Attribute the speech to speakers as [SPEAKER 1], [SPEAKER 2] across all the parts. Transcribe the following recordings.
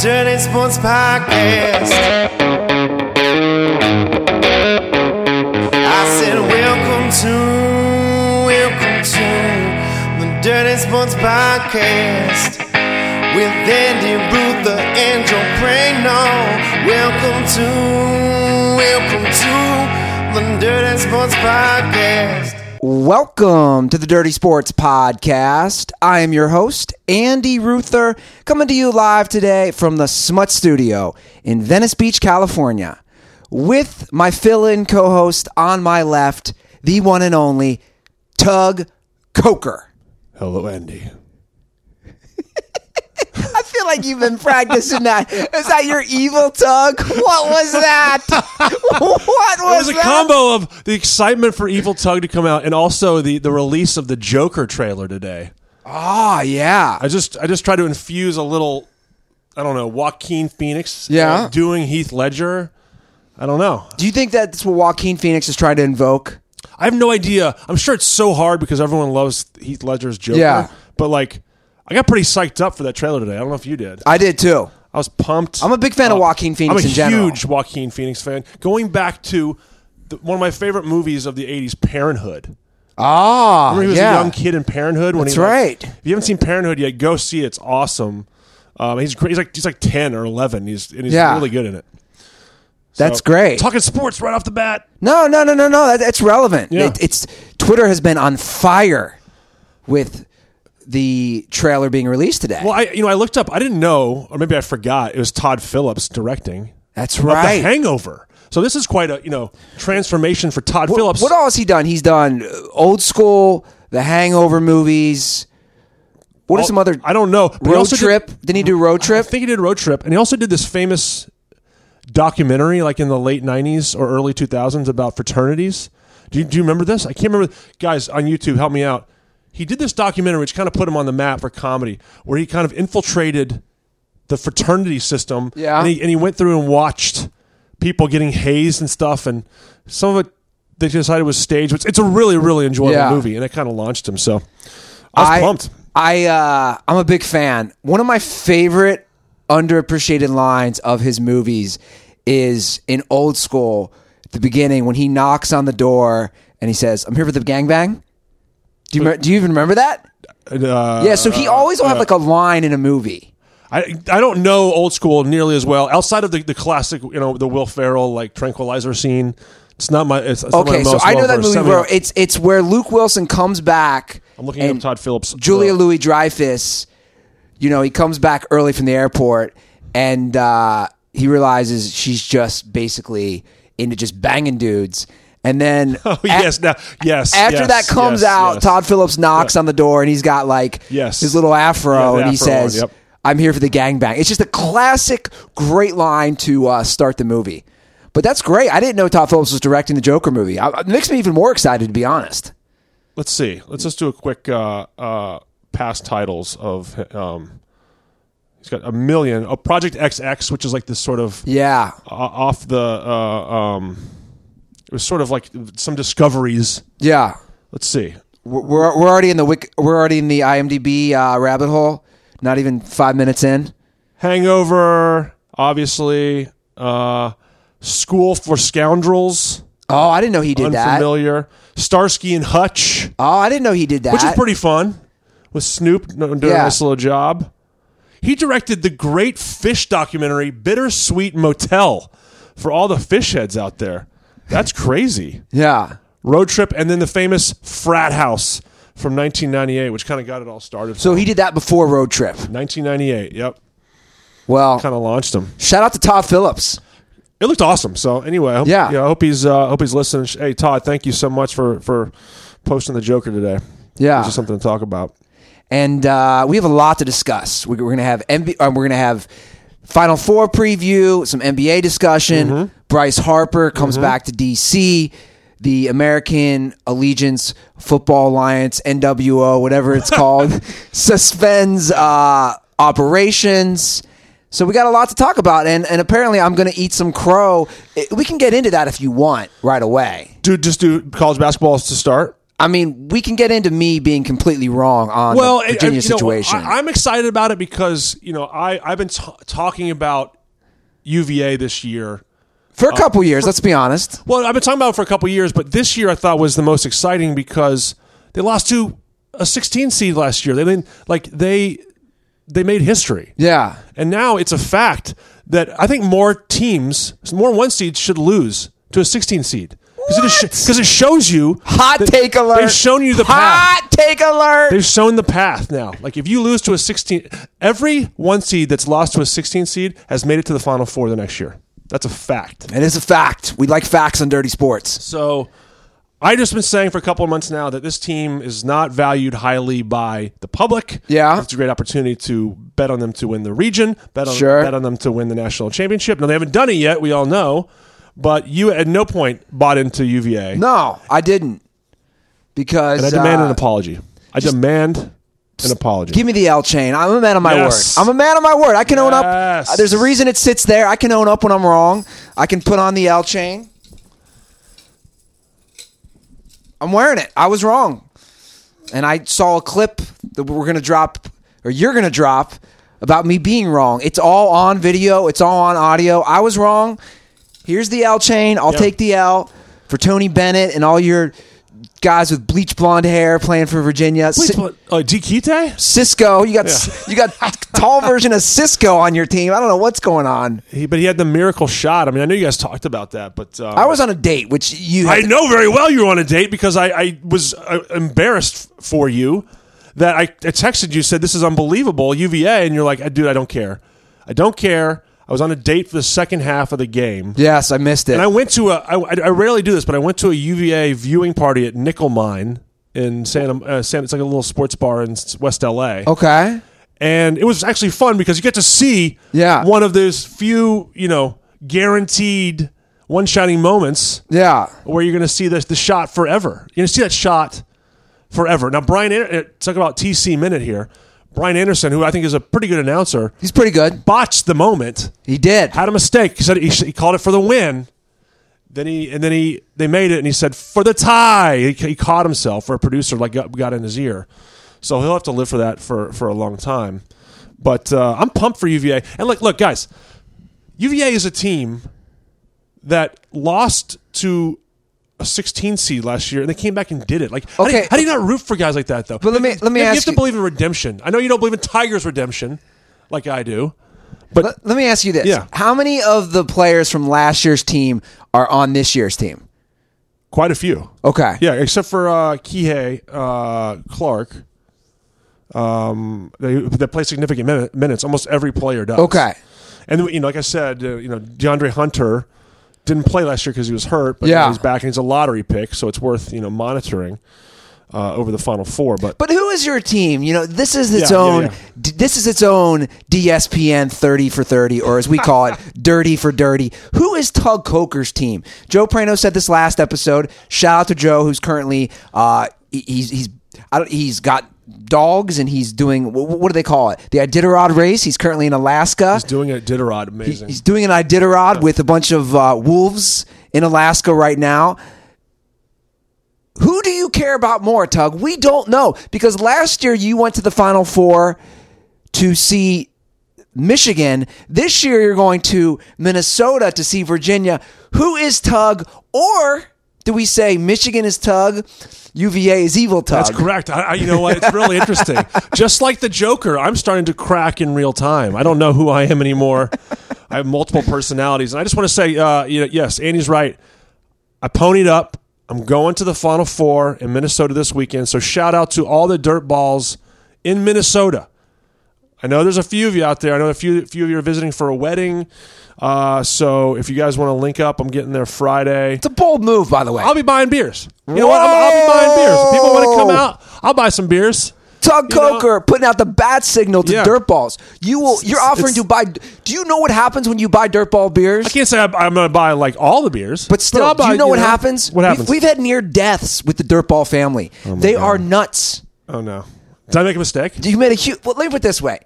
[SPEAKER 1] Someone's Podcast. I said, Welcome to, welcome to the Dirty Sports Podcast with Andy Ruther and Joe Prano. Welcome to, welcome to the Dirty Sports Podcast.
[SPEAKER 2] Welcome to the Dirty Sports Podcast. I am your host, Andy Ruther, coming to you live today from the Smut Studio in Venice Beach, California, with my fill in co host on my left, the one and only Tug Coker.
[SPEAKER 3] Hello, Andy.
[SPEAKER 2] I feel like you've been practicing that. Is that your evil tug? What was that? What was,
[SPEAKER 3] It was a
[SPEAKER 2] that?
[SPEAKER 3] combo of the excitement for Evil Tug to come out and also the, the release of the Joker trailer today.
[SPEAKER 2] Oh, yeah.
[SPEAKER 3] I just I just tried to infuse a little I don't know, Joaquin Phoenix uh,
[SPEAKER 2] Yeah. doing
[SPEAKER 3] doing Heath Ledger. I don't know.
[SPEAKER 2] Do you think that's what Joaquin Phoenix is trying to invoke?
[SPEAKER 3] I have no idea. I'm sure it's so hard because everyone loves Heath Ledger's Joker.
[SPEAKER 2] Yeah.
[SPEAKER 3] But like I got pretty psyched up for that trailer today. I don't know if you did.
[SPEAKER 2] I did too.
[SPEAKER 3] I was pumped.
[SPEAKER 2] I'm a big fan of Joaquin Phoenix
[SPEAKER 3] I'm a
[SPEAKER 2] in general.
[SPEAKER 3] huge Joaquin Phoenix fan. Going back to the, one of my favorite movies of the '80s, Parenthood.
[SPEAKER 2] Ah,
[SPEAKER 3] Remember he was
[SPEAKER 2] yeah.
[SPEAKER 3] a young kid in Parenthood. When
[SPEAKER 2] That's
[SPEAKER 3] he, like-
[SPEAKER 2] right.
[SPEAKER 3] If you haven't seen Parenthood yet, go see it. It's awesome. Um, he's great. He's like he's like ten or eleven. He's and he's
[SPEAKER 2] Yeah.
[SPEAKER 3] really good in it.
[SPEAKER 2] That's
[SPEAKER 3] So-
[SPEAKER 2] great.
[SPEAKER 3] Talking sports right off the bat.
[SPEAKER 2] no, no, no, no, no. That, that's relevant.
[SPEAKER 3] Yeah.
[SPEAKER 2] It, it's Twitter has been on fire with the trailer being released today.
[SPEAKER 3] Well, I you know I looked up. I didn't know, or maybe I forgot. It was Todd Phillips directing
[SPEAKER 2] that's
[SPEAKER 3] But
[SPEAKER 2] right.
[SPEAKER 3] The Hangover. So this is quite a you know transformation for Todd Phillips.
[SPEAKER 2] What all has he done? He's done uh, old school, the Hangover movies. What are some other
[SPEAKER 3] I don't know. But he
[SPEAKER 2] road
[SPEAKER 3] also did-
[SPEAKER 2] trip? Did, not he do road trip?
[SPEAKER 3] I think he did Road Trip, and he also did this famous documentary, like in the late '90s or early 2000s, about fraternities. Do you, do you remember this? I can't remember. Guys on YouTube, help me out. He did this documentary, which kind of put him on the map for comedy, where he kind of infiltrated the fraternity system.
[SPEAKER 2] Yeah.
[SPEAKER 3] and he, and he went through and watched people getting hazed and stuff, and some of it they decided was staged. It's, it's a really, really enjoyable
[SPEAKER 2] Yeah.
[SPEAKER 3] movie, and it kind of launched him. So I was pumped.
[SPEAKER 2] I uh, I'm a big fan. One of my favorite underappreciated lines of his movies is in Old School, at the beginning when he knocks on the door and he says, "I'm here for the gangbang." Do you remem- do you even remember that?
[SPEAKER 3] Uh,
[SPEAKER 2] Yeah. So he always will have like a line in a movie.
[SPEAKER 3] I I don't know old school nearly as well outside of the, the classic you know the Will Ferrell like tranquilizer scene. It's not my it's, it's not
[SPEAKER 2] Okay,
[SPEAKER 3] my
[SPEAKER 2] so
[SPEAKER 3] most
[SPEAKER 2] I know that
[SPEAKER 3] well-versed.
[SPEAKER 2] movie,
[SPEAKER 3] Semi-
[SPEAKER 2] bro. It's it's where Luke Wilson comes back.
[SPEAKER 3] I'm looking
[SPEAKER 2] and
[SPEAKER 3] up Todd Phillips.
[SPEAKER 2] Julia
[SPEAKER 3] Uh,
[SPEAKER 2] Louis Dreyfus, you know, he comes back early from the airport and uh, he realizes she's just basically into just banging dudes. And then
[SPEAKER 3] Oh yes, now yes.
[SPEAKER 2] after
[SPEAKER 3] yes,
[SPEAKER 2] that comes
[SPEAKER 3] yes,
[SPEAKER 2] out,
[SPEAKER 3] yes.
[SPEAKER 2] Todd Phillips knocks on the door and he's got like
[SPEAKER 3] Yes.
[SPEAKER 2] his little afro
[SPEAKER 3] Yeah, the
[SPEAKER 2] and he
[SPEAKER 3] afro one,
[SPEAKER 2] says,
[SPEAKER 3] yep.
[SPEAKER 2] I'm here for the gangbang. It's just a classic, great line to uh, start the movie. But that's great. I didn't know Todd Phillips was directing the Joker movie. I, it makes me even more excited, to be honest.
[SPEAKER 3] Let's see. Let's just do a quick uh, uh, past titles of. Um, he's got a million. Oh, Project XX, which is like this sort of
[SPEAKER 2] Yeah.
[SPEAKER 3] uh, off the. Uh, um, it was sort of like some discoveries.
[SPEAKER 2] Yeah.
[SPEAKER 3] Let's see.
[SPEAKER 2] we're we're already in the wik- we're already in the IMDb uh, rabbit hole. Not even five minutes in.
[SPEAKER 3] Hangover, obviously. Uh, School for Scoundrels,
[SPEAKER 2] Oh, I didn't know he did that.
[SPEAKER 3] unfamiliar. Starsky and Hutch,
[SPEAKER 2] Oh, I didn't know he did that.
[SPEAKER 3] which is pretty fun, with Snoop no- doing
[SPEAKER 2] Yeah.
[SPEAKER 3] a nice little job. He directed the great fish documentary Bittersweet Motel for all the fish heads out there. That's crazy.
[SPEAKER 2] Yeah.
[SPEAKER 3] Road Trip, and then the famous Frat House from 1998, which kind of got it all started.
[SPEAKER 2] So he did that before Road Trip.
[SPEAKER 3] 1998, yep,
[SPEAKER 2] Well,
[SPEAKER 3] kind of launched him.
[SPEAKER 2] shout out to Todd Phillips.
[SPEAKER 3] It looked awesome. So anyway, I hope,
[SPEAKER 2] Yeah.
[SPEAKER 3] I hope he's uh, I hope he's listening. Sh- Hey Todd, thank you so much for for posting the Joker today.
[SPEAKER 2] Yeah.
[SPEAKER 3] It's just something to talk about.
[SPEAKER 2] and uh, we have a lot to discuss. We, we're gonna have MB, uh, we're gonna have Final Four preview, some NBA discussion. Bryce Harper comes back to DC. The American Allegiance Football Alliance (NWO), whatever it's called, suspends uh, operations. So we got a lot to talk about, and, and apparently I'm going to eat some crow. I- We can get into that if you want right away.
[SPEAKER 3] Dude, just do college basketball to start.
[SPEAKER 2] I mean, we can get into me being completely wrong on
[SPEAKER 3] Well, uh,
[SPEAKER 2] the
[SPEAKER 3] and-
[SPEAKER 2] Virginia
[SPEAKER 3] and, you know,
[SPEAKER 2] situation.
[SPEAKER 3] I, am excited about it because you know I I've been t- talking about UVA this year.
[SPEAKER 2] for
[SPEAKER 3] Oh.
[SPEAKER 2] a couple years. let's be honest.
[SPEAKER 3] Well, I've been talking about it for a couple years, but this year I thought was the most exciting because they lost to a 16 seed last year. They didn't like they they made history,
[SPEAKER 2] Yeah,
[SPEAKER 3] and now it's a fact that I think more teams, more one seeds, should lose to a 16 seed because it, sh- it shows you
[SPEAKER 2] hot
[SPEAKER 3] that
[SPEAKER 2] take alert.
[SPEAKER 3] They've shown you the path.
[SPEAKER 2] hot take alert.
[SPEAKER 3] They've shown the path now. Like if you lose to a 16, every one seed that's lost to a 16 seed has made it to the final four the next year. That's a fact.
[SPEAKER 2] It is a fact. We like facts on dirty sports.
[SPEAKER 3] So I just been saying for a couple of months now that this team is not valued highly by the public.
[SPEAKER 2] Yeah.
[SPEAKER 3] it's a great opportunity to bet on them to win the region. Bet on
[SPEAKER 2] Sure.
[SPEAKER 3] bet on them to win the national championship. Now they haven't done it yet. We all know, but you at no point bought into UVA.
[SPEAKER 2] No, I didn't because
[SPEAKER 3] and I demand
[SPEAKER 2] uh,
[SPEAKER 3] an apology. I demand an apology.
[SPEAKER 2] Give me the L chain. I'm a man of my
[SPEAKER 3] Yes.
[SPEAKER 2] word. I'm a man of my word. I can own up.
[SPEAKER 3] Yes.
[SPEAKER 2] Uh, There's a reason it sits there. I can own up when I'm wrong. I can put on the L chain. I'm wearing it. I was wrong. And I saw a clip that we're going to drop, or you're going to drop, about me being wrong. It's all on video, it's all on audio. I was wrong. Here's the L chain. I'll
[SPEAKER 3] Yeah.
[SPEAKER 2] take the L for Tony Bennett and all your guys with bleach blonde hair playing for Virginia.
[SPEAKER 3] Please
[SPEAKER 2] Sit-
[SPEAKER 3] put- uh, Diquite?
[SPEAKER 2] Cisco. You got you got tall version of Cisco on your team. I don't know what's going on.
[SPEAKER 3] He, but he had the miracle shot. I mean, I know you guys talked about that, but um,
[SPEAKER 2] I was on a date, which you
[SPEAKER 3] I know very well you were on a date because I, I was uh, embarrassed f- for you that I, I texted you said this is unbelievable UVA and you're like "Uh, dude I don't care I don't care I was on a date for the second half of the game
[SPEAKER 2] Yes, I missed it.
[SPEAKER 3] and I went to a I, I rarely do this but I went to a UVA viewing party at Nickel Mine in Santa uh, Santa it's like a little sports bar in s- West LA
[SPEAKER 2] Oh. okay.
[SPEAKER 3] and it was actually fun because you get to see
[SPEAKER 2] Yeah.
[SPEAKER 3] one of those few you know guaranteed one shining moments
[SPEAKER 2] Yeah.
[SPEAKER 3] where you're going to see this the shot forever. You're going to see that shot forever. Now, Brian, An- uh, talk about TC minute here. Brian Anderson, who I think is a pretty good announcer,
[SPEAKER 2] He's pretty good.
[SPEAKER 3] botched the moment,
[SPEAKER 2] He did.
[SPEAKER 3] had a mistake. He said he, sh- he called it for the win. Then he and then he they made it, and he said for the tie. He, he caught himself, or a producer like got, got in his ear. So he'll have to live for that for for a long time. But uh, I'm pumped for UVA. And look, look, guys, UVA is a team that lost to a 16 seed last year, and they came back and did it. Like, how, do you,
[SPEAKER 2] Okay.
[SPEAKER 3] how do you not root for guys like that, though?
[SPEAKER 2] But let me- let me
[SPEAKER 3] you
[SPEAKER 2] ask
[SPEAKER 3] have to
[SPEAKER 2] you-
[SPEAKER 3] believe in redemption. I know you don't believe in Tigers' redemption, like I do.
[SPEAKER 2] Let, let me ask you this:
[SPEAKER 3] Yeah.
[SPEAKER 2] How many of the players from last year's team are on this year's team?
[SPEAKER 3] Quite a few.
[SPEAKER 2] Okay.
[SPEAKER 3] Yeah, except for uh, Kihei uh, Clark. Um, they, they play significant minute, minutes. Almost every player does.
[SPEAKER 2] Okay.
[SPEAKER 3] and you know, like I said, uh, you know, DeAndre Hunter didn't play last year because he was hurt, but
[SPEAKER 2] Yeah.
[SPEAKER 3] now he's back and he's a lottery pick, so it's worth you know monitoring uh, over the Final Four. But
[SPEAKER 2] But who is your team? You know, this is its
[SPEAKER 3] Yeah, yeah,
[SPEAKER 2] own.
[SPEAKER 3] yeah.
[SPEAKER 2] d- This is its own DSPN thirty for thirty, or as we call it, dirty for dirty. Who is Tug Coker's team? Joe Prano said this last episode. Shout out to Joe, who's currently uh, he- he's he's I don't, he's got dogs and he's doing what, what do they call it? The Iditarod race. He's currently in Alaska.
[SPEAKER 3] he's doing it, Diderot, amazing.
[SPEAKER 2] He's doing an Iditarod with a bunch of uh, wolves in Alaska right now. Who do you care about more, Tug? We don't know because last year you went to the Final Four to see Michigan. This year you're going to Minnesota to see Virginia. Who is Tug? Or do we say Michigan is Tug, UVA is evil Tug?
[SPEAKER 3] That's correct. I, I, you know what? It's really interesting. Just like the Joker, I'm starting to crack in real time. I don't know who I am anymore. I have multiple personalities, and I just want to say, uh, you know, yes, Andy's right. I ponied up. I'm going to the Final Four in Minnesota this weekend. So shout out to all the dirt balls in Minnesota. I know there's a few of you out there. I know a few few of you are visiting for a wedding. Uh, so if you guys want to link up, I'm getting there Friday.
[SPEAKER 2] It's a bold move, by the way.
[SPEAKER 3] I'll be buying beers. You know what? I'm, I'll be buying beers. If people want to come out, I'll buy some beers.
[SPEAKER 2] Tug
[SPEAKER 3] You know-
[SPEAKER 2] Coker putting out the bat signal to
[SPEAKER 3] Yeah.
[SPEAKER 2] dirt balls. You will. You're
[SPEAKER 3] it's-
[SPEAKER 2] offering to buy. Do you know what happens when you buy dirt ball beers?
[SPEAKER 3] I can't say I'm, I'm going to buy like all the beers,
[SPEAKER 2] But still,
[SPEAKER 3] I'll
[SPEAKER 2] do
[SPEAKER 3] buy,
[SPEAKER 2] you know what happens?
[SPEAKER 3] What happens?
[SPEAKER 2] We've, we've had near deaths with the dirt ball family. they are nuts.
[SPEAKER 3] oh no! Did I make a mistake?
[SPEAKER 2] You made a huge. Well, leave it this way.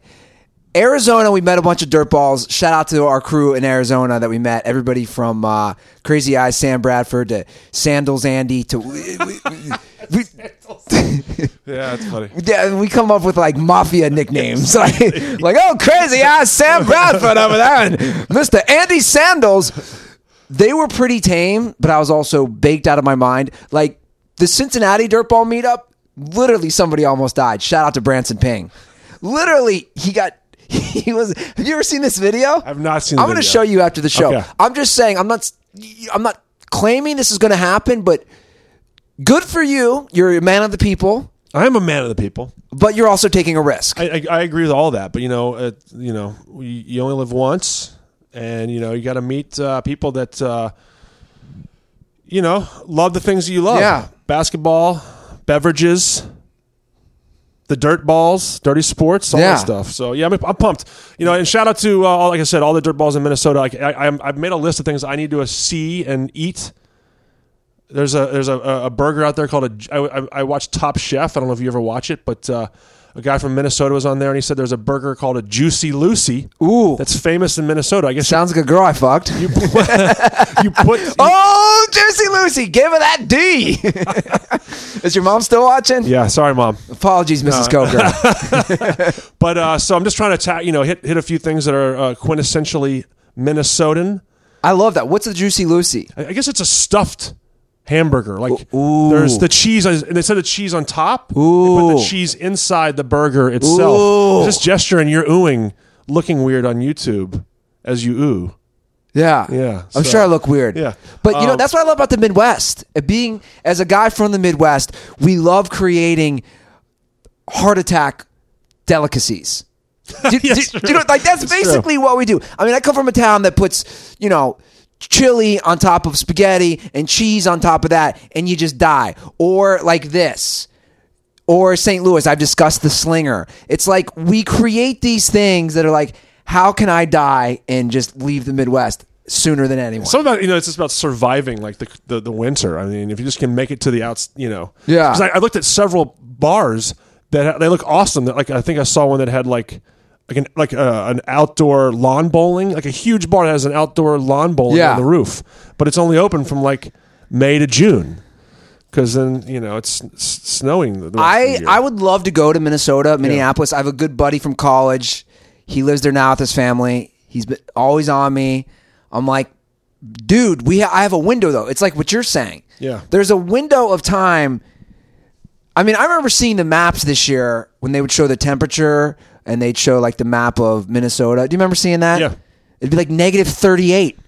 [SPEAKER 2] Arizona, we met a bunch of dirt balls. Shout out to our crew in Arizona that we met. Everybody from uh, Crazy Eyes Sam Bradford to Sandals Andy to we, we- we-
[SPEAKER 3] Yeah, that's funny.
[SPEAKER 2] Yeah, and we come up with like mafia nicknames, like, like oh crazy ass Sam Bradford over there, and Mister Andy Sandals. They were pretty tame, but I was also baked out of my mind. Like the Cincinnati Dirtball meetup, literally somebody almost died. Shout out to Branson Ping. Literally, he got he was. Have you ever seen this video?
[SPEAKER 3] I've not seen the
[SPEAKER 2] I'm going to
[SPEAKER 3] video.
[SPEAKER 2] show you after the show.
[SPEAKER 3] Okay.
[SPEAKER 2] I'm just saying. I'm not. I'm not claiming this is going to happen, but good for you. You're a man of the people
[SPEAKER 3] I am a man of the people.
[SPEAKER 2] but you're also taking a risk.
[SPEAKER 3] I, I, I agree with all that, but you know, uh, you know, you, you only live once, and you know, you got to meet uh, people that uh, you know love the things that you love.
[SPEAKER 2] Yeah.
[SPEAKER 3] basketball, beverages, the dirt balls, dirty sports, all
[SPEAKER 2] Yeah.
[SPEAKER 3] that stuff. So yeah, I'm, I'm pumped. You know, and shout out to uh, all, like I said, all the dirt balls in Minnesota. Like, I, I'm, I've made a list of things I need to uh, see and eat. There's a there's a, a burger out there called a. I, I, I watched Top Chef. I don't know if you ever watch it, but uh, a guy from Minnesota was on there and he said there's a burger called a Juicy Lucy.
[SPEAKER 2] Ooh.
[SPEAKER 3] that's famous in Minnesota. I guess you,
[SPEAKER 2] Sounds like a girl I fucked.
[SPEAKER 3] you put, you put
[SPEAKER 2] oh, Juicy Lucy, give her that D. Is your mom still watching?
[SPEAKER 3] yeah. Sorry, mom.
[SPEAKER 2] Apologies, Mrs. Coker.
[SPEAKER 3] But uh, so I'm just trying to ta- you know hit hit a few things that are uh, quintessentially Minnesotan.
[SPEAKER 2] I love that. What's a Juicy Lucy?
[SPEAKER 3] I I guess it's a stuffed hamburger. Like
[SPEAKER 2] Ooh.
[SPEAKER 3] there's the cheese, on- and they said the cheese on top. They put
[SPEAKER 2] Ooh.
[SPEAKER 3] the cheese inside the burger itself.
[SPEAKER 2] Ooh.
[SPEAKER 3] Just gesture and you're oohing, looking weird on YouTube as you ooh.
[SPEAKER 2] Yeah.
[SPEAKER 3] Yeah,
[SPEAKER 2] I'm
[SPEAKER 3] so-
[SPEAKER 2] sure I look weird.
[SPEAKER 3] Yeah.
[SPEAKER 2] But you know,
[SPEAKER 3] Um,
[SPEAKER 2] that's what I love about the Midwest. Uh, Being as a guy from the Midwest, we love creating heart attack delicacies. Do, do-
[SPEAKER 3] Yes,
[SPEAKER 2] do
[SPEAKER 3] true.
[SPEAKER 2] you know, like that's
[SPEAKER 3] It's
[SPEAKER 2] basically what we do. I mean, I come from a town that puts, you know, chili on top of spaghetti and cheese on top of that, and you just die. Or like this or St. Louis. I've discussed the slinger. It's like we create these things that are like, how can I die and just leave the Midwest sooner than anyone?
[SPEAKER 3] Some about you know it's just about surviving like the, the the winter. I mean, if you just can make it to the outs, you know.
[SPEAKER 2] Yeah.
[SPEAKER 3] 'Cause I, I looked at several bars that ha- they look awesome. That like I think I saw one that had like like an like uh, an outdoor lawn bowling, like a huge bar that has an outdoor lawn bowling
[SPEAKER 2] Yeah.
[SPEAKER 3] on the roof, but it's only open from like May to June. Because then you know it's, s snowing. The the rest of
[SPEAKER 2] I,
[SPEAKER 3] the year.
[SPEAKER 2] I would love to go to Minnesota, Minneapolis. I have a good buddy from college. He lives there now with his family. He's been always on me. I'm like, dude, we ha- I have a window though. It's like what you're saying.
[SPEAKER 3] Yeah.
[SPEAKER 2] There's a window of time. I mean, I remember seeing the maps this year when they would show the temperature and they'd show like the map of Minnesota. Do you remember seeing that?
[SPEAKER 3] Yeah.
[SPEAKER 2] It'd be like negative 38.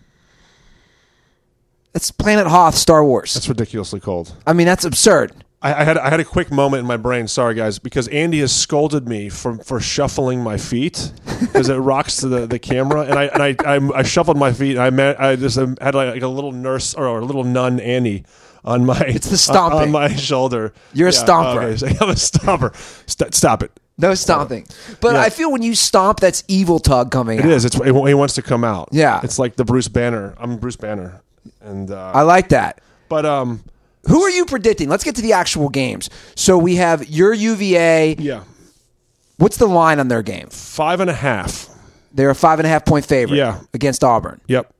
[SPEAKER 2] That's Planet Hoth Star Wars.
[SPEAKER 3] it's ridiculously cold.
[SPEAKER 2] I mean, that's absurd.
[SPEAKER 3] I, I had I had a quick moment in my brain. Sorry, guys, because Andy has scolded me for for shuffling my feet because it rocks to the, the camera, and I and I, I I shuffled my feet. And I met, I just um, had like, a little nurse or, a little nun Annie on my it's
[SPEAKER 2] the stomping.
[SPEAKER 3] on my shoulder.
[SPEAKER 2] You're a stomper.
[SPEAKER 3] okay, so I'm a stomper. St- stop it.
[SPEAKER 2] No stomping. But
[SPEAKER 3] Yeah.
[SPEAKER 2] I feel when you stomp, that's evil tug coming
[SPEAKER 3] It
[SPEAKER 2] out.
[SPEAKER 3] is. It's it, he wants to come out.
[SPEAKER 2] Yeah.
[SPEAKER 3] it's like the Bruce Banner. I'm Bruce Banner, and uh,
[SPEAKER 2] I like that.
[SPEAKER 3] but um
[SPEAKER 2] Who are you predicting? Let's get to the actual games. So we have your UVA.
[SPEAKER 3] yeah
[SPEAKER 2] What's the line on their game?
[SPEAKER 3] five and a half.
[SPEAKER 2] They're a five and a half point favorite
[SPEAKER 3] Yeah.
[SPEAKER 2] against Auburn.
[SPEAKER 3] Yep.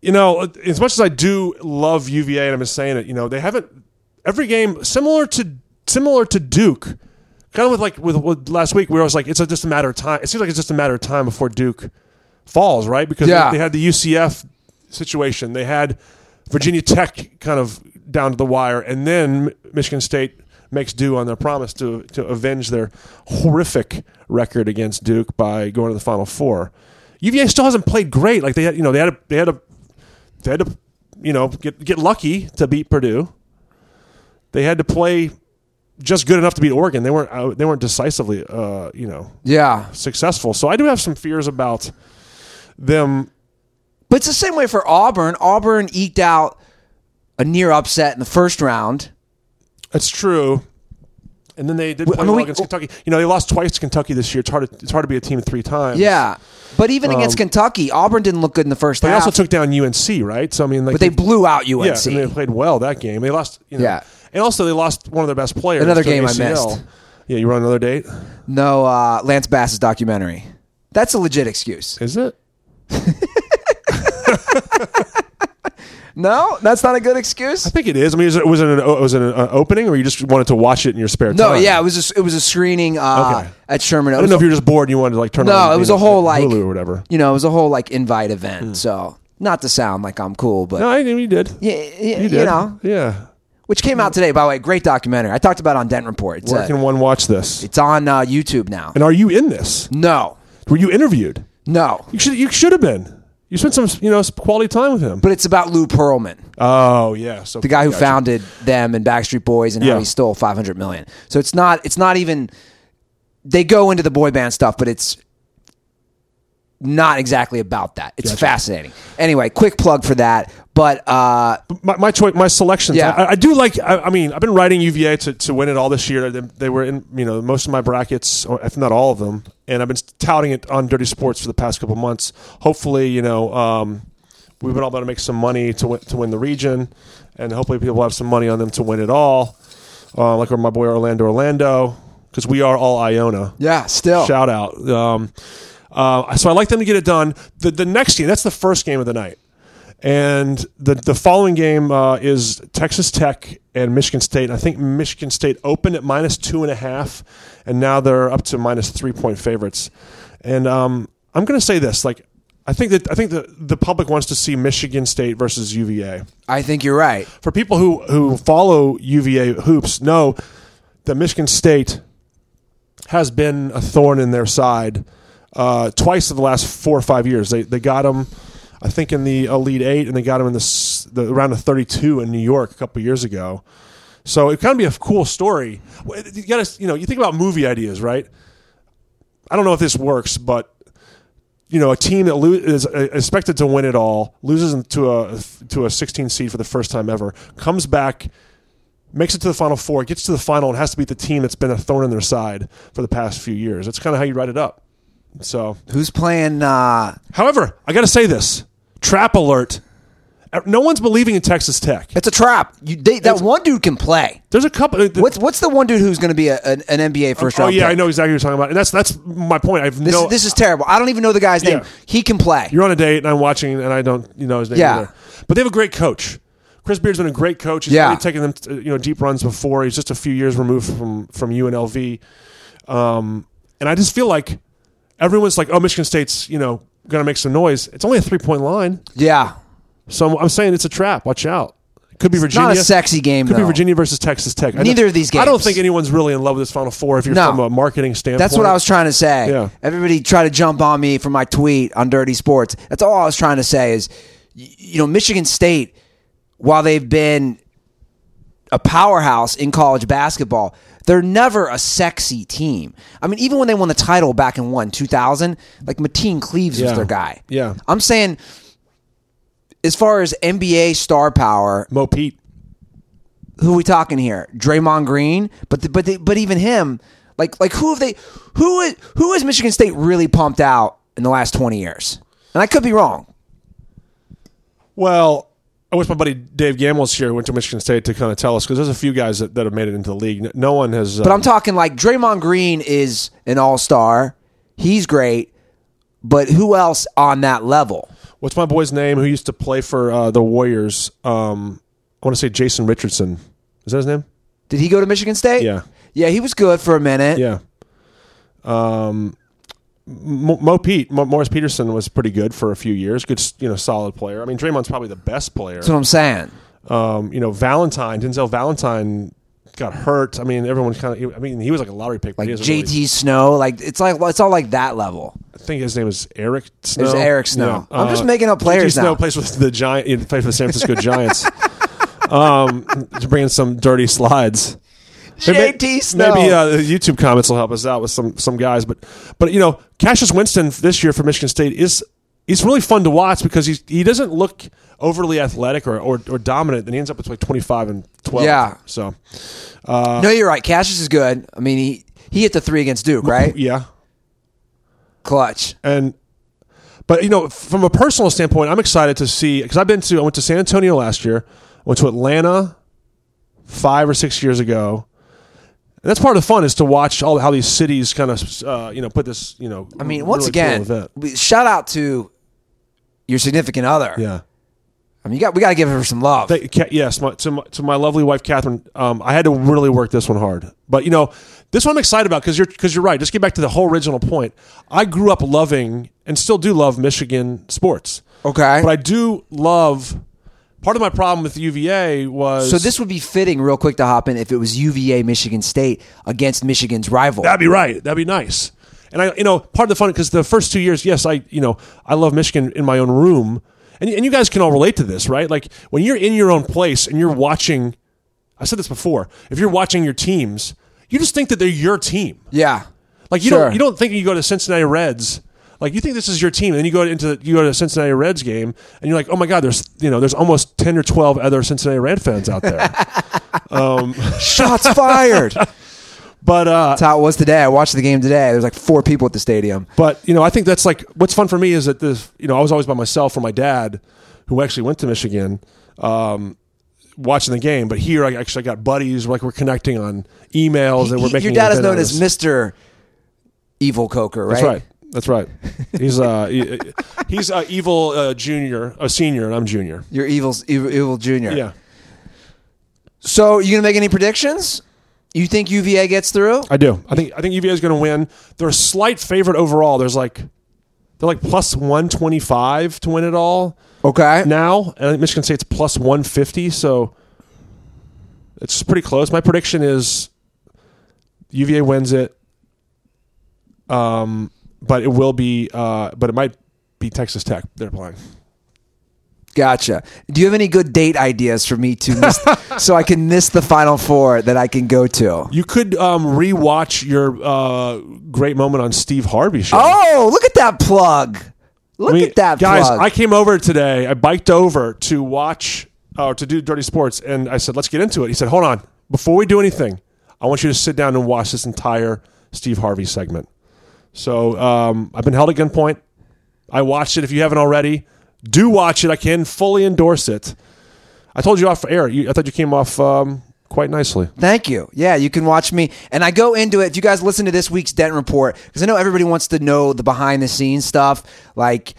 [SPEAKER 3] You know, as much as I do love UVA, and I've been saying it, you know, they haven't every game similar to similar to Duke. Kind of with like with, with last week, we were always like, it's just a matter of time. It seems like it's just a matter of time before Duke falls, right? Because
[SPEAKER 2] Yeah.
[SPEAKER 3] they, they had the UCF situation, they had Virginia Tech kind of down to the wire, and then M- Michigan State makes due on their promise to to avenge their horrific record against Duke by going to the Final Four. UVA still hasn't played great. Like they had, you know, they had a, they had a, they had to, you know, get get lucky to beat Purdue. They had to play just good enough to beat Oregon. They weren't out- they weren't decisively, uh, you know,
[SPEAKER 2] Yeah.
[SPEAKER 3] successful. So I do have some fears about them.
[SPEAKER 2] But it's the same way for Auburn. Auburn eked out a near upset in the first round.
[SPEAKER 3] That's true. And then they did play
[SPEAKER 2] I mean,
[SPEAKER 3] well
[SPEAKER 2] we-
[SPEAKER 3] against Kentucky. You know, they lost twice to Kentucky this year. It's hard to, it's hard to be a team three times.
[SPEAKER 2] Yeah. But even against Kentucky, Auburn didn't look good in the first
[SPEAKER 3] But Um, they
[SPEAKER 2] half.
[SPEAKER 3] also took down UNC, right? So I mean, like
[SPEAKER 2] but they blew out UNC.
[SPEAKER 3] yeah, and they played well that game. They lost, you know,
[SPEAKER 2] Yeah.
[SPEAKER 3] and also they lost one of their best players.
[SPEAKER 2] Another
[SPEAKER 3] to an
[SPEAKER 2] game I
[SPEAKER 3] ACL.
[SPEAKER 2] missed.
[SPEAKER 3] Yeah, you were on another date.
[SPEAKER 2] no, uh, Lance Bass's documentary. That's a legit excuse.
[SPEAKER 3] Is it?
[SPEAKER 2] No, that's not a good excuse.
[SPEAKER 3] I think it is. I mean, is it, was it an o- was it an uh, opening, or you just wanted to watch it in your spare
[SPEAKER 2] No,
[SPEAKER 3] time?
[SPEAKER 2] yeah, it was a, s- it was a screening uh,
[SPEAKER 3] Okay.
[SPEAKER 2] at Sherman. It
[SPEAKER 3] I
[SPEAKER 2] was
[SPEAKER 3] don't know if
[SPEAKER 2] a-
[SPEAKER 3] you were just bored and you wanted to like turn. on
[SPEAKER 2] no, it was a whole like
[SPEAKER 3] Hulu or whatever. Hmm.
[SPEAKER 2] You know, it was a whole like invite event. So not to sound like I'm cool, but
[SPEAKER 3] No, I knew you did.
[SPEAKER 2] yeah, yeah,
[SPEAKER 3] you
[SPEAKER 2] you,
[SPEAKER 3] did.
[SPEAKER 2] know,
[SPEAKER 3] yeah.
[SPEAKER 2] which came out today. By the way, great documentary. I talked about it on Dent Report. It's,
[SPEAKER 3] Where
[SPEAKER 2] uh,
[SPEAKER 3] can one watch this?
[SPEAKER 2] it's on uh, YouTube now.
[SPEAKER 3] And are you in this?
[SPEAKER 2] No,
[SPEAKER 3] Were you interviewed?
[SPEAKER 2] no,
[SPEAKER 3] You should. You should have been. You spent some, you know, some quality time with him.
[SPEAKER 2] but it's about Lou Pearlman,
[SPEAKER 3] oh yeah, so
[SPEAKER 2] the guy who
[SPEAKER 3] gotcha.
[SPEAKER 2] founded them and Backstreet Boys, and
[SPEAKER 3] Yeah.
[SPEAKER 2] how he stole 500 million. So it's not it's not even. They go into the boy band stuff, but it's not exactly about that. It's fascinating. Anyway, quick plug for that. But uh,
[SPEAKER 3] my, my choice, my selections.
[SPEAKER 2] Yeah.
[SPEAKER 3] I, I do like. I, I mean, I've been writing UVA to, to win it all this year. They, they were in, you know, most of my brackets, or if not all of them, and I've been touting it on Dirty Sports for the past couple months. Hopefully, you know, um, we've been all about to make some money to win, to win the region, and hopefully, people have some money on them to win it all. Uh, like my boy Orlando Orlando, because we are all Iona.
[SPEAKER 2] yeah, still
[SPEAKER 3] Shout out. Um, uh, so I like them to get it done. The, the next game, that's the first game of the night. And the, the following game uh, is Texas Tech and Michigan State. I think Michigan State opened at minus two and a half, and now they're up to minus three point favorites. And um, I'm going to say this: like, I think that I think the, the public wants to see Michigan State versus UVA
[SPEAKER 2] I think you're right.
[SPEAKER 3] for people who who follow UVA hoops know that Michigan State has been a thorn in their side uh, twice in the last four or five years. They they got them, I think, in the Elite Eight, and they got them in the, s- the round of 32 in New York a couple years ago. So it kind of be a cool story. Well, You got to you know you think about movie ideas, right? I don't know if this works, but you know, a team that lo- is uh, expected to win it all loses to a to a 16 seed for the first time ever, comes back, makes it to the final four, gets to the final, and has to beat the team that's been a thorn in their side for the past few years. That's kind of how you write it up. So,
[SPEAKER 2] Who's playing? Uh,
[SPEAKER 3] however, I got to say this: trap alert. Uh, No one's believing in Texas Tech.
[SPEAKER 2] it's a trap. You, they, that one dude can play.
[SPEAKER 3] There's a couple. uh,
[SPEAKER 2] What's what's the one dude who's going to be a, an, an NBA first
[SPEAKER 3] oh
[SPEAKER 2] round?
[SPEAKER 3] yeah,
[SPEAKER 2] pick?
[SPEAKER 3] I know exactly what you're talking about, and that's that's my point. I've
[SPEAKER 2] This,
[SPEAKER 3] no.
[SPEAKER 2] is this is terrible. I don't even know the guy's name.
[SPEAKER 3] Yeah.
[SPEAKER 2] He can play.
[SPEAKER 3] you're on a date and I'm watching and I don't you know his name
[SPEAKER 2] Yeah.
[SPEAKER 3] either. But they have a great coach. Chris Beard's been a great coach. He's
[SPEAKER 2] Yeah.
[SPEAKER 3] already taken them uh, you know deep runs before. He's just a few years removed from from UNLV. Um, and I just feel like everyone's like, oh, Michigan State's you know going to make some noise. It's only a three point line,
[SPEAKER 2] yeah,
[SPEAKER 3] so I'm, I'm saying it's a trap. Watch out. Could be Virginia.
[SPEAKER 2] not a sexy game
[SPEAKER 3] Could
[SPEAKER 2] though.
[SPEAKER 3] be Virginia versus Texas Tech. I don't-
[SPEAKER 2] Neither of these
[SPEAKER 3] I don't
[SPEAKER 2] games.
[SPEAKER 3] think anyone's really in love with this Final Four if you're
[SPEAKER 2] No.
[SPEAKER 3] from a marketing standpoint.
[SPEAKER 2] That's what I was trying to say.
[SPEAKER 3] Yeah.
[SPEAKER 2] Everybody tried to jump on me for my tweet on Dirty Sports. That's all I was trying to say is, y- you know, Michigan State, while they've been a powerhouse in college basketball, they're never a sexy team. I mean, even when they won the title back in one two thousand, like Mateen Cleaves
[SPEAKER 3] Yeah.
[SPEAKER 2] was their guy.
[SPEAKER 3] Yeah.
[SPEAKER 2] I'm saying, as far as NBA star power,
[SPEAKER 3] Mo Pete.
[SPEAKER 2] who we talking here? Draymond Green, but the, but the, but even him, like like who have they? Who is who is Michigan State really pumped out in the last twenty years? And I could be wrong.
[SPEAKER 3] Well, I wish my buddy Dave Gamble's here, who went to Michigan State to kind of tell us because there's a few guys that, that have made it into the league. N- No one has. Uh,
[SPEAKER 2] But I'm talking like Draymond Green is an all star. He's great, but who else on that level?
[SPEAKER 3] what's my boy's name who used to play for uh, the Warriors? Um, I want to say Jason Richardson. Is that his name?
[SPEAKER 2] Did he go to Michigan State?
[SPEAKER 3] Yeah.
[SPEAKER 2] yeah, he was good for a minute.
[SPEAKER 3] Yeah. Um, Mo, Mo Pete Mo, Morris Peterson was pretty good for a few years. Good, s- you know, solid player. I mean, Draymond's probably the best player.
[SPEAKER 2] that's what I'm saying.
[SPEAKER 3] Um, you know, Valentine Denzel Valentine got hurt. I mean, everyone kind of. I mean, he was like a lottery pick. but
[SPEAKER 2] Like
[SPEAKER 3] he hasn't
[SPEAKER 2] JT
[SPEAKER 3] really-
[SPEAKER 2] Snow, like it's like it's all like that level.
[SPEAKER 3] I think his name is Eric Snow. Uh,
[SPEAKER 2] was Eric Snow. I'm just making up players
[SPEAKER 3] Snow
[SPEAKER 2] now.
[SPEAKER 3] plays with the giant. He plays for the San Francisco Giants. um, to bring in some dirty slides. Maybe-
[SPEAKER 2] JT Snow.
[SPEAKER 3] Maybe uh, the YouTube comments will help us out with some some guys, but but you know, Cassius Winston this year for Michigan State is he's really fun to watch because he he doesn't look overly athletic or, or, or dominant. Then he ends up with like 25 and 12.
[SPEAKER 2] Yeah.
[SPEAKER 3] So Uh,
[SPEAKER 2] no, you're right. Cassius is good. I mean, he he hit the three against Duke, right?
[SPEAKER 3] yeah,
[SPEAKER 2] Clutch.
[SPEAKER 3] and but you know from a personal standpoint i'm excited to see because i've been to i went to san antonio last year I went to atlanta five or six years ago and that's part of the fun is to watch all how these cities kind of uh, you know put this you know
[SPEAKER 2] I mean,
[SPEAKER 3] really
[SPEAKER 2] once
[SPEAKER 3] cool
[SPEAKER 2] again,
[SPEAKER 3] event.
[SPEAKER 2] we- shout out to your significant other
[SPEAKER 3] yeah
[SPEAKER 2] I mean, you got we got to give her some love.
[SPEAKER 3] They- Ca- yes, my, to, my, to my lovely wife Catherine. Um, I had to really work this one hard, but you know, this one I'm excited about because you're because you're right. Just get back to the whole original point. I grew up loving and still do love Michigan sports,
[SPEAKER 2] okay.
[SPEAKER 3] but I do love. Part of my problem with UVA was
[SPEAKER 2] so this would be fitting, real quick, to hop in if it was UVA Michigan State against Michigan's rival.
[SPEAKER 3] That'd be right. That'd be nice. And I, you know, part of the fun because the first two years, yes, I, you know, I love Michigan in my own room, and and you guys can all relate to this, right? Like when you're in your own place and you're watching. I said this before. If you're watching your teams, you just think that they're your team.
[SPEAKER 2] yeah,
[SPEAKER 3] Like you
[SPEAKER 2] Sure.
[SPEAKER 3] don't you don't think you go to Cincinnati Reds. Like you think this is your team, and then you go into the, you go to a Cincinnati Reds game, and you're like, oh my god, there's you know there's almost ten or twelve other Cincinnati Red fans out there.
[SPEAKER 2] shots fired. That's
[SPEAKER 3] but uh,
[SPEAKER 2] how it was today. I watched the game today. There's like four people at the stadium.
[SPEAKER 3] But you know, I think that's like what's fun for me is that this. You know, I was always by myself or my dad, who actually went to Michigan, um, watching the game. But here, I actually got buddies. Like we're connecting on emails and we're
[SPEAKER 2] He-
[SPEAKER 3] making.
[SPEAKER 2] your dad
[SPEAKER 3] a
[SPEAKER 2] is
[SPEAKER 3] bit
[SPEAKER 2] known
[SPEAKER 3] out of
[SPEAKER 2] as
[SPEAKER 3] this.
[SPEAKER 2] Mister Evil Coker, right?
[SPEAKER 3] That's right. That's right. He's uh, he- he's uh, evil uh, junior, a senior, and I'm junior.
[SPEAKER 2] You're evil, evil, evil Junior.
[SPEAKER 3] Yeah,
[SPEAKER 2] So you gonna make any predictions? You think UVA gets through?
[SPEAKER 3] I do. I think I think UVA is going to win. They're a slight favorite overall. There's like they're like plus one twenty five to win it all.
[SPEAKER 2] Okay.
[SPEAKER 3] now, and I think Michigan State's plus 150, so it's pretty close. My prediction is UVA wins it, um, but it will be, uh, but it might be Texas Tech they're playing.
[SPEAKER 2] Gotcha. Do you have any good date ideas for me to miss, so I can miss the Final Four that I can go to?
[SPEAKER 3] You could um, rewatch your uh, great moment on Steve Harvey show.
[SPEAKER 2] Oh, look at that plug! Look
[SPEAKER 3] I mean,
[SPEAKER 2] at that
[SPEAKER 3] guys!
[SPEAKER 2] plug.
[SPEAKER 3] I came over today. I biked over to watch or to do Dirty Sports, and I said, "Let's get into it." He said, "Hold on, before we do anything, I want you to sit down and watch this entire Steve Harvey segment." So um, I've been held at gunpoint. I watched it. If you haven't already, do watch it. I can fully endorse it. I told you off air. You, I thought you came off um, quite nicely.
[SPEAKER 2] Thank you. Yeah, you can watch me. And I go into it. If you guys listen to this week's Dent Report, because I know everybody wants to know the behind the scenes stuff, like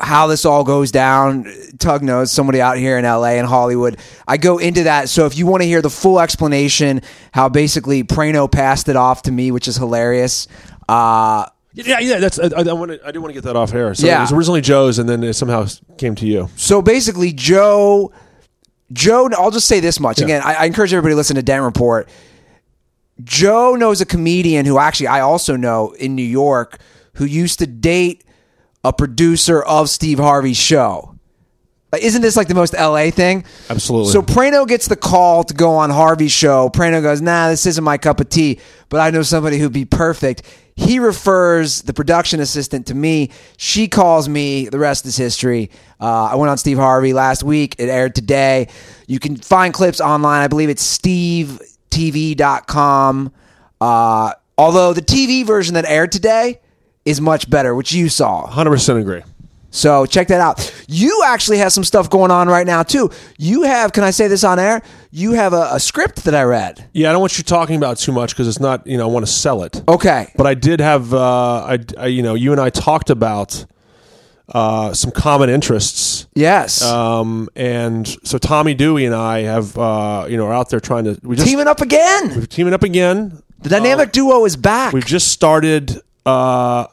[SPEAKER 2] how this all goes down. Tug knows somebody out here in LA and Hollywood. I go into that. So if you want to hear the full explanation, how basically Prano passed it off to me, which is hilarious. Uh,
[SPEAKER 3] Yeah, yeah. That's I, I, want I do want to get that off air. So
[SPEAKER 2] Yeah.
[SPEAKER 3] it was originally Joe's, and then it somehow came to you.
[SPEAKER 2] so basically, Joe, Joe, I'll just say this much. Again, I, I encourage everybody to listen to Dent Report. Joe knows a comedian who actually I also know in New York who used to date a producer of Steve Harvey's show. Like, isn't this like the most LA thing?
[SPEAKER 3] Absolutely.
[SPEAKER 2] So Prano gets the call to go on Harvey's show. Prano goes, nah, this isn't my cup of tea, but I know somebody who'd be perfect. He refers the production assistant to me. She calls me. The rest is history. Uh, I went on Steve Harvey last week. It aired today. You can find clips online. I believe it's stevetv.com. Uh, although the TV version that aired today is much better, which you saw.
[SPEAKER 3] Hundred percent agree.
[SPEAKER 2] So check that out. You actually have some stuff going on right now too. You have, can I say this on air? You have a, a script that I read.
[SPEAKER 3] Yeah, I don't want you talking about it too much because it's not. You know, I want to sell it.
[SPEAKER 2] Okay.
[SPEAKER 3] But I did have. Uh, I, I- you know, you and I talked about uh, some common interests,
[SPEAKER 2] Yes.
[SPEAKER 3] um, and so Tommy Dewey and I have. Uh, you know, are out there trying to. We just
[SPEAKER 2] Teaming up again.
[SPEAKER 3] we're teaming up again.
[SPEAKER 2] The dynamic duo is back.
[SPEAKER 3] uh, We've just started. Uh,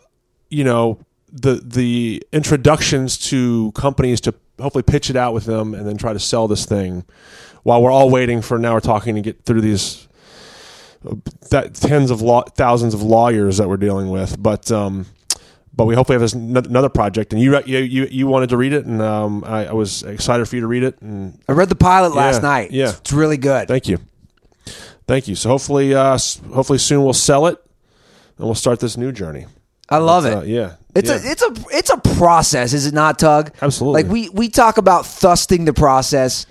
[SPEAKER 3] you know, the the introductions to companies to hopefully pitch it out with them and then try to sell this thing while we're all waiting for now we're talking to get through these uh, that tens of law, thousands of lawyers that we're dealing with, but um, but we hopefully have this n- another project. And you re- you you, you wanted to read it, and um, I, I was excited for you to read it. And
[SPEAKER 2] I read the pilot last
[SPEAKER 3] Yeah,
[SPEAKER 2] night.
[SPEAKER 3] yeah.
[SPEAKER 2] It's, it's really good.
[SPEAKER 3] thank you, thank you. So hopefully, uh, s- hopefully soon we'll sell it, and we'll start this new journey.
[SPEAKER 2] I love it.
[SPEAKER 3] Uh, yeah,
[SPEAKER 2] It's
[SPEAKER 3] yeah.
[SPEAKER 2] a it's a it's a process, is it not, Tug?
[SPEAKER 3] Absolutely.
[SPEAKER 2] Like we we talk about thusting the process.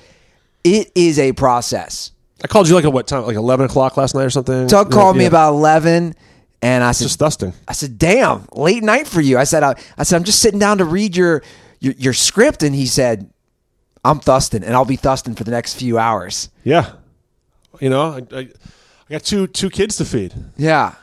[SPEAKER 2] It is a process.
[SPEAKER 3] I called you like at what time? Like eleven o'clock last night or something.
[SPEAKER 2] Tug
[SPEAKER 3] Yeah,
[SPEAKER 2] called me
[SPEAKER 3] yeah.
[SPEAKER 2] about eleven, and I said,
[SPEAKER 3] just dusting.
[SPEAKER 2] I said, "Damn, late night for you." I said, "I, I said I'm just sitting down to read your, your your script," and he said, "I'm Thustin, and I'll be Thustin for the next few hours."
[SPEAKER 3] Yeah, you know, I, I, I got two two kids to feed.
[SPEAKER 2] Yeah,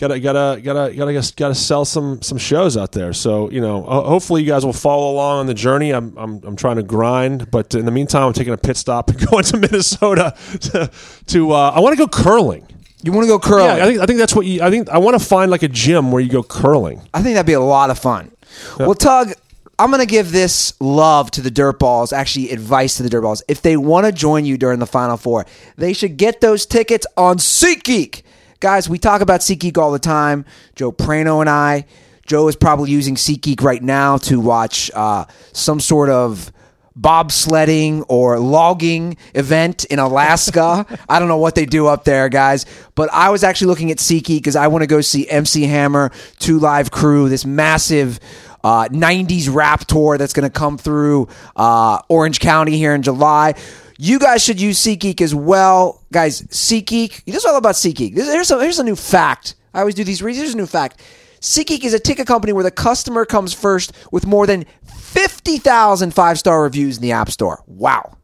[SPEAKER 3] gotta gotta gotta gotta gotta, gotta sell some some shows out there. So you know, ho- hopefully you guys will follow along on the journey. I'm I'm, I'm trying to grind, but in the meantime, I'm taking a pit stop and going to Minnesota to, to uh, I want to go curling.
[SPEAKER 2] You want to go curling?
[SPEAKER 3] Yeah, I think I think that's what you. I think I want to find like a gym where you go curling.
[SPEAKER 2] I think that'd be a lot of fun. Well, Tug, I'm going to give this love to the Dirtballs, actually, advice to the Dirtballs. If they want to join you during the Final Four, they should get those tickets on SeatGeek. Guys, we talk about SeatGeek all the time. Joe Prano and I. Joe is probably using SeatGeek right now to watch uh, some sort of bobsledding or logging event in Alaska. I don't know what they do up there, guys. But I was actually looking at SeatGeek because I want to go see MC Hammer, Two Live Crew, this massive uh, 90s rap tour that's going to come through uh, Orange County here in July. You guys should use SeatGeek as well. Guys, SeatGeek, this is all about SeatGeek. This- Here's a, here's a new fact. I always do these reasons. Here's a new fact. SeatGeek is a ticket company where the customer comes first with more than 50,000 five star reviews in the App Store. Wow.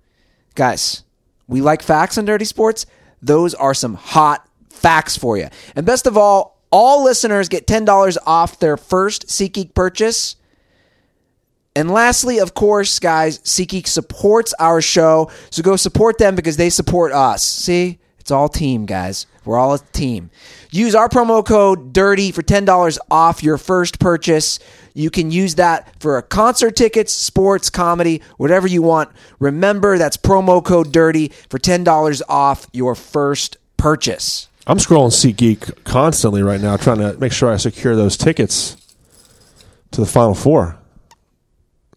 [SPEAKER 2] Guys, we like facts on Dirty Sports. Those are some hot facts for you. And best of all, all listeners get $10 off their first SeatGeek purchase. And lastly, of course, guys, SeatGeek supports our show. So go support them because they support us. See? It's all team, guys. We're all a team. Use our promo code DIRTY for $10 off your first purchase. You can use that for a concert tickets, sports, comedy, whatever you want. Remember, that's promo code DIRTY for $10 off your first purchase.
[SPEAKER 3] I'm scrolling SeatGeek constantly right now, trying to make sure I secure those tickets to the Final Four.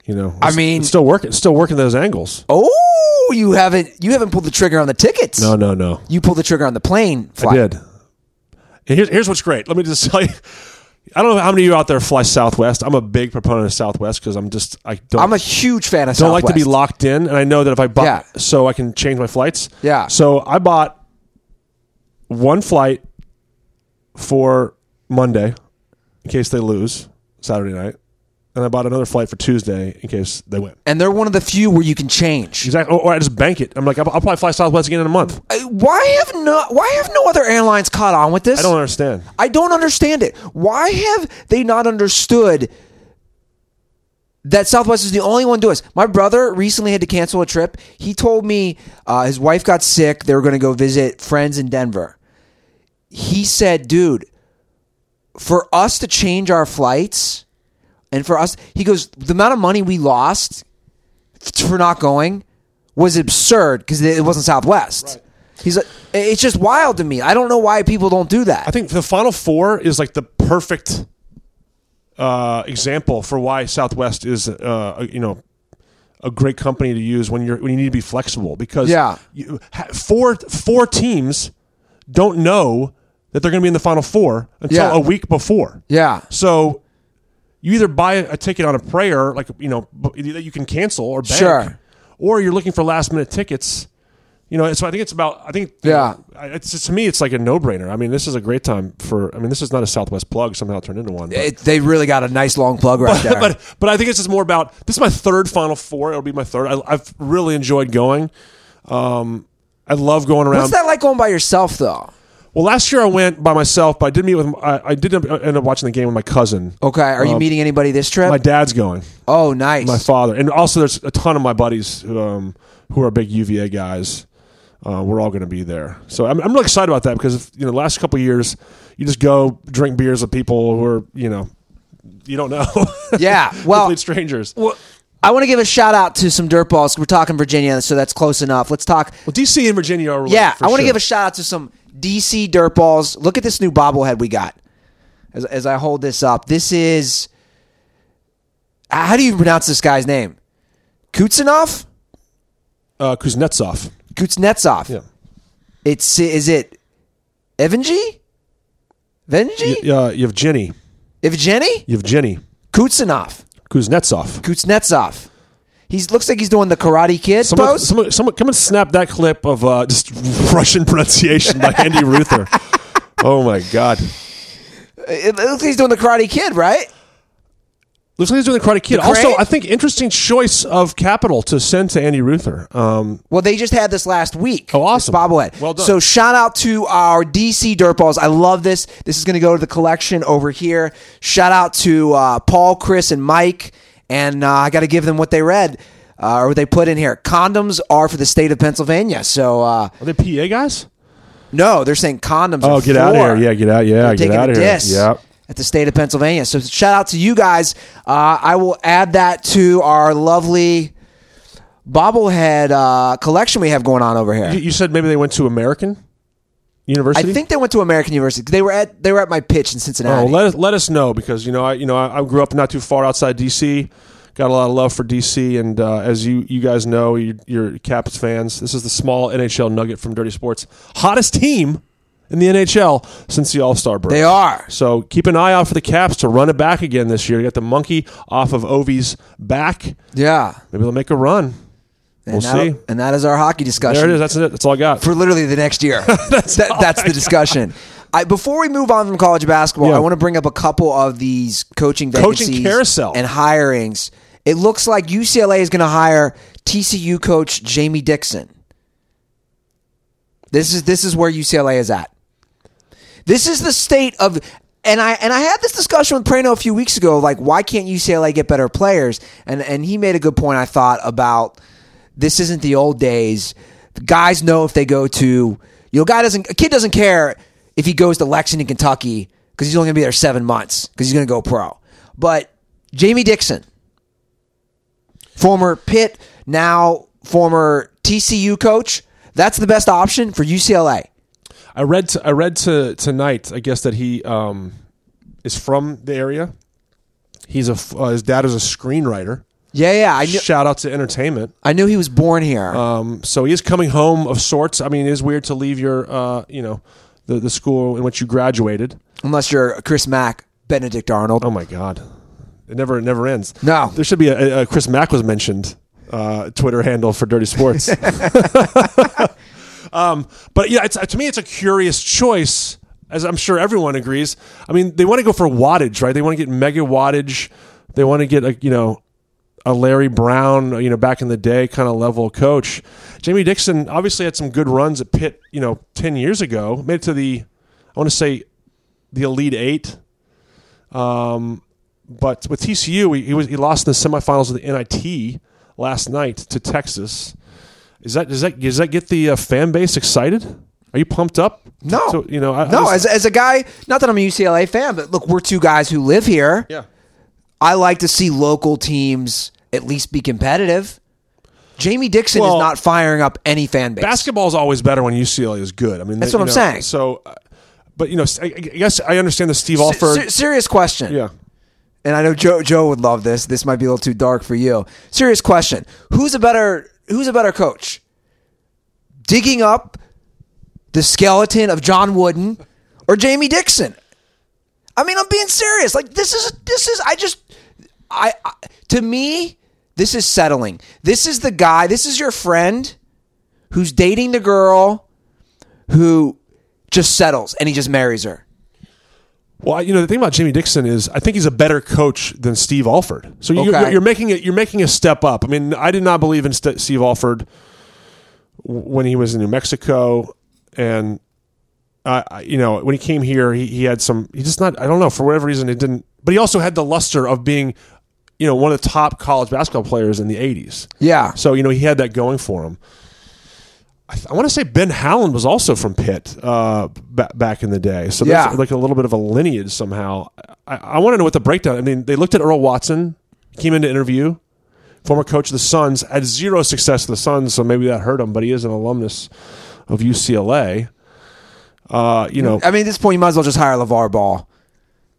[SPEAKER 3] You know, it's-
[SPEAKER 2] mean-
[SPEAKER 3] it's still working, still working those angles.
[SPEAKER 2] Oh, you haven't you haven't pulled the trigger on the tickets.
[SPEAKER 3] No, no, no.
[SPEAKER 2] You pulled the trigger on the plane
[SPEAKER 3] I
[SPEAKER 2] flight.
[SPEAKER 3] did. And here's, here's what's great. Let me just tell you. I don't know how many of you out there fly Southwest. I'm a big proponent of Southwest because I'm just I don't
[SPEAKER 2] I'm a huge fan of
[SPEAKER 3] don't like to be
[SPEAKER 2] Southwest.
[SPEAKER 3] locked in, and I know that if I buy,
[SPEAKER 2] Yeah.
[SPEAKER 3] so I can change my flights.
[SPEAKER 2] Yeah.
[SPEAKER 3] So I bought one flight for Monday in case they lose Saturday night, and I bought another flight for Tuesday in case they win.
[SPEAKER 2] and they're one of the few where you can change.
[SPEAKER 3] Exactly. Or, or I just bank it. I'm like, I'll, I'll probably fly Southwest again in a month.
[SPEAKER 2] Uh, Why have no Why have no other airlines caught on with this?
[SPEAKER 3] I don't understand.
[SPEAKER 2] I don't understand it. Why have they not understood that Southwest is the only one doing this? My brother recently had to cancel a trip. He told me uh, his wife got sick. They were going to go visit friends in Denver. He said, "Dude, for us to change our flights, and for us, he goes, the amount of money we lost for not going was absurd because it wasn't Southwest." He's like, it's just wild to me. I don't know why people don't do that.
[SPEAKER 3] I think the Final Four is like the perfect uh, example for why Southwest is, uh, a- you know, a great company to use when you're when you need to be flexible because
[SPEAKER 2] Yeah.
[SPEAKER 3] you, ha- four four teams don't know that they're going to be in the Final Four until
[SPEAKER 2] Yeah.
[SPEAKER 3] a week before.
[SPEAKER 2] Yeah.
[SPEAKER 3] So you either buy a ticket on a prayer, like you know, b- that you can cancel or bank,
[SPEAKER 2] Sure.
[SPEAKER 3] or you're looking for last minute tickets. You know, so I think it's about. I think
[SPEAKER 2] Yeah.
[SPEAKER 3] I- It's to me, it's like a no brainer. I mean, this is a great time for. I mean, this is not a Southwest plug somehow it turned into one. But,
[SPEAKER 2] It, they really got a nice long plug right there.
[SPEAKER 3] but but I think it's just more about this is my third Final Four. It'll be my third. I, I've really enjoyed going. Um, I love going around.
[SPEAKER 2] What's that like going by yourself though?
[SPEAKER 3] Well, last year I went by myself, but I did meet with. I, I did end up watching the game with my cousin.
[SPEAKER 2] Okay, are you meeting anybody this trip?
[SPEAKER 3] My dad's going.
[SPEAKER 2] oh, nice.
[SPEAKER 3] my father, and also there's a ton of my buddies who, um, who are big UVA guys. Uh, we're all going to be there, so I'm, I'm really excited about that because you know, the last couple of years, you just go drink beers with people who are you know, you don't know,
[SPEAKER 2] yeah. Well,
[SPEAKER 3] complete strangers. Well,
[SPEAKER 2] well, I want to give a shout out to some dirtballs. We're talking Virginia, so that's close enough. Let's talk.
[SPEAKER 3] DC and Virginia are related,
[SPEAKER 2] Yeah,
[SPEAKER 3] for
[SPEAKER 2] I want to
[SPEAKER 3] sure.
[SPEAKER 2] give a shout out to some DC dirtballs. Look at this new bobblehead we got. As, as I hold this up, this is how do you pronounce this guy's name? Kutsinov,
[SPEAKER 3] uh, Kuznetsov.
[SPEAKER 2] Kutznetsov.
[SPEAKER 3] Yeah,
[SPEAKER 2] It's is it Evanji? Venji?
[SPEAKER 3] y- uh, Evgeny,
[SPEAKER 2] Evgeny?
[SPEAKER 3] Evgeny
[SPEAKER 2] Kutsinov.
[SPEAKER 3] Kuznetsov.
[SPEAKER 2] Kuznetsov. He looks like he's doing the Karate Kid
[SPEAKER 3] Someone,
[SPEAKER 2] pose.
[SPEAKER 3] someone, someone, come and snap that clip of uh, just Russian pronunciation by Andy Ruther. Oh my God.
[SPEAKER 2] It it looks like he's doing the Karate Kid, right?
[SPEAKER 3] Looks like he's doing the Karate Kid. also,
[SPEAKER 2] Crane?
[SPEAKER 3] I think interesting choice of capital to send to Andy Ruther. Um,
[SPEAKER 2] Well, they just had this last week.
[SPEAKER 3] Oh, awesome.
[SPEAKER 2] This bobblehead.
[SPEAKER 3] Well done.
[SPEAKER 2] So shout out to our DC dirtballs. I love this. This is going to go to the collection over here. Shout out to uh, Paul, Chris, and Mike. And uh, I got to give them what they read uh, or what they put in here. Condoms are for the state of Pennsylvania. So uh,
[SPEAKER 3] are they PA guys?
[SPEAKER 2] no, they're saying condoms.
[SPEAKER 3] Oh,
[SPEAKER 2] are
[SPEAKER 3] get out
[SPEAKER 2] for.
[SPEAKER 3] of here! Yeah, get out! Yeah,
[SPEAKER 2] They're
[SPEAKER 3] get
[SPEAKER 2] taking
[SPEAKER 3] out
[SPEAKER 2] a
[SPEAKER 3] of here!
[SPEAKER 2] diss
[SPEAKER 3] Yep.
[SPEAKER 2] at the state of Pennsylvania. So shout out to you guys. Uh, I will add that to our lovely bobblehead uh, collection we have going on over here.
[SPEAKER 3] You, you said maybe they went to American University.
[SPEAKER 2] I think they went to American University. They were at they were at my pitch in
[SPEAKER 3] Oh,
[SPEAKER 2] Cincinnati.
[SPEAKER 3] let us, let us know because you know I you know I, I grew up not too far outside DC. Got a lot of love for DC, and uh, as you you guys know, you, you're Caps fans. This is the small NHL nugget from Dirty Sports, hottest team in the NHL since the All Star break.
[SPEAKER 2] they are.
[SPEAKER 3] So keep an eye out for the Caps to run it back again this year. You got the monkey off of Ovi's back.
[SPEAKER 2] Yeah.
[SPEAKER 3] Maybe they'll make a run.
[SPEAKER 2] And
[SPEAKER 3] We'll
[SPEAKER 2] that,
[SPEAKER 3] see.
[SPEAKER 2] And that is our hockey discussion.
[SPEAKER 3] There it is. That's it. That's all I got.
[SPEAKER 2] for literally the next year. that's that, that's the discussion. I, before we move on from college basketball,
[SPEAKER 3] Yeah.
[SPEAKER 2] I want to bring up a couple of these coaching
[SPEAKER 3] Coaching
[SPEAKER 2] vacancies
[SPEAKER 3] carousel.
[SPEAKER 2] and hirings. It looks like UCLA is going to hire TCU coach Jamie Dixon. This is this is where UCLA is at. This is the state of and I and I had this discussion with Prano a few weeks ago, like why can't UCLA get better players? And and he made a good point I thought about this isn't the old days. The guys know if they go to you know, guy doesn't a kid doesn't care if he goes to Lexington, Kentucky, because he's only gonna be there seven months because he's gonna go pro. But Jamie Dixon, former Pitt, now former TCU coach, that's the best option for UCLA.
[SPEAKER 3] I read t- I read to tonight. I guess that he um, is from the area. He's a f- uh, his dad is a screenwriter.
[SPEAKER 2] Yeah, yeah. I knew,
[SPEAKER 3] Shout out to entertainment.
[SPEAKER 2] I knew he was born here.
[SPEAKER 3] Um, so he is coming home of sorts. I mean, it is weird to leave your uh, you know the the school in which you graduated.
[SPEAKER 2] unless you're Chris Mack, Benedict Arnold.
[SPEAKER 3] Oh my god, it never it never ends.
[SPEAKER 2] No.
[SPEAKER 3] there should be a, a Chris Mack was mentioned uh, Twitter handle for Dirty Sports. um, but yeah, it's, to me, it's a curious choice, as I'm sure everyone agrees. I mean, they want to go for wattage, right? They want to get mega wattage. They want to get a you know a Larry Brown, you know, back in the day kind of level coach. Jamie Dixon obviously had some good runs at Pitt, you know, ten years ago. Made it to the, I want to say, the Elite Eight. Um, but with TCU, he, he was he lost in the semifinals of the NIT last night to Texas. Is that does that does that get the uh, fan base excited? Are you pumped up?
[SPEAKER 2] No.
[SPEAKER 3] So, you know, I, I
[SPEAKER 2] no,
[SPEAKER 3] just-
[SPEAKER 2] as, as a guy, not that I'm a UCLA fan, but look, we're two guys who live here.
[SPEAKER 3] yeah.
[SPEAKER 2] I like to see local teams at least be competitive. Jamie Dixon
[SPEAKER 3] Well-
[SPEAKER 2] is not firing up any fan base.
[SPEAKER 3] Basketball is always better when UCLA is good. I mean,
[SPEAKER 2] That's
[SPEAKER 3] they-
[SPEAKER 2] what
[SPEAKER 3] you
[SPEAKER 2] I'm
[SPEAKER 3] know,
[SPEAKER 2] saying.
[SPEAKER 3] So, uh, but you know, I, I guess I understand the Steve
[SPEAKER 2] Se-
[SPEAKER 3] Alford.
[SPEAKER 2] ser- serious question.
[SPEAKER 3] yeah.
[SPEAKER 2] And I know Joe Joe would love this. This might be a little too dark for you. Serious question. Who's a better who's a better coach? Digging up the skeleton of John Wooden or Jamie Dixon? I mean, I'm being serious. Like this is this is I just I, I to me this is settling. This is the guy, this is your friend who's dating the girl who just settles and he just marries her.
[SPEAKER 3] Well, I- you know the thing about Jimmy Dixon is I think he's a better coach than Steve Alford. So you,
[SPEAKER 2] Okay.
[SPEAKER 3] you're, you're making it. You're making a step up. I mean, I did not believe in St- Steve Alford w- when he was in New Mexico, and I, I- you know when he came here, he, he had some. He just not. I don't know for whatever reason it didn't. But he also had the luster of being, you know, one of the top college basketball players in the '80s.
[SPEAKER 2] Yeah.
[SPEAKER 3] So you know he had that going for him. I, th- I want to say Ben Howland was also from Pitt uh, ba- back in the day, so there's
[SPEAKER 2] Yeah.
[SPEAKER 3] like a little bit of a lineage somehow. I, I want to know what the breakdown. I mean, they looked at Earl Watson, came in to interview, former coach of the Suns, had zero success with the Suns, so maybe that hurt him. But he is an alumnus of UCLA. Uh, you know,
[SPEAKER 2] I mean, at this point you might as well just hire LeVar Ball.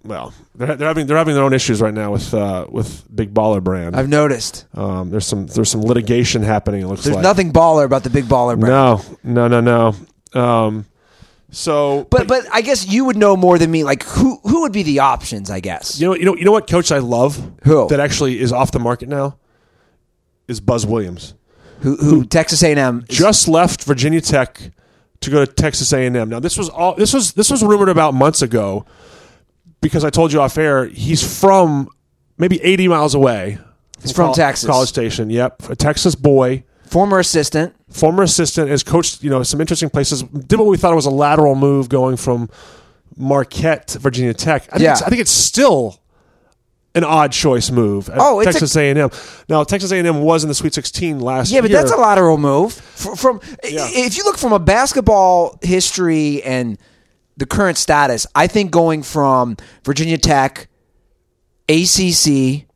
[SPEAKER 3] well, they're, they're having they're having their own issues right now with uh, with Big Baller Brand.
[SPEAKER 2] I've noticed.
[SPEAKER 3] um, there's some there's some litigation happening. It looks
[SPEAKER 2] There's
[SPEAKER 3] like
[SPEAKER 2] nothing baller about the big baller brand.
[SPEAKER 3] No, no, no, no. Um, so,
[SPEAKER 2] But but I guess you would know more than me. Like who who would be the options? I guess.
[SPEAKER 3] you know, you know, you know what coach I love
[SPEAKER 2] Who?
[SPEAKER 3] that actually is off the market now is Buzz Williams.
[SPEAKER 2] Who who Texas A&M? is-
[SPEAKER 3] Just left Virginia Tech to go to Texas A and M. Now this was all this was this was rumored about months ago because I told you off air he's from maybe 80 miles away.
[SPEAKER 2] He's from
[SPEAKER 3] Col-
[SPEAKER 2] Texas.
[SPEAKER 3] College Station. Yep, a Texas boy,
[SPEAKER 2] Former assistant.
[SPEAKER 3] former assistant, has coached you know some interesting places. Did what we thought was a lateral move going from Marquette, to Virginia Tech. I think,
[SPEAKER 2] Yeah.
[SPEAKER 3] it's, I think it's still an odd choice move. at
[SPEAKER 2] Oh, it's a-
[SPEAKER 3] Texas A and M. Now Texas A and M was in the Sweet 16 last
[SPEAKER 2] Yeah, but
[SPEAKER 3] year.
[SPEAKER 2] that's a lateral move. From, from i-
[SPEAKER 3] Yeah.
[SPEAKER 2] if you look from a basketball history and the current status, I think going from Virginia Tech, ACC,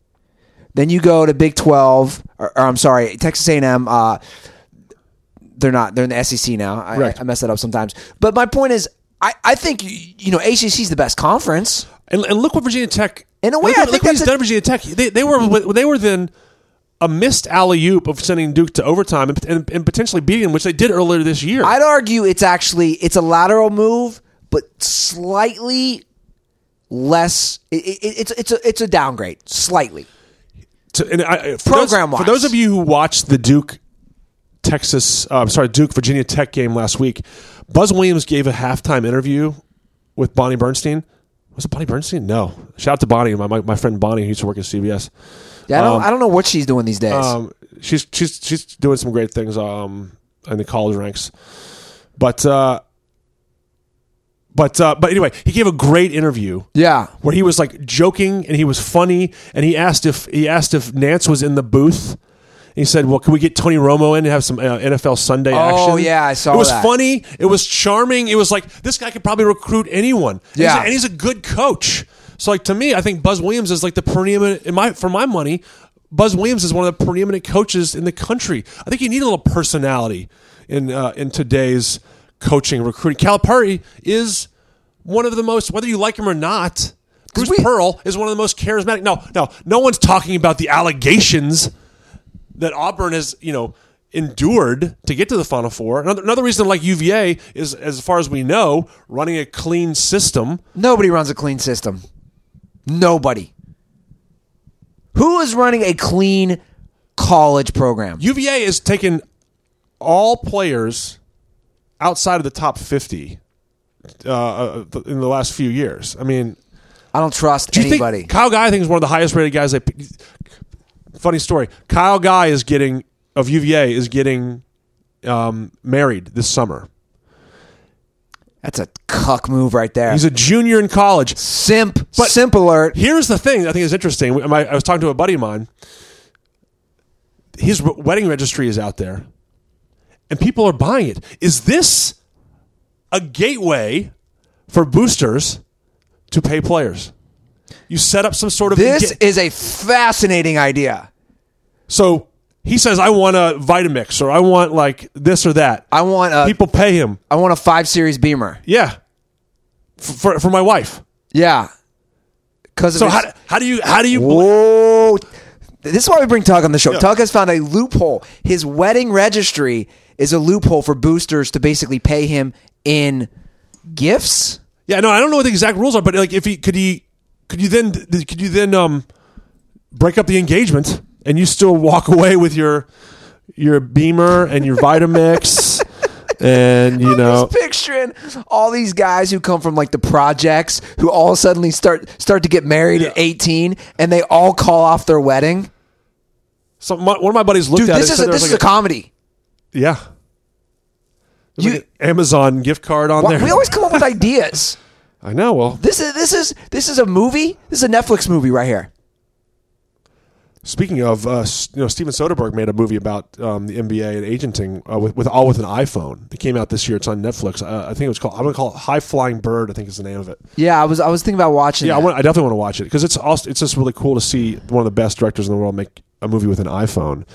[SPEAKER 2] then you go to Big Twelve, or, or I'm sorry, Texas A&M. Uh, they're not. They're in the SEC now. I,
[SPEAKER 3] Right.
[SPEAKER 2] I mess that up sometimes. But my point is, I, I think you you know ACC is the best conference.
[SPEAKER 3] And, and look what Virginia Tech.
[SPEAKER 2] In a way,
[SPEAKER 3] look,
[SPEAKER 2] I
[SPEAKER 3] what-
[SPEAKER 2] think
[SPEAKER 3] look what he's
[SPEAKER 2] that's a-
[SPEAKER 3] done. at Virginia Tech. They, they were they were then a missed alley oop of sending Duke to overtime and, and, and potentially beating them, which they did earlier this year.
[SPEAKER 2] I'd argue it's actually it's a lateral move, but slightly less. It, it, it's it's a it's a downgrade slightly.
[SPEAKER 3] to, and I, I- for
[SPEAKER 2] Program-wise.
[SPEAKER 3] those, for those of you who watched the Duke Texas, uh, I'm sorry, Duke Virginia Tech game last week, Buzz Williams gave a halftime interview with Bonnie Bernstein. Was it Bonnie Bernstein? No. Shout out to Bonnie, my, my, my friend Bonnie, who used to work at CBS.
[SPEAKER 2] Yeah, I don't
[SPEAKER 3] Um,
[SPEAKER 2] I don't know what she's doing these days.
[SPEAKER 3] Um, she's she's she's doing some great things um, in the college ranks, but uh, but uh, but anyway, he gave a great interview
[SPEAKER 2] yeah,
[SPEAKER 3] where he was like joking and he was funny and he asked if he asked if Nance was in the booth. He said, "Well, can we get Tony Romo in to have some uh, NFL Sunday action?"
[SPEAKER 2] Oh, yeah, I saw
[SPEAKER 3] It was
[SPEAKER 2] that.
[SPEAKER 3] funny. It was charming. It was like this guy could probably recruit anyone. And
[SPEAKER 2] Yeah.
[SPEAKER 3] he's, and he's a good coach. So, like to me, I think Buzz Williams is like the preeminent. In my for my money, Buzz Williams is one of the preeminent coaches in the country. I think you need a little personality in uh, in today's coaching recruiting. Calipari is one of the most, whether you like him or not. Bruce
[SPEAKER 2] we-
[SPEAKER 3] Pearl is one of the most charismatic. No, no, no one's talking about the allegations that Auburn has, you know, endured to get to the Final Four. Another, another reason, like UVA, is as far as we know, running a clean system.
[SPEAKER 2] nobody runs a clean system. Nobody. Who is running a clean college program?
[SPEAKER 3] UVA is taking all players outside of the top fifty uh, uh, th- in the last few years. I mean,
[SPEAKER 2] I don't trust
[SPEAKER 3] do you
[SPEAKER 2] anybody.
[SPEAKER 3] think Kyle Guy? I think is one of the highest rated guys. That, funny story. Kyle Guy is getting of UVA is getting um, married this summer.
[SPEAKER 2] That's a cuck move right there.
[SPEAKER 3] He's a junior in college.
[SPEAKER 2] simp.
[SPEAKER 3] But-
[SPEAKER 2] simp alert.
[SPEAKER 3] Here's the thing I think is interesting. We- my- I was talking to a buddy of mine. His re- wedding registry is out there, and people are buying it. Is this a gateway for boosters to pay players? You set up some sort of
[SPEAKER 2] This
[SPEAKER 3] ga-
[SPEAKER 2] is a fascinating idea.
[SPEAKER 3] so he says, "I want a Vitamix or I want like this or that."
[SPEAKER 2] I uh, want a I
[SPEAKER 3] people pay him.
[SPEAKER 2] want a five series Beamer.
[SPEAKER 3] Yeah, F- for for my wife.
[SPEAKER 2] Yeah. Because
[SPEAKER 3] So how, how do you how do you
[SPEAKER 2] Whoa. This is why we bring Tug on the show. Tug has found a loophole. His wedding registry is a loophole for boosters to basically pay him in gifts.
[SPEAKER 3] Yeah, no, I don't know what the exact rules are, but like, if he could he could you then could you then um break up the engagement and you still walk away with your your Beamer and your Vitamix and you know
[SPEAKER 2] Just picturing all these guys who come from like the projects who all suddenly start start to get married at 18 and they all call off their wedding.
[SPEAKER 3] so my, one of my buddies looked
[SPEAKER 2] Dude,
[SPEAKER 3] at
[SPEAKER 2] this
[SPEAKER 3] it.
[SPEAKER 2] is
[SPEAKER 3] said
[SPEAKER 2] a,
[SPEAKER 3] there
[SPEAKER 2] this is
[SPEAKER 3] was
[SPEAKER 2] a
[SPEAKER 3] like
[SPEAKER 2] comedy.
[SPEAKER 3] a, yeah. There's
[SPEAKER 2] You-
[SPEAKER 3] like an Amazon gift card on
[SPEAKER 2] Why-
[SPEAKER 3] there.
[SPEAKER 2] We always come up with ideas.
[SPEAKER 3] I know. Well,
[SPEAKER 2] This is this is this is a movie. This is a Netflix movie right here.
[SPEAKER 3] speaking of, uh, s- you know, Steven Soderbergh made a movie about um, the NBA and agenting uh, with, with all with an iPhone. It came out this year. It's on Netflix. Uh, I think it was called. I'm gonna call it High Flying Bird. I think is the name of it.
[SPEAKER 2] Yeah, I was I was thinking about watching.
[SPEAKER 3] Yeah, I,
[SPEAKER 2] that.
[SPEAKER 3] want, I definitely want to watch it because it's also, it's just really cool to see one of the best directors in the world make a movie with an iPhone.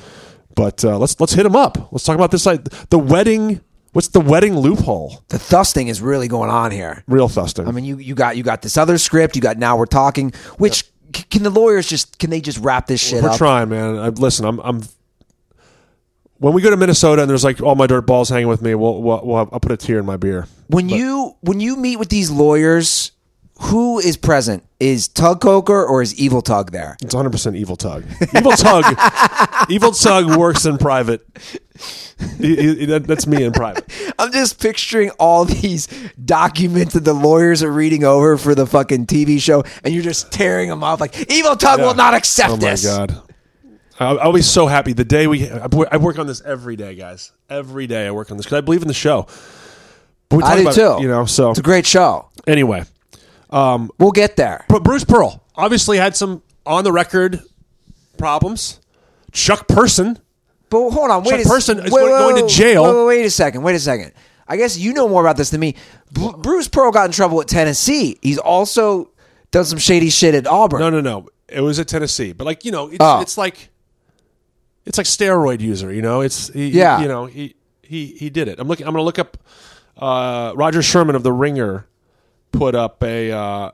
[SPEAKER 3] But uh, let's let's hit him up. Let's talk about this like the wedding. What's the wedding loophole?
[SPEAKER 2] the thusting is really going on here.
[SPEAKER 3] Real Thustin.
[SPEAKER 2] I mean, you you got you got this other script. You got now we're talking. Which c- can the lawyers just can they just wrap this shit
[SPEAKER 3] we're
[SPEAKER 2] up?
[SPEAKER 3] trying, man. I, listen, I'm I'm. When we go to Minnesota and there's like all my dirt balls hanging with me, we'll, we'll, we'll have, I'll put a tear in my beer.
[SPEAKER 2] when you when you meet with these lawyers who is present? Is Tug Coker or is Evil Tug there?
[SPEAKER 3] It's 100% Evil Tug. Evil Tug. evil Tug works in private. He- he- that- that's me in private.
[SPEAKER 2] I'm just picturing all these documents that the lawyers are reading over for the fucking TV show, and you're just tearing them off like Evil Tug will not accept
[SPEAKER 3] Oh my
[SPEAKER 2] this.
[SPEAKER 3] god! I, I'll be so happy the day we. I, wo- I work on this every day, guys. Every day I work on this because I believe in the show. But we
[SPEAKER 2] I
[SPEAKER 3] talk
[SPEAKER 2] do
[SPEAKER 3] about it,
[SPEAKER 2] too.
[SPEAKER 3] You know. So
[SPEAKER 2] It's a great show.
[SPEAKER 3] anyway,
[SPEAKER 2] We'll get there.
[SPEAKER 3] but Bruce Pearl obviously had some on the record problems. Chuck Person.
[SPEAKER 2] But hold on, wait.
[SPEAKER 3] Chuck
[SPEAKER 2] a s-
[SPEAKER 3] Person is
[SPEAKER 2] wait,
[SPEAKER 3] going-
[SPEAKER 2] wait,
[SPEAKER 3] going to
[SPEAKER 2] wait,
[SPEAKER 3] jail.
[SPEAKER 2] Wait, wait, wait a second. Wait a second. I guess you know more about this than me. Bru Bruce Pearl got in trouble at Tennessee. He's also done some shady shit at Auburn.
[SPEAKER 3] No, no, no. It was at Tennessee, but like you know, it's,
[SPEAKER 2] Oh.
[SPEAKER 3] it's like it's like steroid user. You know, it's he,
[SPEAKER 2] Yeah.
[SPEAKER 3] You know, he he he did it. I'm looking. I'm gonna look up. Uh, Roger Sherman of the Ringer put up a uh, a,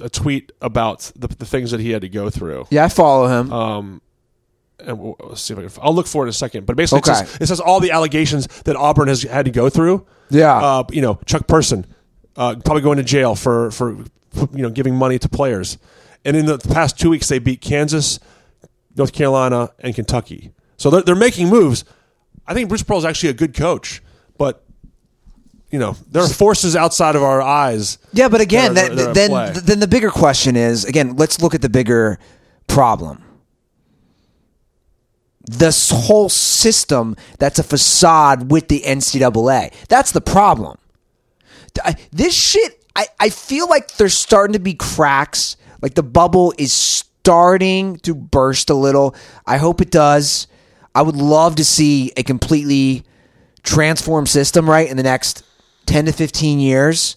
[SPEAKER 3] a tweet about the, the things that he had to go through.
[SPEAKER 2] Yeah, I follow him.
[SPEAKER 3] Oh. And we'll, let's see if I can, I'll look for it in a second. But basically,
[SPEAKER 2] Okay.
[SPEAKER 3] it, says, it says all the allegations that Auburn has had to go through.
[SPEAKER 2] Yeah.
[SPEAKER 3] Uh, you know, Chuck Person uh, probably going to jail for, for you know giving money to players. And in the past two weeks, they beat Kansas, North Carolina, and Kentucky. So they're, they're making moves. I think Bruce Pearl is actually a good coach, but you know there are forces outside of our eyes.
[SPEAKER 2] Yeah, but again,
[SPEAKER 3] that are-
[SPEAKER 2] that,
[SPEAKER 3] that are at
[SPEAKER 2] then
[SPEAKER 3] play.
[SPEAKER 2] then the bigger question is again. Let's look at the bigger problem. This whole system that's a facade with the NCAA. That's the problem. I- this shit, I, I feel like there's starting to be cracks. Like the bubble is starting to burst a little. I hope it does. I would love to see a completely transformed system, right, in the next 10 to 15 years.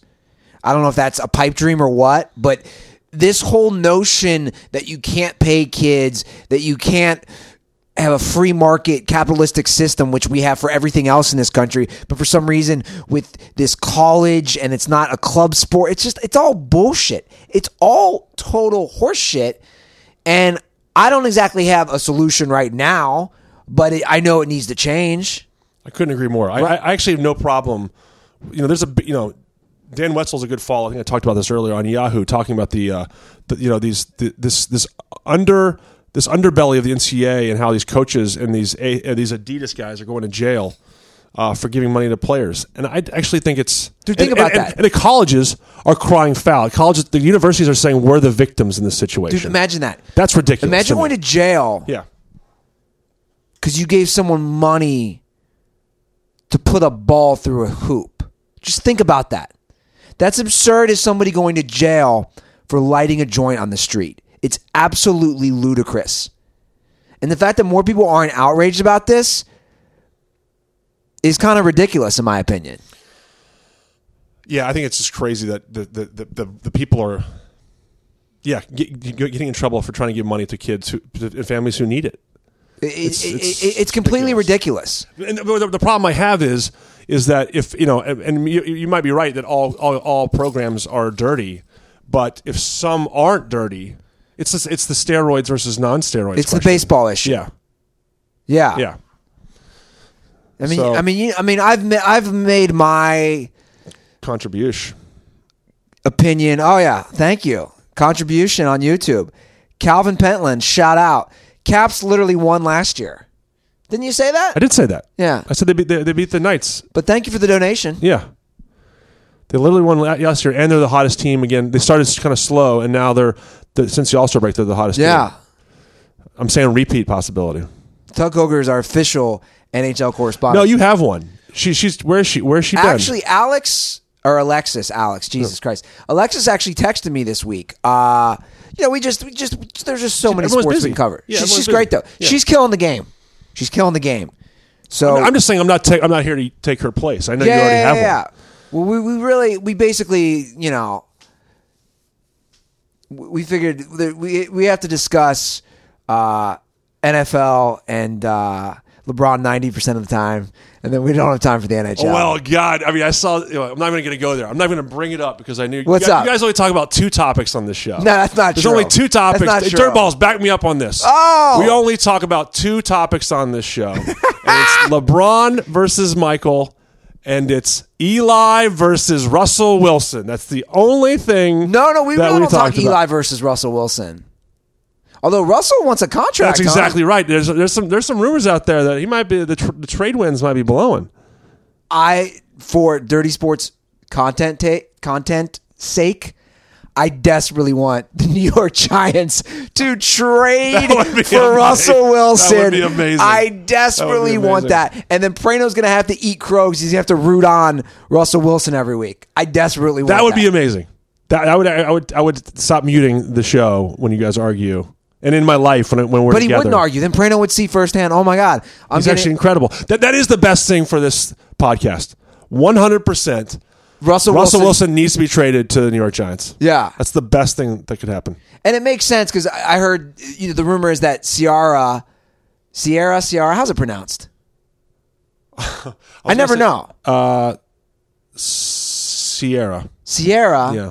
[SPEAKER 2] I don't know if that's a pipe dream or what, but this whole notion that you can't pay kids, that you can't have a free market capitalistic system, which we have for everything else in this country, but for some reason with this college and it's not a club sport, it's just, it's all bullshit. It's all total horseshit. And I don't exactly have a solution right now, but it, I know it needs to change.
[SPEAKER 3] I couldn't agree more. I, I actually have no problem. You know, there's a b- you know, Dan Wetzel's a good fall. I think I talked about this earlier on Yahoo, talking about the, uh, the you know these the, this this under this underbelly of the NCAA and how these coaches and these a, uh, these Adidas guys are going to jail uh, for giving money to players. And I actually think it's
[SPEAKER 2] Dude, think
[SPEAKER 3] and-
[SPEAKER 2] about
[SPEAKER 3] and-
[SPEAKER 2] that.
[SPEAKER 3] And the colleges are crying foul. Colleges, the universities are saying we're the victims in this situation.
[SPEAKER 2] Dude, imagine that.
[SPEAKER 3] That's ridiculous.
[SPEAKER 2] Imagine going to jail.
[SPEAKER 3] yeah.
[SPEAKER 2] because you gave someone money to put a ball through a hoop. Just think about that. That's absurd as somebody going to jail for lighting a joint on the street. It's absolutely ludicrous. And the fact that more people aren't outraged about this is kind of ridiculous, in my opinion.
[SPEAKER 3] Yeah, I think it's just crazy that the the, the, the, the people are, yeah, get, get- getting in trouble for trying to give money to kids who, to families who need it.
[SPEAKER 2] It- it- it-
[SPEAKER 3] It's-
[SPEAKER 2] It's,
[SPEAKER 3] it's
[SPEAKER 2] completely ridiculous.
[SPEAKER 3] And the, the problem I have is is that if you know, and, and you, you might be right that all, all all programs are dirty, but if some aren't dirty, it's just, it's the steroids versus non-steroids.
[SPEAKER 2] It's the
[SPEAKER 3] question.
[SPEAKER 2] baseball issue.
[SPEAKER 3] Yeah,
[SPEAKER 2] Yeah.
[SPEAKER 3] yeah.
[SPEAKER 2] I mean,
[SPEAKER 3] So-
[SPEAKER 2] I mean, you, I mean, I've ma- I've made my
[SPEAKER 3] Contribution.
[SPEAKER 2] opinion. Oh yeah, thank you. Contribution on YouTube. Calvin Pentland, shout out. Caps literally won last year. Didn't you say
[SPEAKER 3] I
[SPEAKER 2] that?
[SPEAKER 3] did say that.
[SPEAKER 2] Yeah.
[SPEAKER 3] I said they beat they, they beat the Knights.
[SPEAKER 2] But thank you for the donation.
[SPEAKER 3] Yeah. They literally won la- last year, and they're the hottest team again. They started kind of slow, and now they're, the since the All Star break, they're the hottest.
[SPEAKER 2] Yeah.
[SPEAKER 3] team. I'm saying repeat possibility.
[SPEAKER 2] Tuck Hoger is our official NHL correspondent.
[SPEAKER 3] No, you have one. She, she's where is she? Where's she been?
[SPEAKER 2] actually Alex or Alexis, Alex,
[SPEAKER 3] Oh.
[SPEAKER 2] Jesus Christ. Alexis actually texted me this week. Uh you know, we just we just there's just so many
[SPEAKER 3] everyone's
[SPEAKER 2] sports we
[SPEAKER 3] busy.
[SPEAKER 2] can cover.
[SPEAKER 3] Yeah,
[SPEAKER 2] she's
[SPEAKER 3] everyone's
[SPEAKER 2] she's great though.
[SPEAKER 3] busy. Yeah.
[SPEAKER 2] She's killing the game. She's killing the game. So
[SPEAKER 3] Oh, I'm just saying I'm not. Ta- I'm not here to take her place. I know you already have one.
[SPEAKER 2] Well, we, we really, we basically, you know, w- we figured that we, we have to discuss uh, NFL and uh, LeBron 90% of the time, and then we don't have time for the NHL.
[SPEAKER 3] Oh, Well, God, I mean, I saw. You know, I'm not even going to go there. I'm not even going to bring it up because I knew.
[SPEAKER 2] What's
[SPEAKER 3] you, guys-
[SPEAKER 2] up?
[SPEAKER 3] You guys only talk about two topics on this show. No,
[SPEAKER 2] that's not
[SPEAKER 3] There's
[SPEAKER 2] true.
[SPEAKER 3] only two
[SPEAKER 2] That's
[SPEAKER 3] topics.
[SPEAKER 2] not true.
[SPEAKER 3] Dirtballs, back me up on this.
[SPEAKER 2] Oh!
[SPEAKER 3] we only talk about two topics on this show. and it's LeBron versus Michael and it's Eli versus Russell Wilson. That's the only thing.
[SPEAKER 2] No, no, we
[SPEAKER 3] that
[SPEAKER 2] really don't talk
[SPEAKER 3] talked about.
[SPEAKER 2] Eli versus Russell Wilson. Although Russell wants a contract.
[SPEAKER 3] That's
[SPEAKER 2] huh?
[SPEAKER 3] exactly right. There's there's some there's some rumors out there that he might be the, tr- the trade winds might be blowing.
[SPEAKER 2] I for dirty sports content ta- content sake, I desperately want the New York Giants to trade
[SPEAKER 3] That would be
[SPEAKER 2] for
[SPEAKER 3] amazing.
[SPEAKER 2] Russell Wilson.
[SPEAKER 3] That would be amazing.
[SPEAKER 2] I
[SPEAKER 3] That would be
[SPEAKER 2] desperately want
[SPEAKER 3] amazing.
[SPEAKER 2] that. And then Prano's going to have to eat crow because he's going to have to root on Russell Wilson every week. I desperately want
[SPEAKER 3] That would be amazing. That I would I would I would stop muting the show when you guys argue, and in my life when I- when we're
[SPEAKER 2] But he
[SPEAKER 3] together.
[SPEAKER 2] wouldn't argue. Then Prano would see firsthand. Oh my God, I'm
[SPEAKER 3] It's
[SPEAKER 2] getting
[SPEAKER 3] actually incredible. That that is the best thing for this podcast. One hundred percent.
[SPEAKER 2] Russell,
[SPEAKER 3] Russell
[SPEAKER 2] Wilson.
[SPEAKER 3] Wilson needs to be traded to the New York Giants.
[SPEAKER 2] Yeah,
[SPEAKER 3] That's the best thing that could happen.
[SPEAKER 2] And it makes sense because I I heard you know, the rumor is that Ciara, Sierra, Ciara, how's it pronounced? I, never
[SPEAKER 3] say- uh,
[SPEAKER 2] know.
[SPEAKER 3] Sierra.
[SPEAKER 2] Sierra
[SPEAKER 3] Yeah.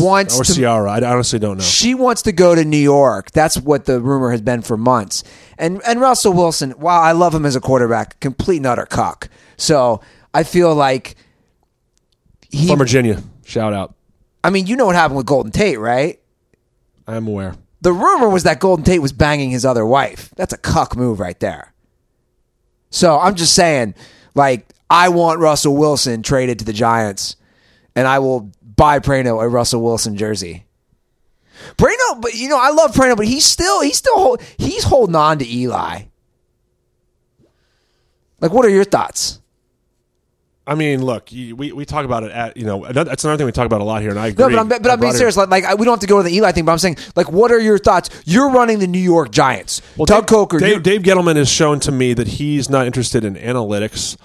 [SPEAKER 2] wants
[SPEAKER 3] Or
[SPEAKER 2] Uh, to.
[SPEAKER 3] Sierra. I honestly don't know.
[SPEAKER 2] She wants to go to New York. That's what the rumor has been for months. And and Russell Wilson, while I love him as a quarterback, complete and utter cock. So I feel like he.
[SPEAKER 3] From Virginia. Shout out.
[SPEAKER 2] I mean, you know what happened with Golden Tate, right?
[SPEAKER 3] I am aware.
[SPEAKER 2] The rumor was that Golden Tate was banging his other wife. That's a cuck move right there. So I'm just saying, like, I want Russell Wilson traded to the Giants, and I will buy Prano a Russell Wilson jersey. Prano, but you know, I love Prano, but he's still he's still hold, he's holding on to Eli. Like, what are your thoughts?
[SPEAKER 3] I mean, look, you- we, we talk about it at, you know, another- that's another thing we talk about a lot here. And I agree.
[SPEAKER 2] No, but I'm, but
[SPEAKER 3] I
[SPEAKER 2] I'm being
[SPEAKER 3] brought it-
[SPEAKER 2] serious. Like, like I, we don't have to go to the Eli thing, but I'm saying, like, what are your thoughts? You're running the New York Giants.
[SPEAKER 3] Well,
[SPEAKER 2] Doug
[SPEAKER 3] Dave,
[SPEAKER 2] Coker, you-
[SPEAKER 3] Dave, Dave Gettleman has shown to me that he's not interested in analytics.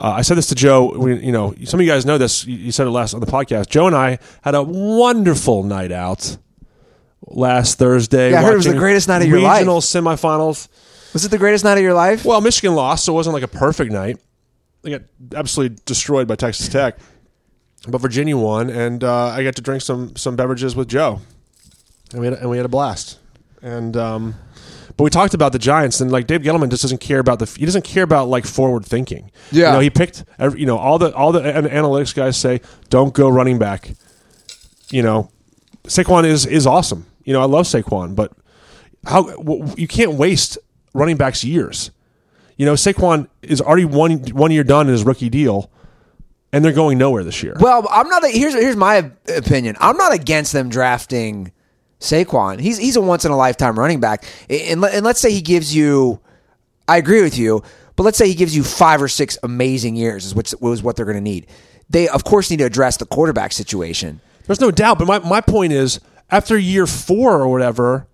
[SPEAKER 3] Uh, I said this to Joe. We, you know, some of you guys know this. You, you said it last on the podcast. Joe and I had a wonderful night out last Thursday.
[SPEAKER 2] Yeah, I heard it was the
[SPEAKER 3] watching
[SPEAKER 2] greatest night of your life.
[SPEAKER 3] Regional semifinals.
[SPEAKER 2] was it the greatest night of your life?
[SPEAKER 3] Well, Michigan lost, so it wasn't like a perfect night. They got absolutely destroyed by Texas Tech, but Virginia won, and uh, I got to drink some some beverages with Joe, and we had, and we had a blast. And um, but we talked about the Giants, and like Dave Gettleman just doesn't care about the he doesn't care about like forward thinking.
[SPEAKER 2] Yeah.
[SPEAKER 3] you know, he picked every, you know all the all the an- analytics guys say don't go running back. You know, Saquon is is awesome. You know, I love Saquon, but how w- you can't waste running backs years. You know, Saquon is already one one year done in his rookie deal, and they're going nowhere this year.
[SPEAKER 2] Well, I'm not. A, here's here's my opinion. I'm not against them drafting Saquon. He's he's a once in a lifetime running back. And, let- and let's say he gives you, I agree with you, but let's say he gives you five or six amazing years is what was what they're going to need. They of course need to address the quarterback situation.
[SPEAKER 3] There's no doubt. But my, my point is, after year four or whatever,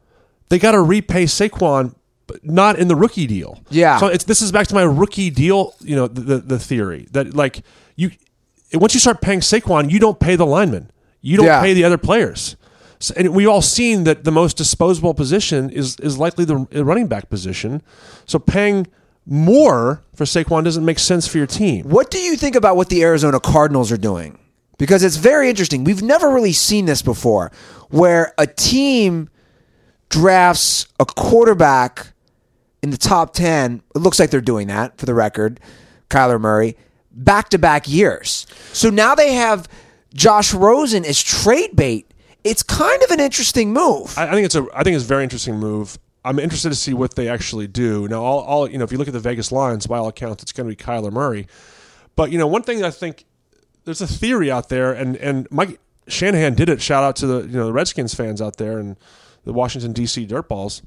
[SPEAKER 3] they got to repay Saquon, but not in the rookie deal.
[SPEAKER 2] Yeah.
[SPEAKER 3] So it's this is back to my rookie deal. You know, the the, the theory that like you once you start paying Saquon, you don't pay the linemen, you don't
[SPEAKER 2] Yeah.
[SPEAKER 3] pay the other players. So, and we all seen that the most disposable position is is likely the running back position. So paying more for Saquon doesn't make sense for your team.
[SPEAKER 2] What do you think about what the Arizona Cardinals are doing? Because it's very interesting. We've never really seen this before where a team drafts a quarterback in the top 10. It looks like they're doing that for the record, Kyler Murray, back to back years. So now they have Josh Rosen as trade bait. It's kind of an interesting move.
[SPEAKER 3] I, I think it's a I think it's a very interesting move. I'm interested to see what they actually do. Now, all, all you know, if you look at the Vegas lines, by all accounts, it's going to be Kyler Murray. But you know, one thing I think there's a theory out there, and and Mike Shanahan did it. Shout out to the you know the Redskins fans out there and the Washington D.C. Dirtballs.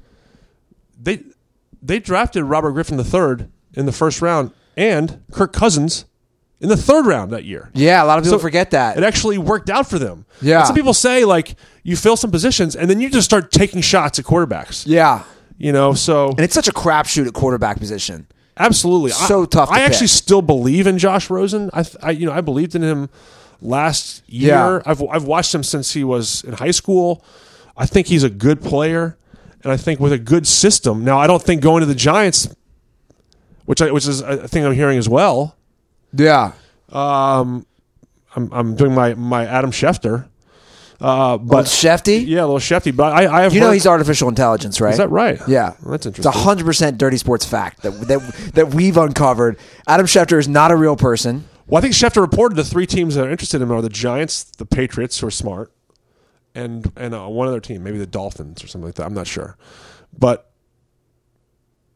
[SPEAKER 3] They they drafted Robert Griffin III in the first round and Kirk Cousins in the third round that year.
[SPEAKER 2] yeah, a lot of people
[SPEAKER 3] So-
[SPEAKER 2] forget that.
[SPEAKER 3] It actually worked out for them.
[SPEAKER 2] Yeah.
[SPEAKER 3] And some people say like you fill some positions and then you just start taking shots at quarterbacks.
[SPEAKER 2] yeah.
[SPEAKER 3] You know, so
[SPEAKER 2] And it's such a crapshoot at quarterback position.
[SPEAKER 3] absolutely,
[SPEAKER 2] so
[SPEAKER 3] I,
[SPEAKER 2] tough to
[SPEAKER 3] I actually
[SPEAKER 2] pick.
[SPEAKER 3] still believe in Josh Rosen. I, th- I, you know, I believed in him last year.
[SPEAKER 2] Yeah.
[SPEAKER 3] I've I've watched him since he was in high school. I think he's a good player, and I think with a good system. Now, I don't think going to the Giants, which I, which is a thing I'm hearing as well.
[SPEAKER 2] Yeah.
[SPEAKER 3] Um, I'm, I'm doing my, my Adam Schefter. Uh,
[SPEAKER 2] But
[SPEAKER 3] but
[SPEAKER 2] Shefty,
[SPEAKER 3] yeah, a little Shefty. But I, I have
[SPEAKER 2] you know
[SPEAKER 3] heard-
[SPEAKER 2] he's artificial intelligence, right?
[SPEAKER 3] Is that right?
[SPEAKER 2] Yeah,
[SPEAKER 3] Well, that's
[SPEAKER 2] It's
[SPEAKER 3] interesting.
[SPEAKER 2] hundred percent dirty sports fact that that that we've uncovered. Adam Schefter is not a real person.
[SPEAKER 3] Well, I think Schefter reported the three teams that are interested in him are the Giants, the Patriots, who are smart, and and uh, one other team, maybe the Dolphins or something like that. I'm not sure, but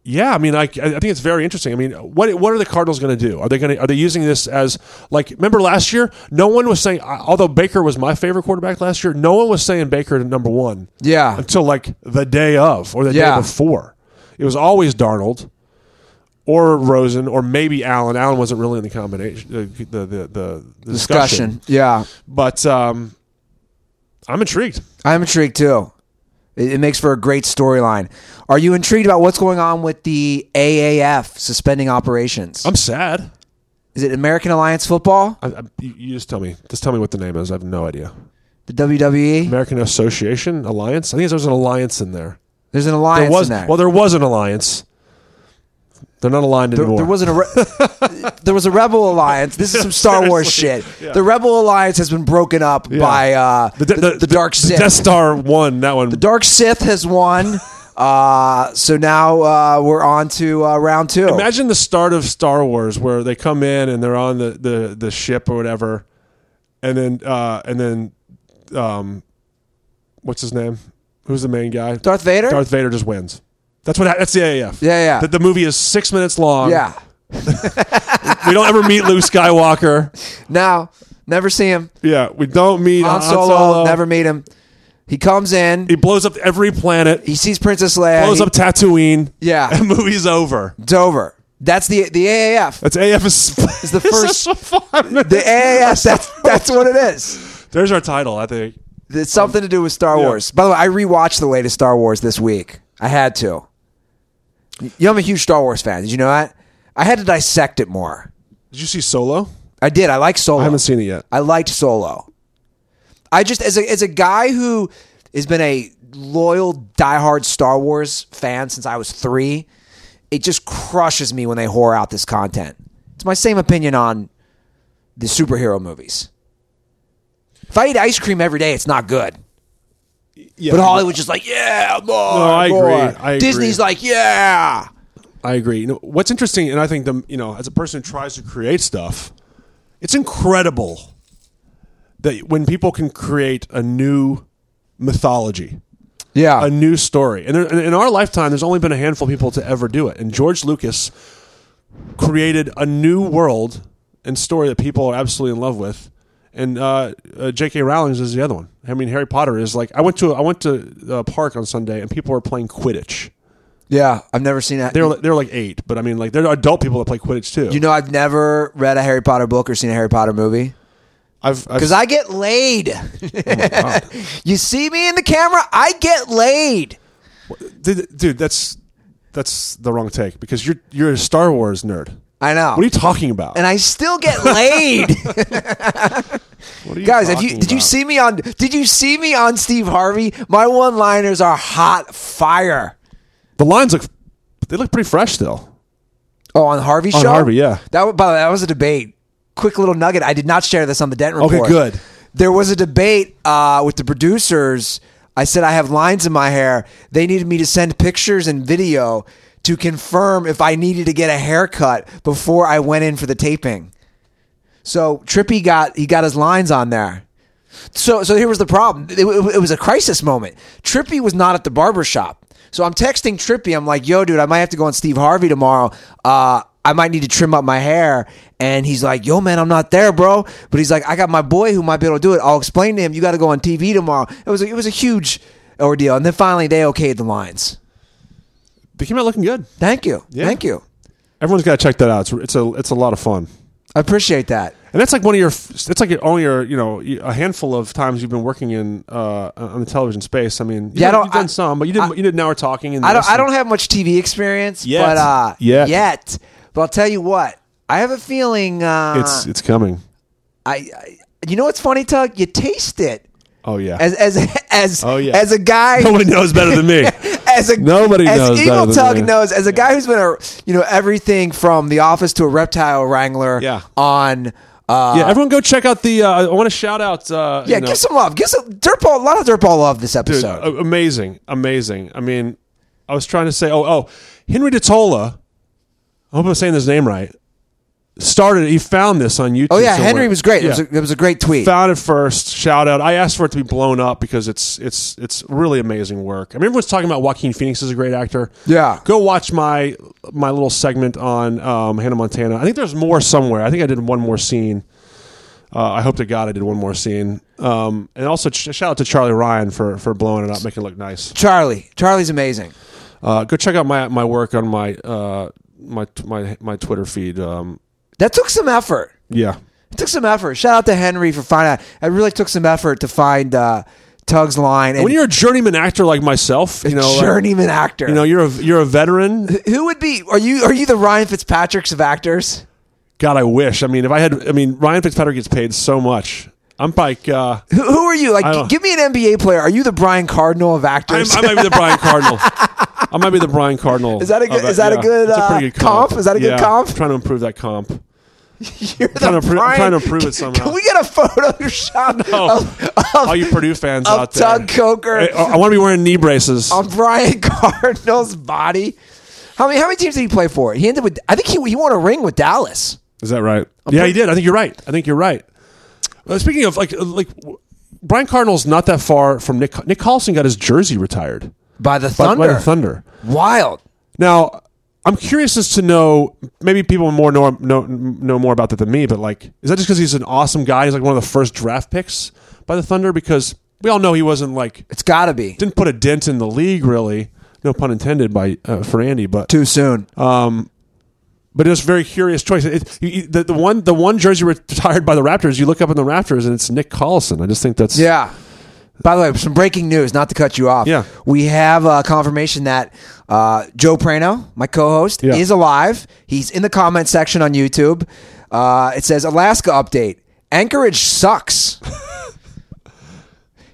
[SPEAKER 3] yeah, I mean, I, I think it's very interesting. I mean, what what are the Cardinals going to do? Are they going to are they using this as like remember last year? No one was saying. Although Baker was my favorite quarterback last year, no one was saying Baker to number one
[SPEAKER 2] Yeah,
[SPEAKER 3] until like the day of or the
[SPEAKER 2] Yeah.
[SPEAKER 3] day before. It was always Darnold or Rosen or maybe Allen. Allen wasn't really in the combination the the the, the discussion.
[SPEAKER 2] discussion. Yeah,
[SPEAKER 3] But um, I'm intrigued.
[SPEAKER 2] I'm intrigued too. It, it makes for a great storyline. Are you intrigued about what's going on with the AAF suspending operations?
[SPEAKER 3] I'm sad.
[SPEAKER 2] is it American Alliance Football,
[SPEAKER 3] I, I, you you just tell me. Just tell me what the name is. I have no idea.
[SPEAKER 2] the E? WWE?
[SPEAKER 3] American Association Alliance. I think there's an alliance in there.
[SPEAKER 2] There's an alliance
[SPEAKER 3] There was
[SPEAKER 2] in there.
[SPEAKER 3] well, there was an alliance. They're not aligned
[SPEAKER 2] There,
[SPEAKER 3] anymore.
[SPEAKER 2] there wasn't a re- there was a Rebel Alliance. This is some Star Wars shit. The Rebel Alliance has been broken up by uh, the, the, Dark Sith.
[SPEAKER 3] Death Star one. That one.
[SPEAKER 2] Dark Sith has won. Uh, so now uh, we're on to uh, round two.
[SPEAKER 3] Imagine the start of Star Wars where they come in and they're on the, the, the ship or whatever, and then uh, and then um, what's his name? Who's the main guy?
[SPEAKER 2] Darth Vader.
[SPEAKER 3] Darth Vader just wins. That's what. hap- That's the AAF.
[SPEAKER 2] Yeah, yeah.
[SPEAKER 3] That the movie is six minutes long.
[SPEAKER 2] yeah.
[SPEAKER 3] We don't ever meet Luke Skywalker.
[SPEAKER 2] Now never see him.
[SPEAKER 3] Yeah. We don't meet
[SPEAKER 2] Han
[SPEAKER 3] Uh, Han
[SPEAKER 2] Solo, Never meet him. He comes in.
[SPEAKER 3] He blows up every planet.
[SPEAKER 2] He sees Princess Leia.
[SPEAKER 3] blows
[SPEAKER 2] he-
[SPEAKER 3] up Tatooine.
[SPEAKER 2] Yeah.
[SPEAKER 3] And movie's over.
[SPEAKER 2] It's over. That's the the AAF.
[SPEAKER 3] That's AAF is,
[SPEAKER 2] It's the first-
[SPEAKER 3] such a five minutes.
[SPEAKER 2] The AAF. That's that's what it is.
[SPEAKER 3] There's our title. I think.
[SPEAKER 2] It's something to do with Star
[SPEAKER 3] yeah.
[SPEAKER 2] Wars. By the way, I rewatched the latest Star Wars this week. I had to. You know, I'm a huge Star Wars fan. Did you know that? I had to dissect it more.
[SPEAKER 3] Did you see Solo?
[SPEAKER 2] I did. I like Solo.
[SPEAKER 3] I haven't seen it yet.
[SPEAKER 2] I liked Solo. I just as a as a guy who has been a loyal diehard Star Wars fan since I was three, it just crushes me when they whore out this content. It's my same opinion on the superhero movies. If I eat ice cream every day, it's not good.
[SPEAKER 3] Yeah,
[SPEAKER 2] But Hollywood's just like, yeah, more.
[SPEAKER 3] I agree.
[SPEAKER 2] more.
[SPEAKER 3] I agree.
[SPEAKER 2] Disney's like, yeah.
[SPEAKER 3] I agree. You know, what's interesting, and I think the you know, as a person who tries to create stuff, it's incredible that when people can create a new mythology,
[SPEAKER 2] Yeah.
[SPEAKER 3] a new story, and, there, and in our lifetime, there's only been a handful of people to ever do it. And George Lucas created a new world and story that people are absolutely in love with. And uh, uh, J.K. Rowling is the other one. I mean, Harry Potter is like I went to I went to a park on Sunday, and people were playing Quidditch.
[SPEAKER 2] yeah. I've never seen that.
[SPEAKER 3] They're they're like eight, but I mean, like there are adult people that play Quidditch too.
[SPEAKER 2] You know, I've never read a Harry Potter book or seen a Harry Potter movie.
[SPEAKER 3] I've, I've
[SPEAKER 2] Because I get laid. you see me in the camera? I get laid.
[SPEAKER 3] dude, dude, that's that's the wrong take because you're you're a Star Wars nerd.
[SPEAKER 2] I know.
[SPEAKER 3] What are you talking about?
[SPEAKER 2] and I still get laid.
[SPEAKER 3] What are you
[SPEAKER 2] Guys, have you
[SPEAKER 3] talking
[SPEAKER 2] did you
[SPEAKER 3] about?
[SPEAKER 2] see me on did you see me on Steve Harvey? My one-liners are hot fire.
[SPEAKER 3] the lines look they look pretty fresh still.
[SPEAKER 2] Oh, on Harvey
[SPEAKER 3] On
[SPEAKER 2] show?
[SPEAKER 3] Harvey, yeah.
[SPEAKER 2] That wa- by the way, that was a debate. Quick little nugget. I did not share this on the Dent report.
[SPEAKER 3] Okay, good.
[SPEAKER 2] There was a debate uh, with the producers. I said I have lines in my hair. They needed me to send pictures and video to confirm if I needed to get a haircut before I went in for the taping. So Trippy got he got his lines on there. So so here was the problem. It, it- it was a crisis moment. Trippy was not at the barber shop. So I'm texting Trippy. I'm like, "Yo, dude, I might have to go on Steve Harvey tomorrow. Uh, I might need to trim up my hair." And he's like, "Yo, man, I'm not there, bro." But he's like, "I got my boy who might be able to do it. I'll explain to him. You got to go on TV tomorrow." It was a, it was a huge ordeal. And then finally, they okayed the lines.
[SPEAKER 3] They came out looking good.
[SPEAKER 2] Thank you,
[SPEAKER 3] Yeah.
[SPEAKER 2] thank you.
[SPEAKER 3] Everyone's got to check that out. It's, it's a it's a lot of fun.
[SPEAKER 2] I appreciate that.
[SPEAKER 3] And that's like one of your. That's like only your. You know, a handful of times you've been working in uh, on the television space. I mean,
[SPEAKER 2] Yeah, I
[SPEAKER 3] you
[SPEAKER 2] don't-
[SPEAKER 3] have done
[SPEAKER 2] I-
[SPEAKER 3] some, but you didn't.
[SPEAKER 2] I-
[SPEAKER 3] you did now we're talking. And
[SPEAKER 2] I don't.
[SPEAKER 3] this
[SPEAKER 2] I
[SPEAKER 3] and-
[SPEAKER 2] don't have much TV experience
[SPEAKER 3] Yet.
[SPEAKER 2] but uh,
[SPEAKER 3] Yet.
[SPEAKER 2] yet. But I'll tell you what. I have a feeling. Uh,
[SPEAKER 3] It's it's coming.
[SPEAKER 2] I, I. You know what's funny, Tug? You taste it
[SPEAKER 3] Oh yeah.
[SPEAKER 2] as as as
[SPEAKER 3] Oh, yeah.
[SPEAKER 2] as a guy.
[SPEAKER 3] Nobody knows better than me.
[SPEAKER 2] As a
[SPEAKER 3] Nobody
[SPEAKER 2] as
[SPEAKER 3] knows better
[SPEAKER 2] Eagle
[SPEAKER 3] than
[SPEAKER 2] Tug
[SPEAKER 3] me.
[SPEAKER 2] knows, as a guy who's been a you know everything from The Office to a reptile wrangler
[SPEAKER 3] Yeah.
[SPEAKER 2] on
[SPEAKER 3] yeah, everyone go check out the. Uh, I want to shout out. Uh,
[SPEAKER 2] Uh, Yeah,
[SPEAKER 3] you know,
[SPEAKER 2] give some love. Give some dirtball. A lot of dirtball love this
[SPEAKER 3] dude, uh,
[SPEAKER 2] episode.
[SPEAKER 3] a- amazing, amazing. I mean, I was trying to say, oh, oh, Henry Detola. I hope I'm saying his name right. Started. He found this on YouTube.
[SPEAKER 2] oh yeah,
[SPEAKER 3] somewhere.
[SPEAKER 2] Henry was great. It, was
[SPEAKER 3] Yeah.
[SPEAKER 2] a, it was a great tweet.
[SPEAKER 3] found it first. Shout out! I asked for it to be blown up because it's it's it's really amazing work. I mean, everyone's talking about Joaquin Phoenix is a great actor.
[SPEAKER 2] Yeah.
[SPEAKER 3] go watch my my little segment on um, Hannah Montana. I think there's more somewhere. I think I did one more scene. Uh, I hope to God I did one more scene. Um, and also ch- shout out to Charlie Ryan for for blowing it up, making it look nice.
[SPEAKER 2] Charlie, Charlie's amazing.
[SPEAKER 3] Uh, go check out my my work on my uh, my my my Twitter feed. Um,
[SPEAKER 2] That took some effort.
[SPEAKER 3] yeah,
[SPEAKER 2] It took some effort. Shout out to Henry for finding out. It really took some effort to find uh, Tug's line. And
[SPEAKER 3] when you're a journeyman actor like myself, you know. like,
[SPEAKER 2] journeyman actor.
[SPEAKER 3] you know, you're a you're a veteran.
[SPEAKER 2] who would be? Are you are you the Ryan Fitzpatrick's of actors?
[SPEAKER 3] God, I wish. I mean, if I had, I mean, Ryan Fitzpatrick gets paid so much. I'm like, uh,
[SPEAKER 2] Who, who are you? Like,
[SPEAKER 3] I
[SPEAKER 2] g-
[SPEAKER 3] don't-
[SPEAKER 2] give me an NBA player. Are you the Brian Cardinal of
[SPEAKER 3] I'm,
[SPEAKER 2] actors?
[SPEAKER 3] I might be the Brian Cardinal. I might be the Brian Cardinal.
[SPEAKER 2] Is that a good-
[SPEAKER 3] of
[SPEAKER 2] is that a good,
[SPEAKER 3] It's
[SPEAKER 2] uh, comp? Is that a good
[SPEAKER 3] Yeah,
[SPEAKER 2] comp?
[SPEAKER 3] I'm trying to improve that comp.
[SPEAKER 2] You're
[SPEAKER 3] trying
[SPEAKER 2] the
[SPEAKER 3] to pro- I'm trying to prove it somehow.
[SPEAKER 2] Can we get a photo shot of, of,
[SPEAKER 3] Oh. All you Purdue fans
[SPEAKER 2] Oh. of
[SPEAKER 3] out there, oh.
[SPEAKER 2] Doug Um, Coker?
[SPEAKER 3] I, want to be wearing knee braces.
[SPEAKER 2] on Brian Cardinal's body? How many how many teams did he play for? He ended with I think he he won a ring with Dallas.
[SPEAKER 3] Is that right? yeah, he did. I think you're right. I think you're right. Uh, speaking of like, like Brian Cardinal's not that far from Nick. Nick Carlson got his jersey retired
[SPEAKER 2] By the
[SPEAKER 3] by-
[SPEAKER 2] Thunder.
[SPEAKER 3] by the Thunder.
[SPEAKER 2] Wild.
[SPEAKER 3] Now, I'm curious as to know. Maybe people more know know, know more about that than me, but like, is that just because he's an awesome guy? He's like one of the first draft picks by the Thunder because we all know he wasn't like
[SPEAKER 2] It's gotta be.
[SPEAKER 3] didn't put a dent in the league really. No pun intended by uh, for Andy, but
[SPEAKER 2] Too soon.
[SPEAKER 3] but it's a very curious choice. It, you- you- the, the one the one jersey retired by the Raptors. You look up in the Raptors and it's Nick Collison. I just think that's
[SPEAKER 2] yeah. By the way, some breaking news, not to cut you off.
[SPEAKER 3] Yeah.
[SPEAKER 2] We have uh, confirmation that uh, Joe Prano, my co host,
[SPEAKER 3] Yeah.
[SPEAKER 2] is alive. He's in the comment section on YouTube. Uh, it says Alaska update Anchorage sucks.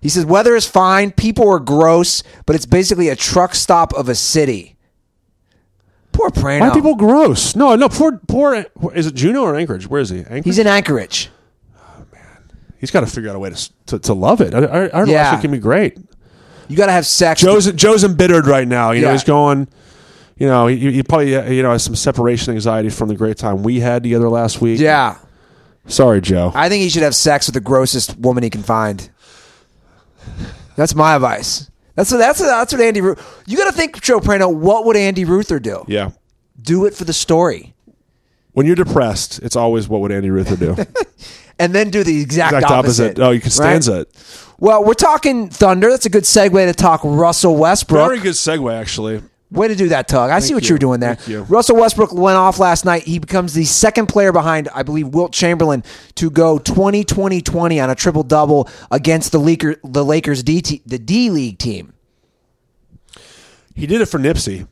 [SPEAKER 2] he says weather is fine, people are gross, but it's basically a truck stop of a city. Poor Prano.
[SPEAKER 3] Why are people gross? No, no. Poor, poor. Is it Juno or Anchorage? Where is he? Anchorage.
[SPEAKER 2] He's in Anchorage.
[SPEAKER 3] he's got to figure out a way to s- to, to love it. I, I,
[SPEAKER 2] Yeah.
[SPEAKER 3] I yeah. can be great.
[SPEAKER 2] You got to have sex.
[SPEAKER 3] Joe's Joe's embittered right now. You know
[SPEAKER 2] Yeah.
[SPEAKER 3] he's going. You know he, he probably uh, you know has some separation anxiety from the great time we had together last week.
[SPEAKER 2] yeah.
[SPEAKER 3] Sorry, Joe.
[SPEAKER 2] I think he should have sex with the grossest woman he can find. That's my advice. That's what, that's what, that's what Andy. Ru- You got to think, Joe Prano. What would Andy Ruther do?
[SPEAKER 3] yeah.
[SPEAKER 2] Do it for the story,
[SPEAKER 3] When you're depressed, it's always what would Andy Ruther do?
[SPEAKER 2] and then do the exact,
[SPEAKER 3] exact opposite. Oh, you can stanza
[SPEAKER 2] right?
[SPEAKER 3] it.
[SPEAKER 2] Well, we're talking Thunder. That's a good segue to talk Russell Westbrook.
[SPEAKER 3] Very good segue, actually.
[SPEAKER 2] Way to do that, Tug. I see what
[SPEAKER 3] you.
[SPEAKER 2] you. are doing there.
[SPEAKER 3] Thank you.
[SPEAKER 2] Russell Westbrook went off last night. He becomes the second player behind, I believe, Wilt Chamberlain to go 20 20 20 on a triple double against the, Laker, the Lakers D te- the D League team.
[SPEAKER 3] He did it for Nipsey.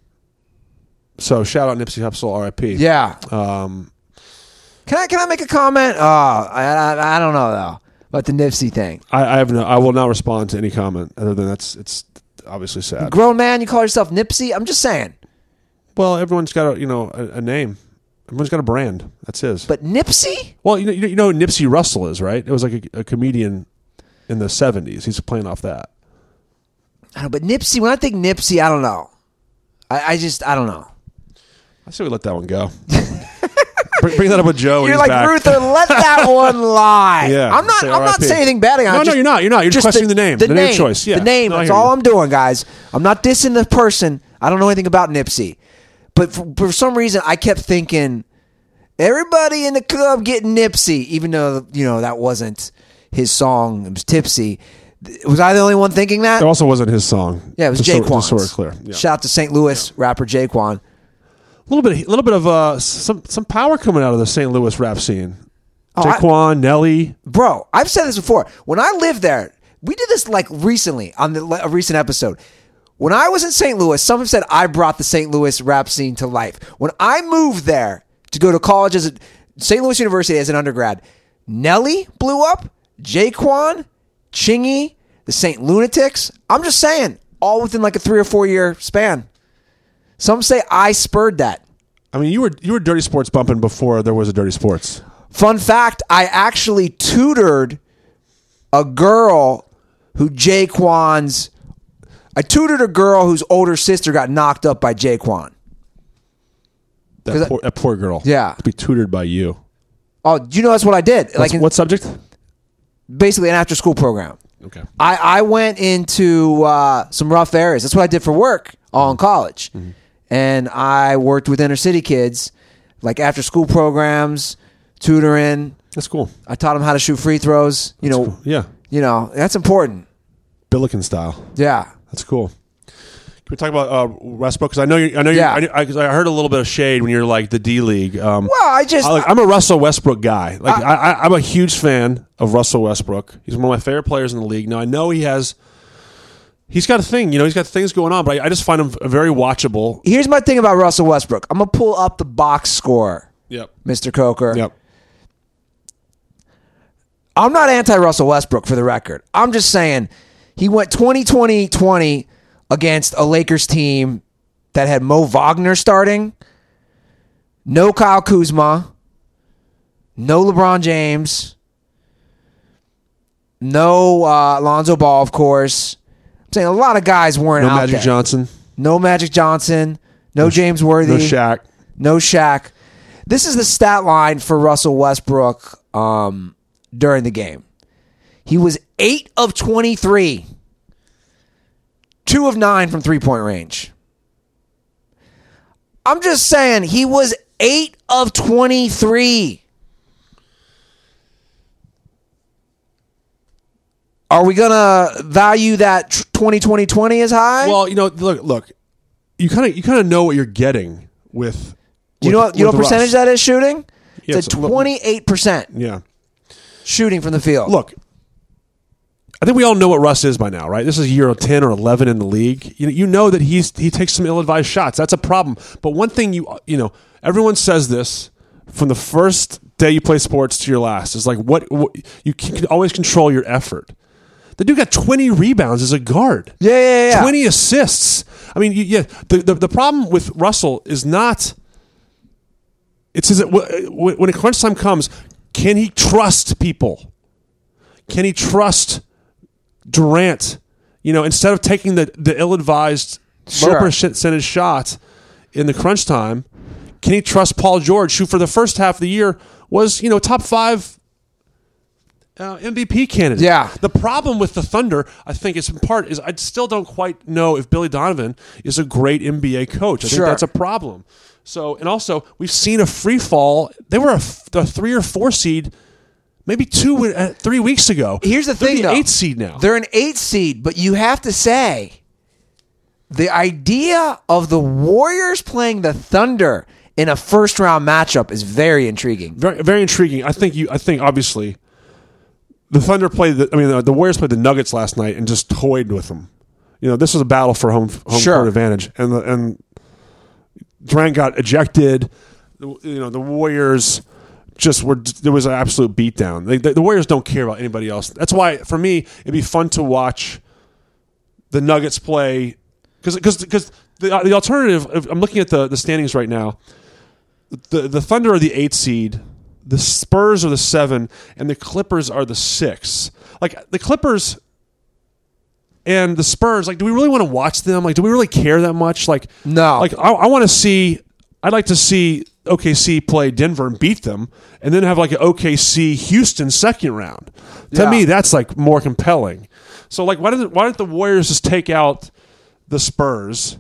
[SPEAKER 3] So shout out Nipsey Hussle, R.I.P.
[SPEAKER 2] Yeah.
[SPEAKER 3] Um,
[SPEAKER 2] Can I can I make a comment? Oh, I, I, I don't know though about the Nipsey thing.
[SPEAKER 3] I, I have no. I will not respond to any comment other than that's it's obviously sad.
[SPEAKER 2] Grown man, you call yourself Nipsey? I'm just saying.
[SPEAKER 3] Well, everyone's got a you know a, a name. Everyone's got a brand. That's his.
[SPEAKER 2] But Nipsey?
[SPEAKER 3] Well, you know, you know who Nipsey Russell is, right? It was like a, a comedian in the 70s. He's playing off that.
[SPEAKER 2] I don't know, but Nipsey, when I think Nipsey, I don't know. I, I just I don't know.
[SPEAKER 3] I say we let that one go. bring, bring that up with Joe. when
[SPEAKER 2] You're like
[SPEAKER 3] he's back.
[SPEAKER 2] Ruther, let that one lie.
[SPEAKER 3] Yeah,
[SPEAKER 2] I'm not
[SPEAKER 3] say
[SPEAKER 2] I'm not
[SPEAKER 3] RIP.
[SPEAKER 2] saying anything bad about
[SPEAKER 3] No,
[SPEAKER 2] it,
[SPEAKER 3] no,
[SPEAKER 2] just-
[SPEAKER 3] you're not. You're not. You're just questioning the name. The name choice. Yeah.
[SPEAKER 2] The name.
[SPEAKER 3] No, I
[SPEAKER 2] that's
[SPEAKER 3] hear
[SPEAKER 2] all
[SPEAKER 3] you.
[SPEAKER 2] I'm doing, guys. I'm not dissing the person. I don't know anything about Nipsey. But for, for some reason I kept thinking everybody in the club getting Nipsey, even though you know that wasn't his song, it was tipsy. Th- Was I the only one thinking that?
[SPEAKER 3] It also wasn't his song.
[SPEAKER 2] yeah, it was
[SPEAKER 3] Just so-
[SPEAKER 2] Jaquan.
[SPEAKER 3] Just so we're clear. Yeah.
[SPEAKER 2] Shout out to St. Louis rapper Jaquan.
[SPEAKER 3] A little bit, a little bit of uh, s- some some power coming out of the St. Louis rap scene.
[SPEAKER 2] Oh, I-
[SPEAKER 3] Jaquan, Nelly.
[SPEAKER 2] bro i've said this before when i lived there we did this like recently on the, a recent episode when i was in st louis some have said i brought the st louis rap scene to life when i moved there to go to college as a st louis university as an undergrad nelly blew up jaquan chingy the st lunatics i'm just saying all within like a three or four year span some say i spurred that
[SPEAKER 3] I mean, you were you were dirty sports bumping before there was a dirty sports.
[SPEAKER 2] Fun fact: I actually tutored a girl who Jaquan's. I tutored a girl whose older sister got knocked up by Jaquan.
[SPEAKER 3] That
[SPEAKER 2] 'Cause I-
[SPEAKER 3] poor, that poor girl.
[SPEAKER 2] Yeah.
[SPEAKER 3] To be tutored by you.
[SPEAKER 2] Oh, do you know that's what I did?
[SPEAKER 3] What's,
[SPEAKER 2] like in-
[SPEAKER 3] what subject?
[SPEAKER 2] basically an after-school program.
[SPEAKER 3] Okay.
[SPEAKER 2] I, I went into uh, some rough areas. That's what I did for work all in college. And I worked with inner city kids, like after school programs, tutoring.
[SPEAKER 3] That's cool.
[SPEAKER 2] I taught them how to shoot free throws. You know,
[SPEAKER 3] Yeah.
[SPEAKER 2] you know that's important.
[SPEAKER 3] Billiken style.
[SPEAKER 2] Yeah.
[SPEAKER 3] That's cool. Can we talk about uh, Rustboro? Because I know you. I know you.
[SPEAKER 2] Yeah.
[SPEAKER 3] I, knew- I, 'cause I heard a little bit of shade when you're like the D League. Um,
[SPEAKER 2] Well, Uh, I just-
[SPEAKER 3] I, like, I'm a Russell Westbrook guy. Like I, I, I'm a huge fan of Russell Westbrook. He's one of my favorite players in the league. Now I know he has. He's got a thing, you know. He's got things going on, but I, I just find him very watchable.
[SPEAKER 2] Here's my thing about Russell Westbrook. I'm gonna pull up the box score,
[SPEAKER 3] Yep.
[SPEAKER 2] Mr. Coker.
[SPEAKER 3] Yep.
[SPEAKER 2] I'm not anti Russell Westbrook for the record. I'm just saying he went 20 20 20 against a Lakers team that had Mo Wagner starting, no Kyle Kuzma, no LeBron James, no uh, Lonzo Ball, of course. I'm saying a lot of guys weren't
[SPEAKER 3] No
[SPEAKER 2] out
[SPEAKER 3] Magic
[SPEAKER 2] there.
[SPEAKER 3] Johnson.
[SPEAKER 2] No Magic Johnson. No James Worthy.
[SPEAKER 3] No Shaq.
[SPEAKER 2] No Shaq. This is the stat line for Russell Westbrook um, during the game. He was 8 of 23, 2 of 9 from three point range. I'm just saying, he was 8 of 23. Are we going to value that 20 20 20 as high?
[SPEAKER 3] Well, you know, look, look. You kind of, you kind of know what you're getting with.
[SPEAKER 2] Do you know what, you know what percentage that is shooting?
[SPEAKER 3] Yeah,
[SPEAKER 2] It's a
[SPEAKER 3] it's a little-
[SPEAKER 2] 28%
[SPEAKER 3] Yeah.
[SPEAKER 2] shooting from the field.
[SPEAKER 3] look, I think we all know what Russ is by now, right? This is year 10 or 11 in the league. You, you know that he's he takes some ill-advised shots. That's a problem. But one thing you you know, everyone says this from the first day you play sports to your last is like what, what you can always control your effort. The dude got 20 rebounds as a guard.
[SPEAKER 2] Yeah, yeah, yeah.
[SPEAKER 3] 20 assists. I mean, you, yeah, the, the the problem with Russell is not it's his, when when crunch time comes, can he trust people? Can he trust Durant? You know, instead of taking the, the ill advised
[SPEAKER 2] Sure.
[SPEAKER 3] low percentage shot in the crunch time, can he trust Paul George, who for the first half of the year was, you know, top five uh, MVP candidate?
[SPEAKER 2] Yeah.
[SPEAKER 3] The problem with the Thunder, I think, is in part, is I still don't quite know if Billy Donovan is a great NBA coach. I
[SPEAKER 2] Sure.
[SPEAKER 3] think that's a problem. So, and also, we've seen a free fall. They were a, f- a three or four seed, maybe two, uh, three weeks ago.
[SPEAKER 2] Here's the
[SPEAKER 3] They're
[SPEAKER 2] thing, though.
[SPEAKER 3] eight seed now.
[SPEAKER 2] They're an eight seed, but you have to say the idea of the Warriors playing the Thunder in a first round matchup is very intriguing.
[SPEAKER 3] very, very intriguing. I think you. I think obviously, the Thunder played. The, I mean, uh, the, the Warriors played the Nuggets last night and just toyed with them. You know, this was a battle for home home
[SPEAKER 2] Sure.
[SPEAKER 3] court advantage, and the, and Durant got ejected. The, you know, the Warriors just were. There was an absolute beatdown. They, the, the Warriors don't care about anybody else. That's why for me, it'd be fun to watch the Nuggets play because because the, uh, the alternative. I'm looking at the the standings right now the the Thunder are the eight seed, the Spurs are the seven, and the Clippers are the six. Like the Clippers and the Spurs, like, do we really want to watch them? Like, do we really care that much? Like,
[SPEAKER 2] No.
[SPEAKER 3] Like, I, I want to see. I'd like to see OKC play Denver and beat them, and then have like an OKC Houston second round. To
[SPEAKER 2] Yeah.
[SPEAKER 3] me, that's like more compelling. So, like, why didn't why didn't the Warriors just take out the Spurs?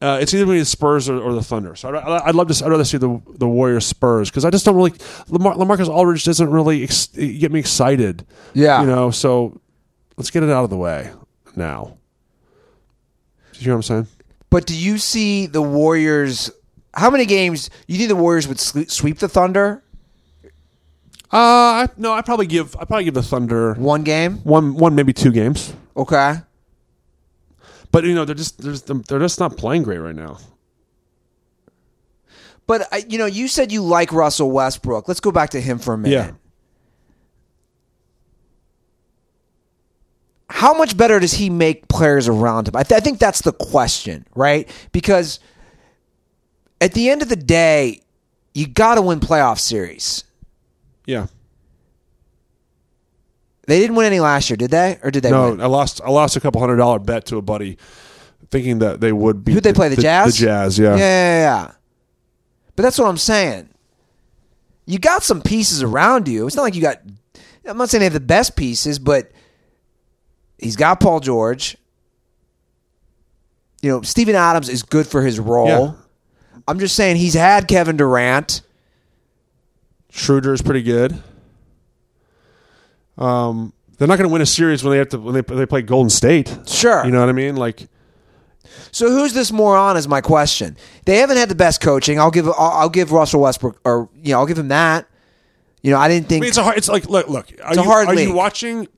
[SPEAKER 3] Uh, it's either going to be the Spurs or, or the Thunder. So I'd, I'd love to. I'd rather see the the Warriors Spurs because I just don't really. Lamar, Lamarcus Aldridge doesn't really ex- get me excited.
[SPEAKER 2] Yeah.
[SPEAKER 3] you know. So let's get it out of the way now. Do you hear what I'm saying?
[SPEAKER 2] But do you see the Warriors? How many games you think the Warriors would sle- sweep the Thunder?
[SPEAKER 3] Uh, I, no. I probably give. I probably give the Thunder
[SPEAKER 2] One game,
[SPEAKER 3] one, one maybe two games.
[SPEAKER 2] okay.
[SPEAKER 3] But you know they're just they're just, they're just not playing great right now.
[SPEAKER 2] But I, you know, you said you like Russell Westbrook. Let's go back to him for a minute.
[SPEAKER 3] Yeah.
[SPEAKER 2] how much better does he make players around him? I, th- I think that's the question, right? Because at the end of the day, you got to win playoff series.
[SPEAKER 3] Yeah.
[SPEAKER 2] They didn't win any last year, did they? Or did they?
[SPEAKER 3] No,
[SPEAKER 2] win?
[SPEAKER 3] I lost. I lost a couple hundred dollar bet to a buddy, thinking that they would be.
[SPEAKER 2] Who'd they play? The, Jazz.
[SPEAKER 3] The Jazz. Yeah.
[SPEAKER 2] Yeah, yeah, yeah. But that's what I'm saying. You got some pieces around you. It's not like you got. I'm not saying they have the best pieces, but he's got Paul George. You know, Steven Adams is good for his role.
[SPEAKER 3] Yeah.
[SPEAKER 2] I'm just saying he's had Kevin Durant.
[SPEAKER 3] Schroeder is pretty good. Um, they're not going to win a series when they have to when they, they play Golden State.
[SPEAKER 2] Sure.
[SPEAKER 3] You know what I mean? Like,
[SPEAKER 2] So who's this moron? Is my question. They haven't had the best coaching. I'll give I'll, I'll give Russell Westbrook, or you know, I'll give him that. You know, I didn't
[SPEAKER 3] I
[SPEAKER 2] think
[SPEAKER 3] mean, it's a hard. It's like look, look. Are
[SPEAKER 2] a
[SPEAKER 3] you,
[SPEAKER 2] hard
[SPEAKER 3] Are
[SPEAKER 2] league.
[SPEAKER 3] you watching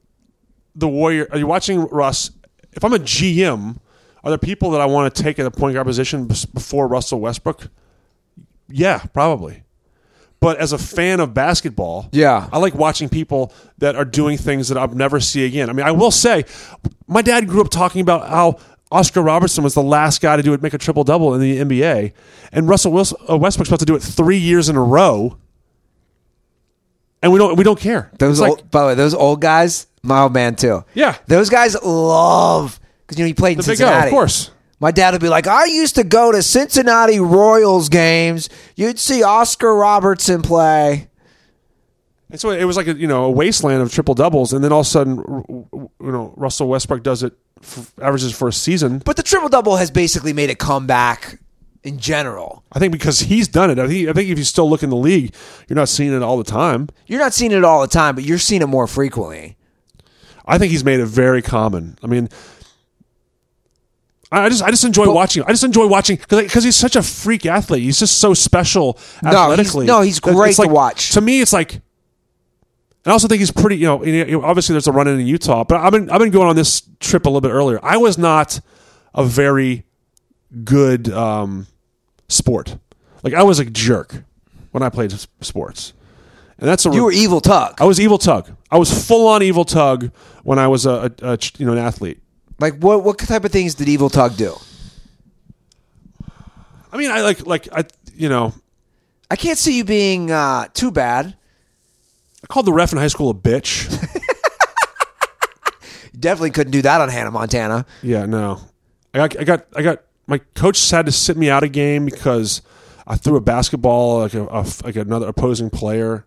[SPEAKER 3] the Warrior? Are you watching Russ? If I'm a GM, are there people that I want to take at the point guard position bes- before Russell Westbrook? Yeah, probably. But as a fan of basketball,
[SPEAKER 2] Yeah.
[SPEAKER 3] I like watching people that are doing things that I'll never see again. I mean, I will say, my dad grew up talking about how Oscar Robertson was the last guy to do it, make a triple double in the NBA, and Russell Wils- uh, Westbrook's about to do it three years in a row, and we don't we don't care.
[SPEAKER 2] Those
[SPEAKER 3] It's like-
[SPEAKER 2] old, by the way, those old guys, my old man too.
[SPEAKER 3] Yeah.
[SPEAKER 2] those guys love because you know he played in
[SPEAKER 3] Big O,
[SPEAKER 2] Cincinnati.
[SPEAKER 3] of course.
[SPEAKER 2] My dad would be like, I used to go to Cincinnati Royals games. You'd see Oscar Robertson play.
[SPEAKER 3] And so it was like a, you know a wasteland of triple doubles, and then all of a sudden, r- r- you know Russell Westbrook does it, f averages for a season.
[SPEAKER 2] But the triple double has basically made a comeback in general.
[SPEAKER 3] I think because he's done it. I think I think if you still look in the league, you're not seeing it all the time.
[SPEAKER 2] You're not seeing it all the time, but you're seeing it more frequently.
[SPEAKER 3] I think he's made it very common. I mean, I I just I just enjoy watching. I just enjoy watching because he's such a freak athlete. He's just so special
[SPEAKER 2] he's-
[SPEAKER 3] athletically.
[SPEAKER 2] no, he's
[SPEAKER 3] That it's
[SPEAKER 2] great to
[SPEAKER 3] like-
[SPEAKER 2] watch.
[SPEAKER 3] To me, it's like, and I also think he's pretty. You know, and, you know, obviously there's a run in in Utah, but I've been I've been going on this trip a little bit earlier. I was not a very good um, sport. Like I was a jerk when I played s- sports, and that's a
[SPEAKER 2] You were evil tug.
[SPEAKER 3] I was evil tug. I was full on evil tug when I was a, a, a ch- you know an athlete.
[SPEAKER 2] Like what? What type of things did evil tug do?
[SPEAKER 3] I mean, I like like I you know
[SPEAKER 2] I can't see you being uh, too bad.
[SPEAKER 3] I called the ref in high school a bitch.
[SPEAKER 2] Definitely couldn't do that on Hannah Montana.
[SPEAKER 3] yeah, no, I got I got I got my coach had to sit me out a game because I threw a basketball like a, a like another opposing player.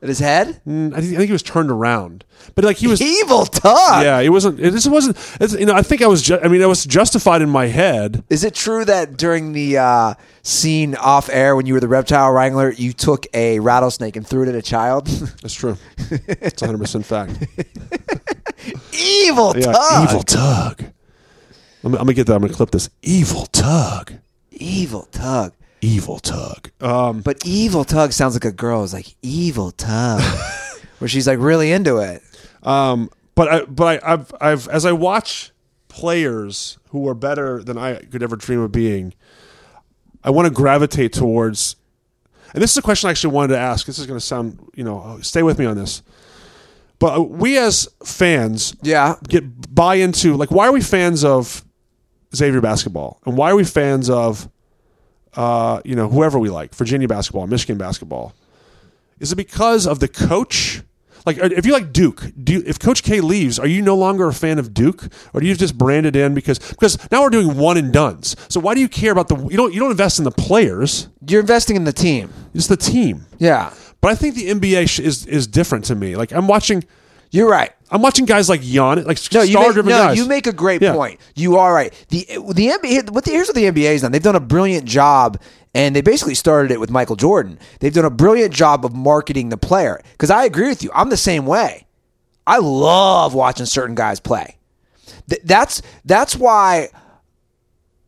[SPEAKER 2] At his head,
[SPEAKER 3] Mm, I think, I think he was turned around, but like he was
[SPEAKER 2] evil tug.
[SPEAKER 3] yeah, it wasn't. It, this wasn't. It's, you know, I think I was. Ju- I mean, I was justified in my head.
[SPEAKER 2] Is it true that during the uh, scene off air when you were the reptile wrangler, you took a rattlesnake and threw it at a child?
[SPEAKER 3] That's true. It's 100 percent fact.
[SPEAKER 2] evil
[SPEAKER 3] Yeah,
[SPEAKER 2] tug.
[SPEAKER 3] evil tug. I'm, I'm gonna get that. I'm gonna clip this. Evil tug.
[SPEAKER 2] Evil tug.
[SPEAKER 3] Evil tug. Um,
[SPEAKER 2] But evil tug sounds like a girl is like evil tug, where she's like really into it.
[SPEAKER 3] um, but I, but I, I've, I've, as I watch players who are better than I could ever dream of being, I want to gravitate towards. And this is a question I actually wanted to ask. This is gonna sound, you know, stay with me on this. But uh, we as fans
[SPEAKER 2] Yeah.
[SPEAKER 3] get buy into like why are we fans of Xavier basketball and why are we fans of uh, you know whoever we like Virginia basketball Michigan basketball is it because of the coach like are- if you like Duke do you, if Coach K leaves are you no longer a fan of Duke or do you just brand it in because because now we're doing one and duns so why do you care about the you don't you don't invest in the players
[SPEAKER 2] You're investing in the team.
[SPEAKER 3] it's the team
[SPEAKER 2] Yeah.
[SPEAKER 3] but I think the NBA sh- is is different to me like I'm watching
[SPEAKER 2] You're right.
[SPEAKER 3] I'm watching guys like Giannis like
[SPEAKER 2] No,
[SPEAKER 3] star
[SPEAKER 2] you make, no,
[SPEAKER 3] driven guys
[SPEAKER 2] you make a great
[SPEAKER 3] Yeah.
[SPEAKER 2] point. You are right. The the NBA what the, here's what the NBA's done. They've done a brilliant job and they basically started it with Michael Jordan. They've done a brilliant job of marketing the player cuz I agree with you. I'm the same way. I love watching certain guys play. Th- that's that's why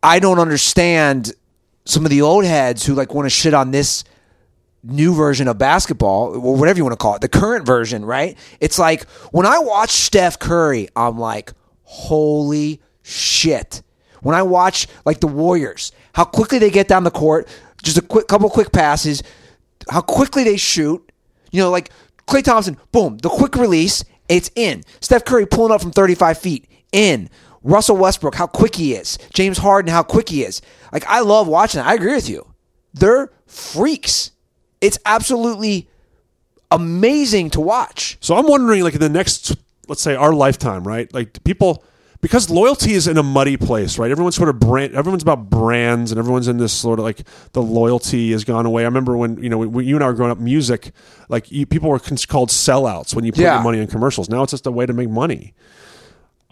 [SPEAKER 2] I don't understand some of the old heads who like want to shit on this new version of basketball, or whatever you want to call it, the current version, right? It's like when I watch Steph Curry, I'm like, holy shit. When I watch like the Warriors, how quickly they get down the court, just a quick couple quick passes, how quickly they shoot. You know, like Clay Thompson, boom, the quick release, it's in. Steph Curry pulling up from 35 feet, in. Russell Westbrook, how quick he is. James Harden, how quick he is. Like I love watching that. I agree with you. They're freaks. It's absolutely amazing to watch.
[SPEAKER 3] So I'm wondering, like in the next, let's say, our lifetime, right? Like people, because loyalty is in a muddy place, right? Everyone's sort of brand, everyone's about brands, and everyone's in this sort of like the loyalty has gone away. I remember when you know when you and I were growing up, music, like you, people were cons- called sellouts when you put
[SPEAKER 2] Yeah.
[SPEAKER 3] your money in commercials. Now it's just a way to make money.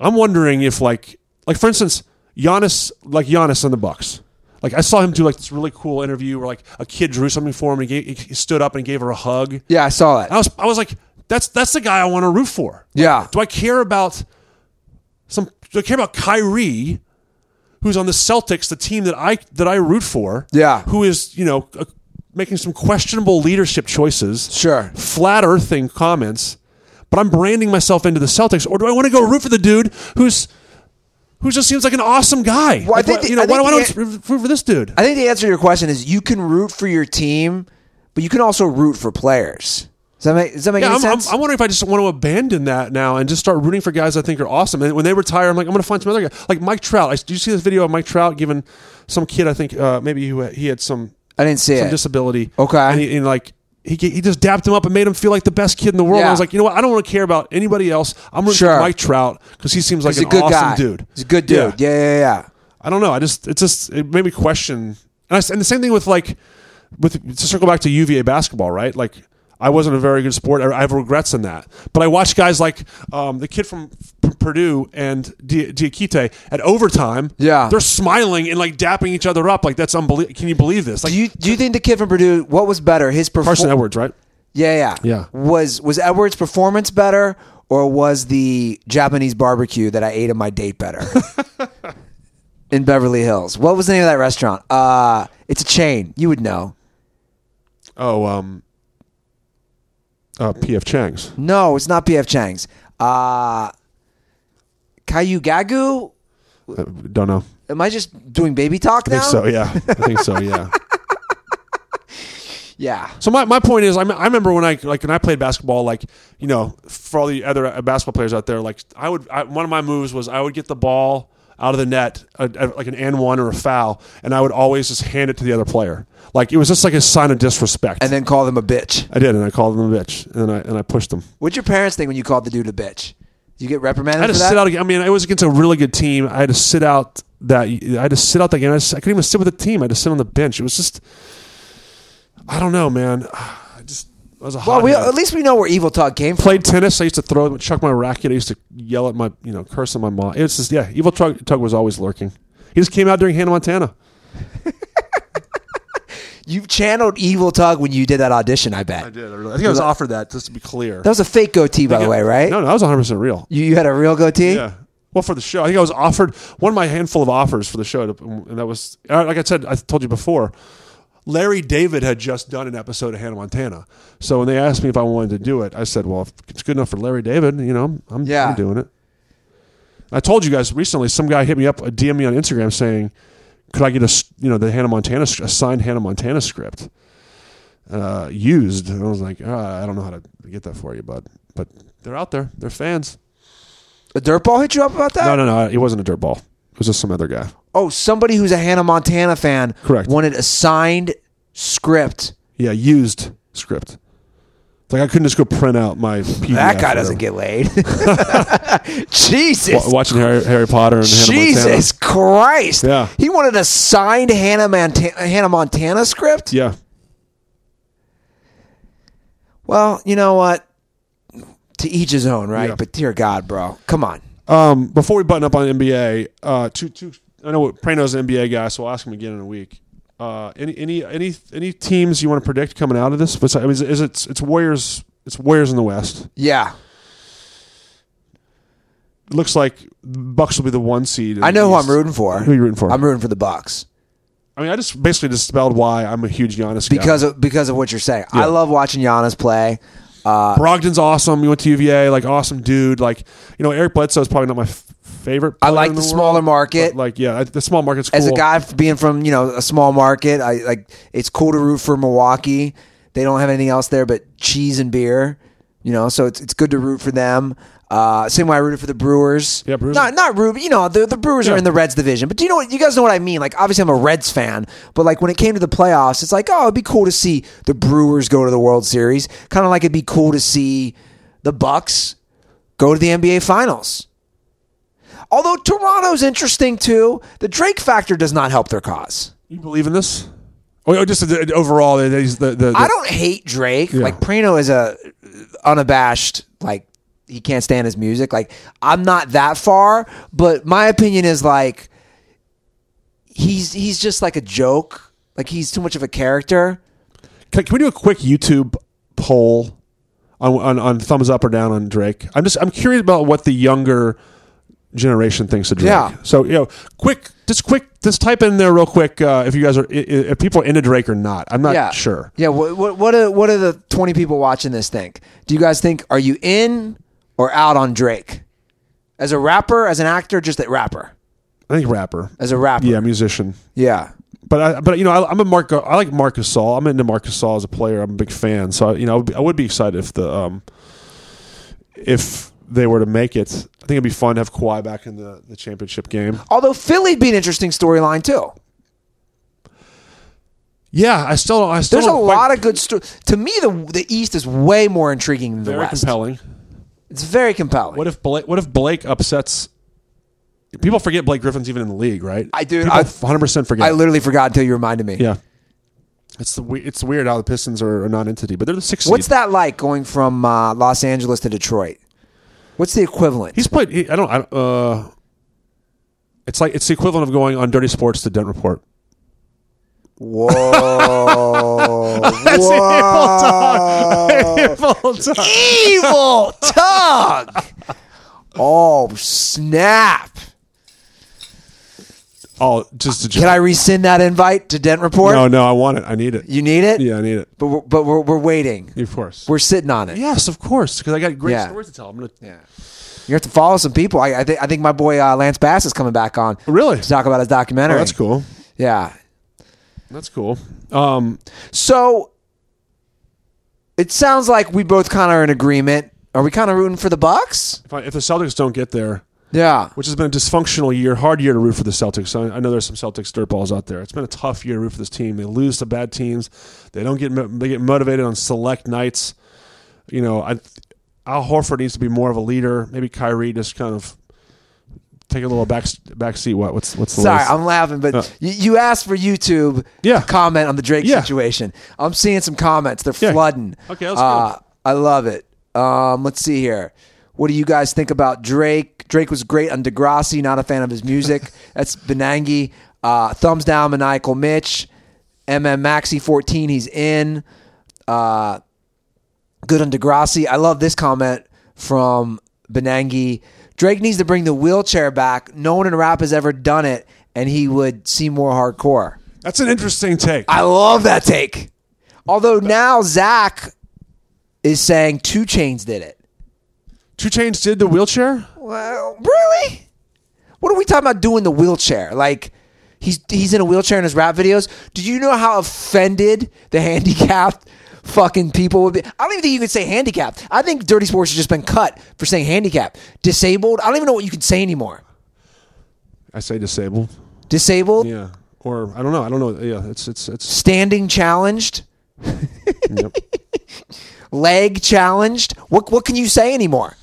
[SPEAKER 3] I'm wondering if like like for instance, Giannis like Giannis in the Bucks. Like I saw him do like this really cool interview where like a kid drew something for him and he, gave, he stood up and gave her a hug.
[SPEAKER 2] Yeah, I saw that.
[SPEAKER 3] I was I was like, that's that's the guy I want to root for.
[SPEAKER 2] Yeah.
[SPEAKER 3] Do I care about some? Do I care about Kyrie, who's on the Celtics, the team that I that I root for?
[SPEAKER 2] Yeah.
[SPEAKER 3] Who is you know uh, making some questionable leadership choices?
[SPEAKER 2] Sure.
[SPEAKER 3] Flat earthing comments, but I'm branding myself into the Celtics, or do I want to go root for the dude who's who just seems like an awesome guy?
[SPEAKER 2] Well, I
[SPEAKER 3] Like,
[SPEAKER 2] think
[SPEAKER 3] why-
[SPEAKER 2] the-
[SPEAKER 3] you know
[SPEAKER 2] I
[SPEAKER 3] why,
[SPEAKER 2] think
[SPEAKER 3] why
[SPEAKER 2] the-
[SPEAKER 3] don't I root for this dude?
[SPEAKER 2] I think the answer to your question is you can root for your team, but you can also root for players. Does that make, does that make
[SPEAKER 3] Yeah,
[SPEAKER 2] any
[SPEAKER 3] I'm, I'm,
[SPEAKER 2] sense?
[SPEAKER 3] I'm wondering if I just want to abandon that now and just start rooting for guys I think are awesome. And when they retire, I'm like, I'm going to find some other guy. Like Mike Trout. I, do you see this video of Mike Trout giving some kid, I think uh, maybe who, he had some,
[SPEAKER 2] I did not see
[SPEAKER 3] some
[SPEAKER 2] it.
[SPEAKER 3] disability.
[SPEAKER 2] Okay.
[SPEAKER 3] And, he, and like, he, he just dapped him up and made him feel like the best kid in the world.
[SPEAKER 2] Yeah.
[SPEAKER 3] I was like, you know what? I don't want to care about anybody else. I'm rooting
[SPEAKER 2] Sure.
[SPEAKER 3] for Mike Trout because he seems like
[SPEAKER 2] He's a
[SPEAKER 3] an
[SPEAKER 2] good
[SPEAKER 3] awesome
[SPEAKER 2] guy,
[SPEAKER 3] dude.
[SPEAKER 2] He's a good dude. Yeah, yeah, yeah.
[SPEAKER 3] I don't know. I just it's just it made me question. And, I, and the same thing with like with to circle back to UVA basketball, right? Like I wasn't a very good sport. I, I have regrets in that. But I watched guys like um, the kid from P- Purdue and Di- Diakite at overtime.
[SPEAKER 2] Yeah.
[SPEAKER 3] they're smiling and like dapping each other up. Like that's unbelievable. Can you believe this? Like
[SPEAKER 2] Do you do you think the kid from Purdue? What was better, his performance?
[SPEAKER 3] Carson Edwards, right?
[SPEAKER 2] Yeah, yeah,
[SPEAKER 3] Yeah.
[SPEAKER 2] Was was Edwards' performance better, or was the Japanese barbecue that I ate on my date better in Beverly Hills? What was the name of that restaurant? Uh it's a chain. You would know.
[SPEAKER 3] Oh, um, uh, P.F. Chang's.
[SPEAKER 2] No, it's not P.F. Chang's. Uh Caillou Gagu.
[SPEAKER 3] Uh, Don't know.
[SPEAKER 2] Am I just doing baby talk
[SPEAKER 3] I
[SPEAKER 2] now?
[SPEAKER 3] think so. Yeah, I think so. Yeah.
[SPEAKER 2] Yeah.
[SPEAKER 3] So my, my point is, I, me- I remember when I like when I played basketball, like you know, for all the other uh, basketball players out there, like I would I, one of my moves was I would get the ball out of the net, uh, uh, like an and one or a foul, and I would always just hand it to the other player. Like it was just like a sign of disrespect.
[SPEAKER 2] And then call them a bitch.
[SPEAKER 3] I did, and I called them a bitch, and then I and I pushed them.
[SPEAKER 2] What'd your parents think when you called the dude a bitch? Did you get reprimanded
[SPEAKER 3] I had
[SPEAKER 2] for
[SPEAKER 3] to
[SPEAKER 2] that?
[SPEAKER 3] sit out. ag- I mean, it was against a really good team. I had to sit out that. I had to sit out that game. I, just- I couldn't even sit with the team. I had to sit on the bench. It was just, I don't know, man. I just I was a
[SPEAKER 2] well,
[SPEAKER 3] hot.
[SPEAKER 2] we, at least we know where Evil Tug came from.
[SPEAKER 3] played tennis. I used to throw, chuck my racket. I used to yell at my, you know, curse at my mom. It's just, yeah, evil tug, tug was always lurking. He just came out during Hannah Montana.
[SPEAKER 2] You channeled Evil Tug when you did that audition, I bet.
[SPEAKER 3] did. I, really, I think I was offered that just to be clear.
[SPEAKER 2] That was a fake goatee, by the way, right?
[SPEAKER 3] No, no, that was 100 percent real.
[SPEAKER 2] You, you had a real goatee?
[SPEAKER 3] Yeah. Well, for the show, I think I was offered one of my handful of offers for the show, to, and that was uh, like I said, I told you before. Larry David had just done an episode of Hannah Montana, so when they asked me if I wanted to do it, I said, "Well, if it's good enough for Larry David, you know, I'm, I'm
[SPEAKER 2] Yeah.
[SPEAKER 3] doing it." I told you guys recently, some guy hit me up, DM me on Instagram saying, "Could I get a s- you know the Hannah Montana sc- a signed Hannah Montana script uh, used?" And I was like, uh, "I don't know how to get that for you, bud, but they're out there, they're fans."
[SPEAKER 2] A dirtball hit you up about that?
[SPEAKER 3] No, no, no. It wasn't a dirt ball. It was just some other guy.
[SPEAKER 2] Oh, somebody who's a Hannah Montana fan
[SPEAKER 3] Correct.
[SPEAKER 2] wanted a signed script.
[SPEAKER 3] Yeah, used script. It's Like I couldn't just go print out my PDF.
[SPEAKER 2] That guy
[SPEAKER 3] or
[SPEAKER 2] doesn't
[SPEAKER 3] whatever.
[SPEAKER 2] get laid. Jesus.
[SPEAKER 3] Wa- watching Harry, Harry Potter and Hannah Montana.
[SPEAKER 2] Jesus Christ.
[SPEAKER 3] Yeah.
[SPEAKER 2] He wanted a signed Hannah Montana, Hannah Montana script?
[SPEAKER 3] Yeah,
[SPEAKER 2] Well, you know what? To each his own, right?
[SPEAKER 3] Yeah.
[SPEAKER 2] But dear God, bro. Come on.
[SPEAKER 3] Um, before we button up on NBA, uh, two, two. I know Prano's an NBA guy, so I'll ask him again in a week. Uh, any, any, any, any teams you want to predict coming out of this? Besides- I mean, is, is it it's Warriors? It's Warriors in the West.
[SPEAKER 2] Yeah.
[SPEAKER 3] It looks like Bucks will be the one seed. in
[SPEAKER 2] I know
[SPEAKER 3] the
[SPEAKER 2] who
[SPEAKER 3] East.
[SPEAKER 2] I'm rooting for.
[SPEAKER 3] Who you rooting for?
[SPEAKER 2] I'm rooting for the Bucks.
[SPEAKER 3] I mean, I just basically dispelled why I'm a huge Giannis guy.
[SPEAKER 2] because of because of what you're saying. I
[SPEAKER 3] Yeah.
[SPEAKER 2] love watching Giannis play. Uh,
[SPEAKER 3] Brogdon's awesome. You went to UVA, like awesome dude. Like you know, Eric Bledsoe's probably not my f- favorite.
[SPEAKER 2] I
[SPEAKER 3] player
[SPEAKER 2] like
[SPEAKER 3] in
[SPEAKER 2] the,
[SPEAKER 3] world,
[SPEAKER 2] smaller
[SPEAKER 3] but,
[SPEAKER 2] market.
[SPEAKER 3] like yeah, I, the small market's cool.
[SPEAKER 2] As a guy f- being from you know a small market, I like it's cool to root for Milwaukee. They don't have anything else there but cheese and beer, you know. So it's it's good to root for them. Uh, same way I rooted for the Brewers.
[SPEAKER 3] Yeah, Brewers.
[SPEAKER 2] Not not Ruby. You know, the, the Brewers are
[SPEAKER 3] Yeah.
[SPEAKER 2] in the Reds division. But do you know what? You guys know what I mean. Like, obviously, I'm a Reds fan. But like when it came to the playoffs, it's like, oh, it'd be cool to see the Brewers go to the World Series. Kind of like it'd be cool to see the Bucks go to the NBA Finals. Although Toronto's interesting too, the Drake factor does not help their cause.
[SPEAKER 3] You believe in this? Oh, yeah, just the, the- overall. The, the, the, the,
[SPEAKER 2] I don't hate Drake. Like Prino is a unabashed like he can't stand his music. Like I'm not that far, but my opinion is like he's he's just like a joke. Like he's too much of a character.
[SPEAKER 3] Can, can we do a quick YouTube poll on, on on thumbs up or down on Drake? I'm just I'm curious about what the younger generation thinks of Drake.
[SPEAKER 2] Yeah.
[SPEAKER 3] So you know, quick, just quick, just type in there real quick uh, if you guys are i- i- if people are into Drake or not. I'm not
[SPEAKER 2] yeah,
[SPEAKER 3] sure.
[SPEAKER 2] Yeah. What what what do, what do the 20 people watching this think? Do you guys think are you in or out on Drake as a rapper, as an actor, just a rapper,
[SPEAKER 3] I think rapper.
[SPEAKER 2] as a rapper?
[SPEAKER 3] Yeah, musician.
[SPEAKER 2] Yeah.
[SPEAKER 3] But I, but you know, I, I'm a Mark. I like Marcus Saul. I'm into Marcus Saul as a player. I'm a big fan. So you know, I would be, I would be excited if the um, if they were to make it. I think it'd be fun to have Kawhi back in the, the championship game.
[SPEAKER 2] Although Philly'd be an interesting storyline too.
[SPEAKER 3] Yeah, I still I still
[SPEAKER 2] There's a
[SPEAKER 3] don't quite-
[SPEAKER 2] lot of good stories. To me, the the East is way more intriguing than the
[SPEAKER 3] very
[SPEAKER 2] West.
[SPEAKER 3] compelling.
[SPEAKER 2] It's very compelling.
[SPEAKER 3] What if Blake? What if Blake upsets? People forget Blake Griffin's even in the league, right?
[SPEAKER 2] I do. I-
[SPEAKER 3] People 100 percent forget.
[SPEAKER 2] I literally forgot until you reminded me.
[SPEAKER 3] yeah, it's the we- it's weird how the Pistons are a non-entity, but they're the sixth.
[SPEAKER 2] What's
[SPEAKER 3] seed.
[SPEAKER 2] that like going from uh, Los Angeles to Detroit? What's the equivalent?
[SPEAKER 3] He's played. He, I don't. I, don't- uh, it's like it's the equivalent of going on Dirty Sports to Dent Report.
[SPEAKER 2] Whoa!
[SPEAKER 3] That's evil talk. Evil talk.
[SPEAKER 2] Evil tug. Oh snap!
[SPEAKER 3] Oh, just a joke.
[SPEAKER 2] Can I rescind that invite to Dent Report?
[SPEAKER 3] No, no. I want it. I need it.
[SPEAKER 2] You need it.
[SPEAKER 3] Yeah, I need it.
[SPEAKER 2] But we're, but we're, we're waiting.
[SPEAKER 3] Of course.
[SPEAKER 2] We're sitting on it.
[SPEAKER 3] Yes, of course. Because I got great
[SPEAKER 2] Yeah.
[SPEAKER 3] stories to tell. I'm gonna.
[SPEAKER 2] Yeah. You have to follow some people. I, I, thi- I think my boy uh, Lance Bass is coming back on.
[SPEAKER 3] Really?
[SPEAKER 2] To talk about his documentary.
[SPEAKER 3] Oh, that's cool.
[SPEAKER 2] Yeah.
[SPEAKER 3] That's cool. Um,
[SPEAKER 2] So it sounds like we both kind of are in agreement. Are we kind of rooting for the Bucks?
[SPEAKER 3] if, I, if the Celtics don't get there,
[SPEAKER 2] Yeah.
[SPEAKER 3] which has been a dysfunctional year, hard year to root for the Celtics. I, I know there's some Celtics dirtballs out there. It's been a tough year to root for this team. They lose to bad teams. They don't get mo- they get motivated on select nights. You know, I, Al Horford needs to be more of a leader. Maybe Kyrie just kind of take a little back back seat. What what's what's the
[SPEAKER 2] Sorry,
[SPEAKER 3] latest?
[SPEAKER 2] I'm laughing, but
[SPEAKER 3] Uh.
[SPEAKER 2] you, you asked for YouTube
[SPEAKER 3] Yeah.
[SPEAKER 2] to comment on the Drake
[SPEAKER 3] Yeah.
[SPEAKER 2] situation. I'm seeing some comments. They're
[SPEAKER 3] Yeah. Oh,
[SPEAKER 2] flooding.
[SPEAKER 3] Okay, that's
[SPEAKER 2] uh, I love it. Um, let's see here. What do you guys think about Drake? Drake was great on Degrassi. Not a fan of his music. That's Benangi. Uh, thumbs down, maniacal Mitch. MM Maxi 14. He's in. Uh, good on Degrassi. I love this comment from Benangi. Drake needs to bring the wheelchair back. No one in rap has ever done it, and he would seem more hardcore.
[SPEAKER 3] That's an interesting take.
[SPEAKER 2] I love that take. Although now Zach is saying Two Chains did it.
[SPEAKER 3] Two Chains did the wheelchair.
[SPEAKER 2] Well, really? What are we talking about doing the wheelchair? Like he's he's in a wheelchair in his rap videos. Do you know how offended the handicapped fucking people would be? I don't even think you could say handicapped. I think Dirty Sports has just been cut for saying handicapped. Disabled? I don't even know what you can say anymore.
[SPEAKER 3] I say disabled.
[SPEAKER 2] Disabled?
[SPEAKER 3] Yeah, or I don't know. I don't know. Yeah, it's it's it's.
[SPEAKER 2] Standing challenged?
[SPEAKER 3] yep.
[SPEAKER 2] Leg challenged? What what can you say anymore?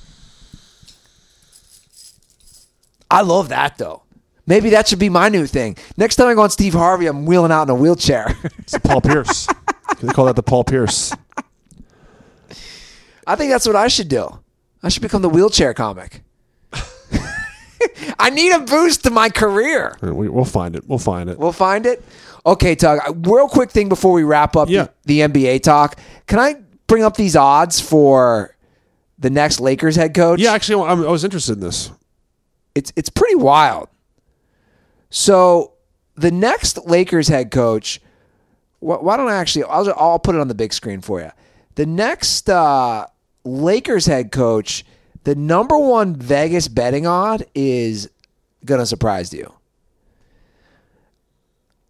[SPEAKER 2] I love that though. Maybe that should be my new thing. Next time I go on Steve Harvey, I'm wheeling out in a wheelchair.
[SPEAKER 3] It's the Paul Pierce. they call that the Paul Pierce.
[SPEAKER 2] I think that's what I should do. I should become the wheelchair comic. I need a boost to my career.
[SPEAKER 3] All right, we- We'll find it. We'll find it.
[SPEAKER 2] We'll find it. Okay, Tug. I- Real quick thing before we wrap up
[SPEAKER 3] Yeah.
[SPEAKER 2] the, the NBA talk. Can I bring up these odds for the next Lakers head coach?
[SPEAKER 3] Yeah, actually, I'm, I was interested in this.
[SPEAKER 2] it's it's pretty wild. So the next Lakers head coach, wh- why don't I actually? I'll I'll put it on the big screen for you. The next uh, Lakers head coach, the number one Vegas betting on is gonna surprise you.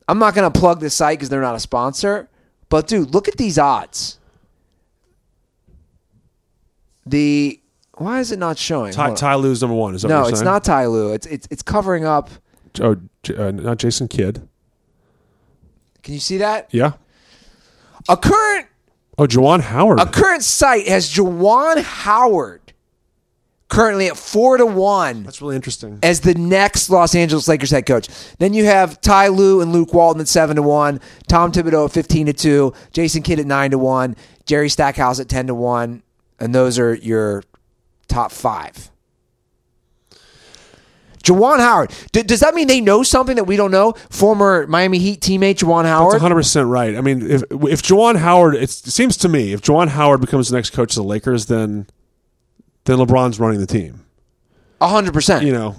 [SPEAKER 2] I'm not gonna plug this site because they're not a sponsor, but dude, look at these odds. The Why is it not showing?
[SPEAKER 3] Ty,
[SPEAKER 2] Hold on.
[SPEAKER 3] Ty Lue's number one. Is that what
[SPEAKER 2] no,
[SPEAKER 3] you're
[SPEAKER 2] it's
[SPEAKER 3] saying?
[SPEAKER 2] not Ty Lue. It's it's it's covering up.
[SPEAKER 3] Oh, J- uh, not Jason Kidd.
[SPEAKER 2] Can you see that?
[SPEAKER 3] Yeah.
[SPEAKER 2] A current
[SPEAKER 3] Oh, Jawan Howard.
[SPEAKER 2] a current site has Jawan Howard currently at four to one
[SPEAKER 3] That's really interesting.
[SPEAKER 2] as the next Los Angeles Lakers head coach. Then you have Ty Lue and Luke Walton at seven to one, Tom Thibodeau at fifteen to two, Jason Kidd at nine to one, Jerry Stackhouse at ten to one, and those are your top five. Jawan Howard. D- does that mean they know something that we don't know? Former Miami Heat teammate Jawan
[SPEAKER 3] That's
[SPEAKER 2] Howard.
[SPEAKER 3] 100 percent right. I mean, if if Jawan Howard, it's, it seems to me, if Jawan Howard becomes the next coach of the Lakers, then then LeBron's running the team.
[SPEAKER 2] hundred
[SPEAKER 3] You
[SPEAKER 2] percent.
[SPEAKER 3] know,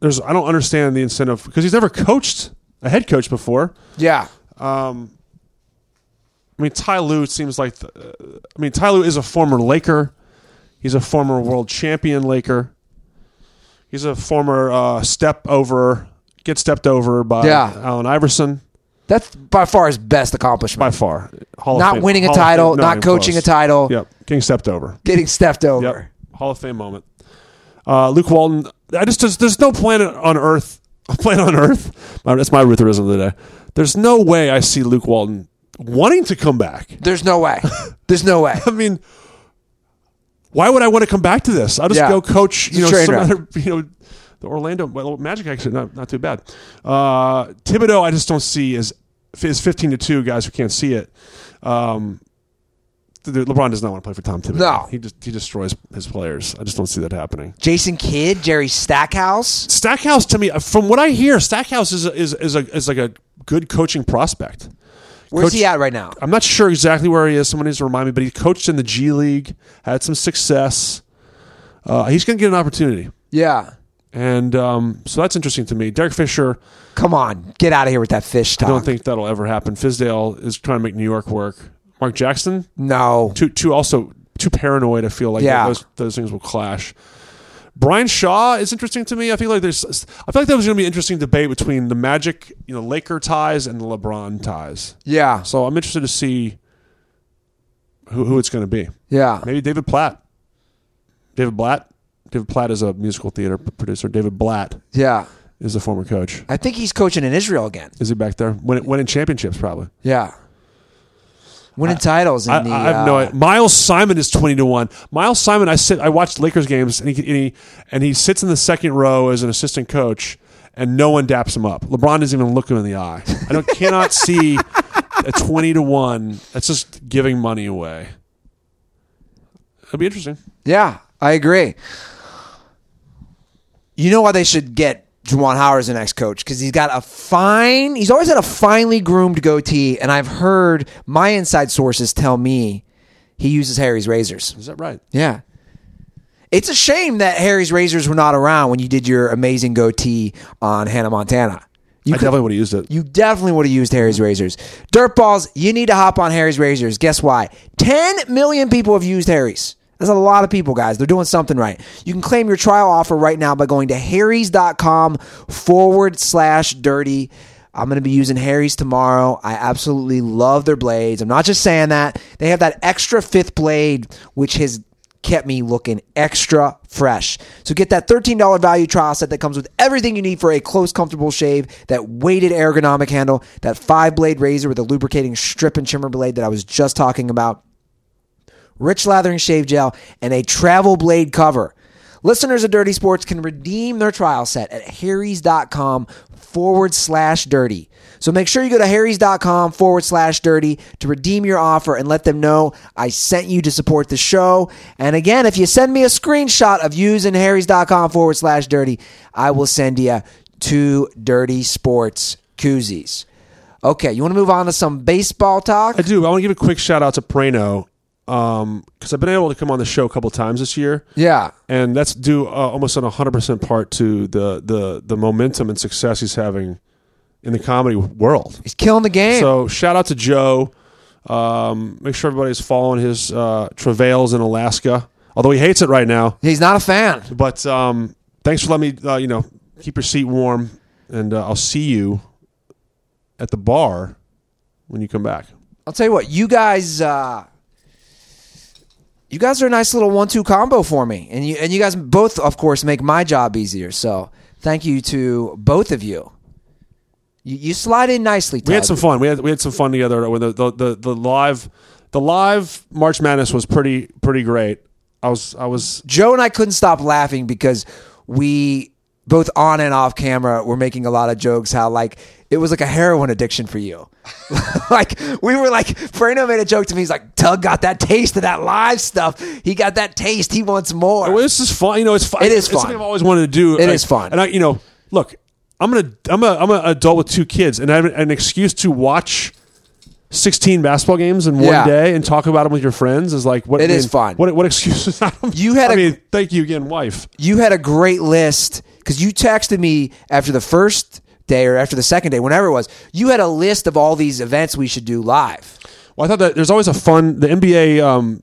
[SPEAKER 3] there's I don't understand the incentive because he's never coached a head coach before.
[SPEAKER 2] Yeah.
[SPEAKER 3] I mean, Ty Lue seems like. The, uh, I mean, Ty Lue is a former Laker. He's a former world champion Laker. He's a former uh, step over, get stepped over by
[SPEAKER 2] Yeah.
[SPEAKER 3] Allen Iverson
[SPEAKER 2] That's by far his best accomplishment.
[SPEAKER 3] by far. Hall of
[SPEAKER 2] Not
[SPEAKER 3] Fame-
[SPEAKER 2] winning a
[SPEAKER 3] Hall of Fame-
[SPEAKER 2] title,
[SPEAKER 3] no,
[SPEAKER 2] not
[SPEAKER 3] even
[SPEAKER 2] coaching
[SPEAKER 3] close.
[SPEAKER 2] a title.
[SPEAKER 3] Yep, getting stepped over.
[SPEAKER 2] Getting stepped over.
[SPEAKER 3] Yep, Hall of Fame moment. Uh, Luke Walton. I just there's, there's no planet on Earth. Planet on Earth. My- That's my Lutheranism of the day. There's no way I see Luke Walton wanting to come back.
[SPEAKER 2] There's no way. There's no way.
[SPEAKER 3] I mean, why would I want to come back to this? I'll just
[SPEAKER 2] Yeah.
[SPEAKER 3] go coach,
[SPEAKER 2] It's
[SPEAKER 3] you know,
[SPEAKER 2] a train
[SPEAKER 3] some
[SPEAKER 2] wreck.
[SPEAKER 3] other, you know, the Orlando well, Magic actually not not too bad. Uh, Thibodeau, I just don't see as is fifteen to two guys who can't see it. Um, the- the- LeBron does not want to play for Tom Thibodeau.
[SPEAKER 2] No.
[SPEAKER 3] he just he destroys his players. I just don't see that happening.
[SPEAKER 2] Jason Kidd, Jerry Stackhouse.
[SPEAKER 3] Stackhouse to me, from what I hear, Stackhouse is a, is is a, is like a good coaching prospect.
[SPEAKER 2] Where's
[SPEAKER 3] Coach-
[SPEAKER 2] he at right now?
[SPEAKER 3] I'm not sure exactly where he is. Someone needs to remind me, but he coached in the G League, had some success. Uh, he's going to get an opportunity,
[SPEAKER 2] Yeah.
[SPEAKER 3] and um, so that's interesting to me. Derek Fisher,
[SPEAKER 2] Come on, get out of here with that fish
[SPEAKER 3] I don't
[SPEAKER 2] talk.
[SPEAKER 3] think that'll ever happen. Fizdale is trying to make New York work. Mark Jackson,
[SPEAKER 2] no.
[SPEAKER 3] too, too also too paranoid. I feel like
[SPEAKER 2] Yeah.
[SPEAKER 3] those those things will clash. Brian Shaw is interesting to me. I feel like there's, I feel like that was going to be an interesting debate between the Magic, you know, Laker ties and the LeBron ties.
[SPEAKER 2] Yeah.
[SPEAKER 3] So I'm interested to see who, who it's going to be.
[SPEAKER 2] Yeah.
[SPEAKER 3] Maybe David Platt. David Blatt. David Platt is a musical theater p- producer. David Blatt
[SPEAKER 2] Yeah.
[SPEAKER 3] is the former coach.
[SPEAKER 2] I think he's coaching in Israel again.
[SPEAKER 3] Is he back there? Winning, winning championships, probably.
[SPEAKER 2] Yeah. Winning titles in
[SPEAKER 3] I,
[SPEAKER 2] the
[SPEAKER 3] I have no
[SPEAKER 2] uh,
[SPEAKER 3] idea. Miles Simon is twenty to one. Miles Simon, I sit. I watched Lakers games, and he, and he and he sits in the second row as an assistant coach, and no one daps him up. LeBron doesn't even look him in the eye. I don't, cannot see a twenty to one. That's just giving money away. It'll be interesting.
[SPEAKER 2] Yeah, I agree. You know why they should get Juwan Howard as the next coach? Because he's got a fine, he's always had a finely groomed goatee. And I've heard my inside sources tell me he uses Harry's razors.
[SPEAKER 3] Is that right?
[SPEAKER 2] Yeah. It's a shame that Harry's razors were not around when you did your amazing goatee on Hannah Montana. You
[SPEAKER 3] I
[SPEAKER 2] could-
[SPEAKER 3] definitely would have used it.
[SPEAKER 2] you definitely would have used Harry's razors. Dirtballs, you need to hop on Harry's razors. Guess why? 10 million people have used Harry's. That's a lot of people, guys. They're doing something right. You can claim your trial offer right now by going to harrys.com forward slash dirty. I'm going to be using Harry's tomorrow. I absolutely love their blades. I'm not just saying that. They have that extra fifth blade, which has kept me looking extra fresh. So get that $13 value trial set that comes with everything you need for a close, comfortable shave, that weighted ergonomic handle, that five blade razor with a lubricating strip and shimmer blade that I was just talking about rich lathering shave gel, and a travel blade cover. Listeners of Dirty Sports can redeem their trial set at harrys.com forward slash dirty. So make sure you go to harrys.com forward slash dirty to redeem your offer and let them know I sent you to support the show. And again, if you send me a screenshot of using harrys.com forward slash dirty, I will send you two Dirty Sports koozies. Okay, you want to move on to some baseball talk?
[SPEAKER 3] I do. I want to give a quick shout out to Prano because I've been able to come on the show a couple times this year,
[SPEAKER 2] Yeah.
[SPEAKER 3] and that's due uh, almost on a hundred percent part to the the the momentum and success he's having in the comedy world.
[SPEAKER 2] He's killing the game.
[SPEAKER 3] So shout out to Joe. Um, make sure everybody's following his uh, travails in Alaska, although he hates it right now.
[SPEAKER 2] He's not a fan.
[SPEAKER 3] But um, thanks for letting me, uh, you know, keep your seat warm, and uh, I'll see you at the bar when you come back.
[SPEAKER 2] I'll tell you what, you guys, uh, you guys are a nice little one-two combo for me, and you and you guys both, of course, make my job easier. So thank you to both of you. You, you slide in nicely. Todd.
[SPEAKER 3] We had some fun. We had we had some fun together. When the, the the the live, the live March Madness was pretty pretty great. I was I was
[SPEAKER 2] Joe and I couldn't stop laughing because we both on and off camera were making a lot of jokes how like it was like a heroin addiction for you. like we were like Frano made a joke to me. He's like, Tug got that taste of that live stuff. He got that taste. He wants more.
[SPEAKER 3] Well, this is fun. You know, it's fun.
[SPEAKER 2] It is
[SPEAKER 3] It's something
[SPEAKER 2] fun.
[SPEAKER 3] I've always wanted to do. It
[SPEAKER 2] It
[SPEAKER 3] is
[SPEAKER 2] is fun.
[SPEAKER 3] And I, you know, look, I'm gonna, I'm a, I'm an adult with two kids, and I have an excuse to watch 16 basketball games in one
[SPEAKER 2] Yeah.
[SPEAKER 3] day and talk about them with your friends is like what
[SPEAKER 2] It
[SPEAKER 3] I
[SPEAKER 2] is
[SPEAKER 3] mean,
[SPEAKER 2] fun.
[SPEAKER 3] What, what excuse is that?
[SPEAKER 2] You had
[SPEAKER 3] I
[SPEAKER 2] a-
[SPEAKER 3] mean, thank you again, wife.
[SPEAKER 2] you had a great list because you texted me after the first day or after the second day, whenever it was. You had a list of all these events we should do live.
[SPEAKER 3] Well, I thought that there's always a fun. The NBA um,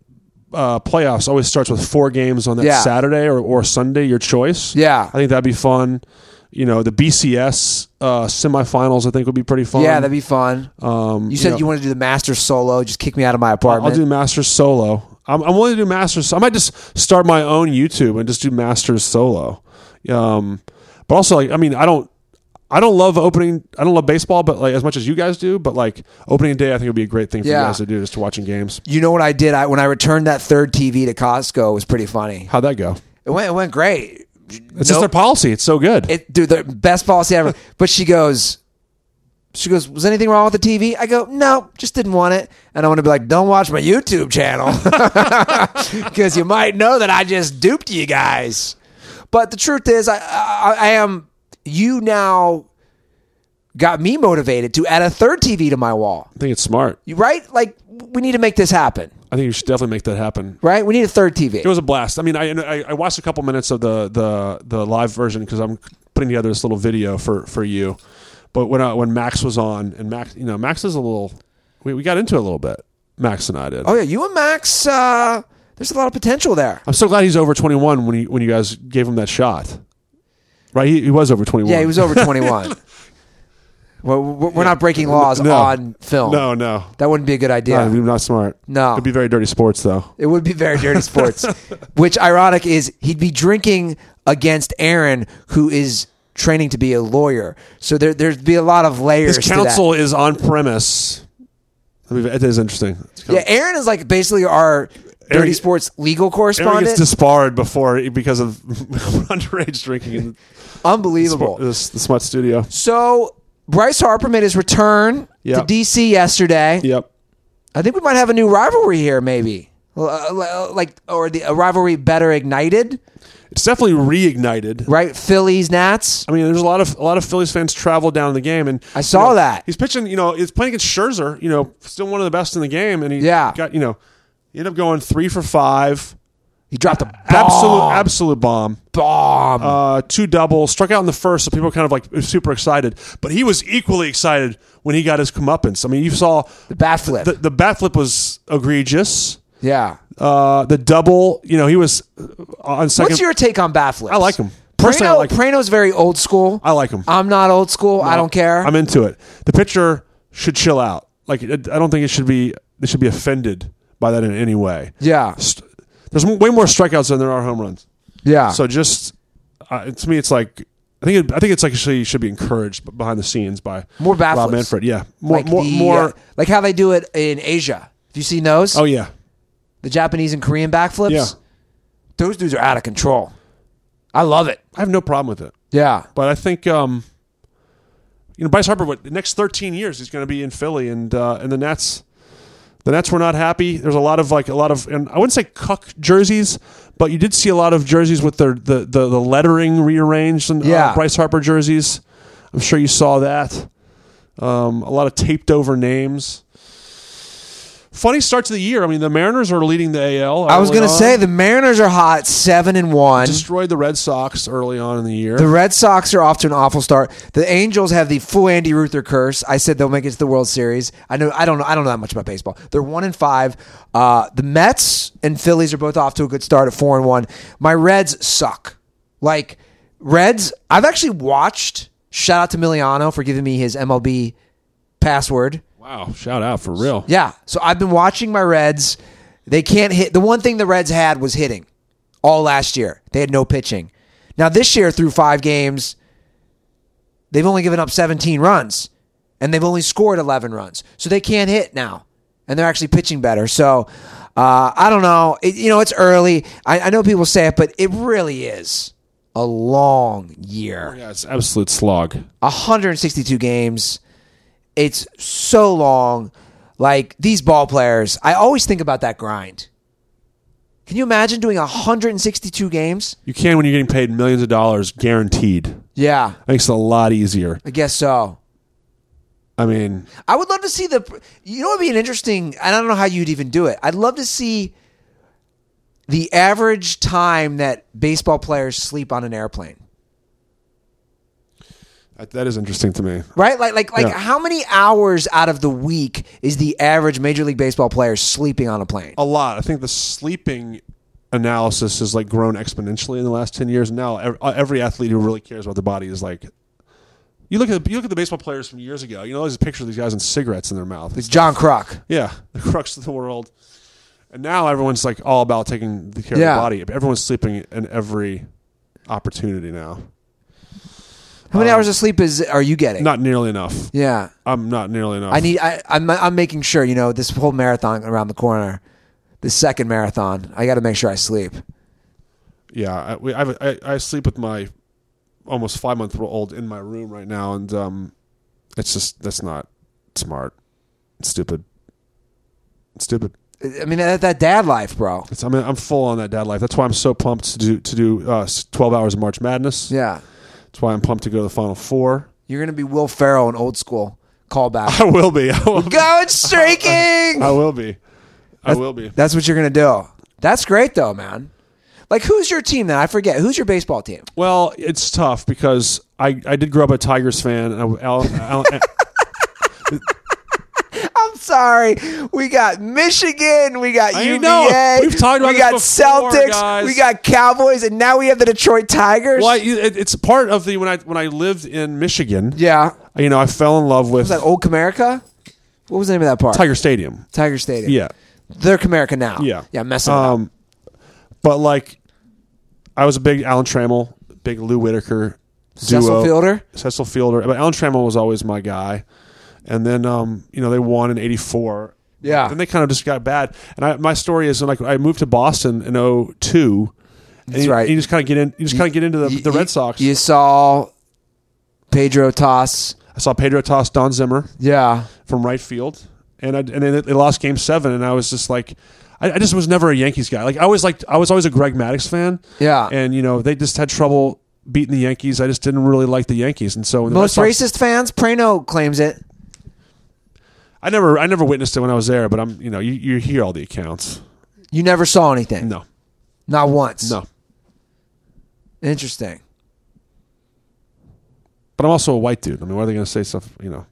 [SPEAKER 3] uh, playoffs always starts with four games on that
[SPEAKER 2] Yeah.
[SPEAKER 3] Saturday or, or Sunday, your choice.
[SPEAKER 2] Yeah.
[SPEAKER 3] I think that'd be fun. You know, the BCS uh, semifinals I think would be pretty fun.
[SPEAKER 2] yeah, that'd be fun.
[SPEAKER 3] Um,
[SPEAKER 2] you said you,
[SPEAKER 3] know,
[SPEAKER 2] wanted to do the master solo. Just kick me out of my
[SPEAKER 3] I'll
[SPEAKER 2] apartment.
[SPEAKER 3] do Masters solo. I'm, I'm willing to do Masters. I might just start my own YouTube and just do Masters solo. Um, but also, like, I mean, I don't, I don't love opening. I don't love baseball, but like as much as you guys do. But like opening day, I think would be a great thing for
[SPEAKER 2] Yeah.
[SPEAKER 3] you guys to do, just to watching games.
[SPEAKER 2] you know what I did? I when I returned that third TV to Costco, it was pretty funny.
[SPEAKER 3] How'd that go?
[SPEAKER 2] It went it went great.
[SPEAKER 3] It's just their policy. It's so good.
[SPEAKER 2] it dude the best policy ever but she goes she goes was anything wrong with the tv i go no just didn't want it and i want to be like don't watch my youtube channel because you might know that i just duped you guys but the truth is i i, I am you now got me motivated to add a third tv to my wall
[SPEAKER 3] I think it's smart.
[SPEAKER 2] You- right like we need to make this happen
[SPEAKER 3] I think you should definitely make that happen.
[SPEAKER 2] right we need a third tv
[SPEAKER 3] It was a blast. I mean, I I, I watched a couple minutes of the the the live version because I'm putting together this little video for for you. But when I, when Max was on, and Max, you know, Max is a little. We, we got into it a little bit. Max and I did.
[SPEAKER 2] oh yeah you and max uh there's a lot of potential there
[SPEAKER 3] I'm so glad he's over 21 when he when you guys gave him that shot. Right, he, he was over 21.
[SPEAKER 2] Yeah, he was over 21. well, we're we're not breaking laws
[SPEAKER 3] No.
[SPEAKER 2] on film.
[SPEAKER 3] No, no,
[SPEAKER 2] That wouldn't be a good idea.
[SPEAKER 3] no, not smart.
[SPEAKER 2] No.
[SPEAKER 3] it'd be very dirty sports though.
[SPEAKER 2] it would be very dirty sports. Which ironic is he'd be drinking against Aaron, who is training to be a lawyer. So there, there'd be a lot of layers.
[SPEAKER 3] His
[SPEAKER 2] to that.
[SPEAKER 3] counsel is on premise. I mean, it is interesting. It's kind of-
[SPEAKER 2] Yeah, Aaron is like basically our dirty
[SPEAKER 3] Aaron-
[SPEAKER 2] sports legal
[SPEAKER 3] Aaron
[SPEAKER 2] correspondent.
[SPEAKER 3] gets disbarred before because of underage drinking in
[SPEAKER 2] Unbelievable.
[SPEAKER 3] the, the Smut Studio.
[SPEAKER 2] So Bryce Harper made his return
[SPEAKER 3] Yep.
[SPEAKER 2] to DC yesterday.
[SPEAKER 3] Yep.
[SPEAKER 2] I think we might have a new rivalry here, maybe. L- uh, Like, or the a rivalry better ignited,
[SPEAKER 3] It's definitely reignited.
[SPEAKER 2] right? Phillies, Nats.
[SPEAKER 3] I mean, there's a lot of a lot of Phillies fans travel down the game, and
[SPEAKER 2] I saw
[SPEAKER 3] you know,
[SPEAKER 2] that.
[SPEAKER 3] he's pitching. You know, he's playing against Scherzer. You know, still one of the best in the game, and he
[SPEAKER 2] Yeah.
[SPEAKER 3] got you know, he ended up going three for five,
[SPEAKER 2] He dropped a bomb.
[SPEAKER 3] absolute absolute bomb,
[SPEAKER 2] bomb.
[SPEAKER 3] uh, two doubles, struck out in the first, so people were kind of like super excited. But he was equally excited when he got his comeuppance. I mean, you saw
[SPEAKER 2] the bat flip.
[SPEAKER 3] the, the bat flip was egregious.
[SPEAKER 2] yeah.
[SPEAKER 3] Uh, the double, you know, he was uh, on second.
[SPEAKER 2] What's your take on bat flips?
[SPEAKER 3] I like 'em. Personally, I
[SPEAKER 2] Prano,
[SPEAKER 3] like 'em.
[SPEAKER 2] Prano's very old school.
[SPEAKER 3] I like him.
[SPEAKER 2] I'm not old school. I don't care.
[SPEAKER 3] I'm into it. The pitcher should chill out. Like I I don't think it should be. They should be offended by that in any way.
[SPEAKER 2] yeah.
[SPEAKER 3] St- There's way more strikeouts than there are home runs.
[SPEAKER 2] Yeah.
[SPEAKER 3] So just uh, to me, it's like I think it, I think it's actually should be encouraged b- behind the scenes by
[SPEAKER 2] More bat
[SPEAKER 3] Rob
[SPEAKER 2] flips.
[SPEAKER 3] Manfred. Yeah, more
[SPEAKER 2] like
[SPEAKER 3] more,
[SPEAKER 2] the,
[SPEAKER 3] more
[SPEAKER 2] uh, like how they do it in Asia. Have you seen those?
[SPEAKER 3] Oh yeah,
[SPEAKER 2] The Japanese and Korean back flips.
[SPEAKER 3] yeah.
[SPEAKER 2] Those dudes are out of control. I love it.
[SPEAKER 3] I have no problem with it,
[SPEAKER 2] Yeah.
[SPEAKER 3] but I think um, you know Bryce Harper. What the next 13 years he's going to be in Philly, and uh, and the Nats. The Nets were not happy. There's a lot of like a lot of, and I wouldn't say cuck jerseys, but you did see a lot of jerseys with their the the, the lettering rearranged and
[SPEAKER 2] Yeah.
[SPEAKER 3] uh, Bryce Harper jerseys. I'm sure you saw that. Um, a lot of taped over names. Funny start to the year. I mean, the Mariners are leading the AL.
[SPEAKER 2] I was
[SPEAKER 3] early
[SPEAKER 2] gonna
[SPEAKER 3] on.
[SPEAKER 2] say the Mariners are hot, seven and one.
[SPEAKER 3] destroyed the Red Sox early on in the year.
[SPEAKER 2] the Red Sox are off to an awful start. The Angels have the full Andy Ruther curse. I said they'll make it to the World Series. I know I don't know I don't know that much about baseball. They're one and five. Uh, the Mets and Phillies are both off to a good start at four and one. My Reds suck. Like Reds, I've actually watched. Shout out to Miliano for giving me his MLB password.
[SPEAKER 3] wow! Shout out for real.
[SPEAKER 2] Yeah. So I've been watching my Reds They can't hit. The one thing the Reds had was hitting all last year. They had no pitching. Now, this year, through five games, they've only given up 17 runs and they've only scored 11 runs. So they can't hit now. And they're actually pitching better. So uh, I don't know. It, you know, it's early. I, I know people say it, but it really is a long year.
[SPEAKER 3] Yeah, it's absolute slog.
[SPEAKER 2] 162 games. It's so long. Like these ball players, I always think about that grind. Can you imagine doing 162 games?
[SPEAKER 3] You can when you're getting paid millions of dollars guaranteed.
[SPEAKER 2] Yeah,
[SPEAKER 3] Makes it a lot easier.
[SPEAKER 2] I guess so.
[SPEAKER 3] I mean,
[SPEAKER 2] I would love to see the. You know, it'd be an interesting. I don't know how you'd even do it. I'd love to see the average time that baseball players sleep on an airplane.
[SPEAKER 3] that- that is interesting to me.
[SPEAKER 2] Right? Like, like, like,
[SPEAKER 3] Yeah.
[SPEAKER 2] how many hours out of the week is the average Major League Baseball player sleeping on a plane?
[SPEAKER 3] A lot. I think the sleeping analysis has like grown exponentially in the last 10 years. Now ev- uh, every athlete who really cares about their body is like you look at the, you look at the baseball players from years ago. You know, there's a picture of these guys with cigarettes in their mouth.
[SPEAKER 2] It's John Kruk.
[SPEAKER 3] Yeah, the crux of the world. And now everyone's like all about taking the care
[SPEAKER 2] Yeah.
[SPEAKER 3] of the body. Everyone's sleeping in every opportunity now.
[SPEAKER 2] How
[SPEAKER 3] Um,
[SPEAKER 2] many hours of sleep is are you getting?
[SPEAKER 3] Not nearly enough.
[SPEAKER 2] yeah,
[SPEAKER 3] I'm not nearly enough.
[SPEAKER 2] I need. I, I'm I'm making sure. You know, this whole marathon around the corner, the second marathon. I got to make sure I sleep.
[SPEAKER 3] yeah, I, we, I, have a- I, I sleep with my almost five month old in my room right now, and um, it's just that's not smart. It's stupid. It's stupid.
[SPEAKER 2] I mean, that, that dad life, bro.
[SPEAKER 3] It's, I mean, I'm full on that dad life. That's why I'm so pumped to do to do uh, 12 hours of March Madness.
[SPEAKER 2] Yeah,
[SPEAKER 3] That's why I'm pumped to go to the Final Four.
[SPEAKER 2] you're gonna be Will Ferrell in old school callback.
[SPEAKER 3] I will be. I will be.
[SPEAKER 2] Going streaking.
[SPEAKER 3] I will be. I will be.
[SPEAKER 2] That's what you're gonna do. That's great though, man. Like, who's your team? Then I forget. Who's your baseball team?
[SPEAKER 3] Well, it's tough because I, I did grow up a Tigers fan. And I, Al, Al,
[SPEAKER 2] I'm sorry. We got Michigan. We got
[SPEAKER 3] I
[SPEAKER 2] UVA.
[SPEAKER 3] know. We've talked about
[SPEAKER 2] we
[SPEAKER 3] this
[SPEAKER 2] got
[SPEAKER 3] before,
[SPEAKER 2] Celtics.
[SPEAKER 3] guys.
[SPEAKER 2] We got Cowboys, and now we have the Detroit Tigers.
[SPEAKER 3] well, I, it, it's part of the when I when I lived in Michigan.
[SPEAKER 2] Yeah. Was
[SPEAKER 3] You know, I fell in love with
[SPEAKER 2] that Old Comerica? What was the name of that park?
[SPEAKER 3] Tiger Stadium.
[SPEAKER 2] Tiger Stadium.
[SPEAKER 3] Yeah.
[SPEAKER 2] They're Comerica now.
[SPEAKER 3] Yeah.
[SPEAKER 2] Yeah, messing up.
[SPEAKER 3] Um, but like, I was a big Alan Trammell, big Lou Whitaker duo.
[SPEAKER 2] Cecil Fielder.
[SPEAKER 3] Cecil Fielder. But Alan Trammell was always my guy. And then, um, you know, they won in 84.
[SPEAKER 2] Yeah.
[SPEAKER 3] Then they kind of just got bad. And I, my story is like I moved to Boston in 02. And
[SPEAKER 2] That's
[SPEAKER 3] you,
[SPEAKER 2] right.
[SPEAKER 3] and you just kind of get in. You just kind of get into the,
[SPEAKER 2] You-
[SPEAKER 3] the
[SPEAKER 2] you-
[SPEAKER 3] Red Sox.
[SPEAKER 2] You saw Pedro toss.
[SPEAKER 3] I saw Pedro toss Don Zimmer
[SPEAKER 2] Yeah.
[SPEAKER 3] from right field, and I, and then they lost Game Seven, and I was just like, I, I just was never a Yankees guy. Like I always liked, I was always a Greg Maddox fan.
[SPEAKER 2] Yeah.
[SPEAKER 3] and you know they just had trouble beating the Yankees. I just didn't really like the Yankees, and so when the
[SPEAKER 2] Most
[SPEAKER 3] Red Sox-
[SPEAKER 2] racist fans, Prano claims it.
[SPEAKER 3] I never, I never witnessed it when I was there, but I'm, you know, you, you hear all the accounts.
[SPEAKER 2] You never saw anything.
[SPEAKER 3] No,
[SPEAKER 2] Not once.
[SPEAKER 3] no,
[SPEAKER 2] Interesting.
[SPEAKER 3] but I'm also a white dude. I mean, why are they going to say stuff? You know,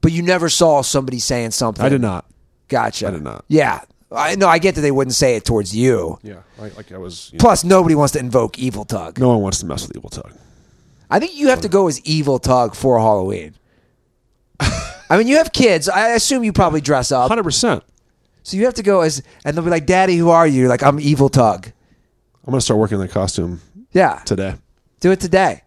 [SPEAKER 2] But you never saw somebody saying something.
[SPEAKER 3] I did not.
[SPEAKER 2] Gotcha.
[SPEAKER 3] I did not.
[SPEAKER 2] Yeah. I no, I get that they wouldn't say it towards you.
[SPEAKER 3] Yeah, like, like I was. you know,
[SPEAKER 2] Plus, nobody wants to invoke Evil Tug.
[SPEAKER 3] no one wants to mess with Evil Tug.
[SPEAKER 2] I think you have to go as Evil Tug for Halloween. I mean, you have kids. I assume you probably dress up.
[SPEAKER 3] Hundred percent.
[SPEAKER 2] So you have to go as, and they'll be like, Daddy, who are you? Like, I'm Evil Tug.
[SPEAKER 3] I'm going to start working in the costume
[SPEAKER 2] Yeah.
[SPEAKER 3] today.
[SPEAKER 2] Do it today.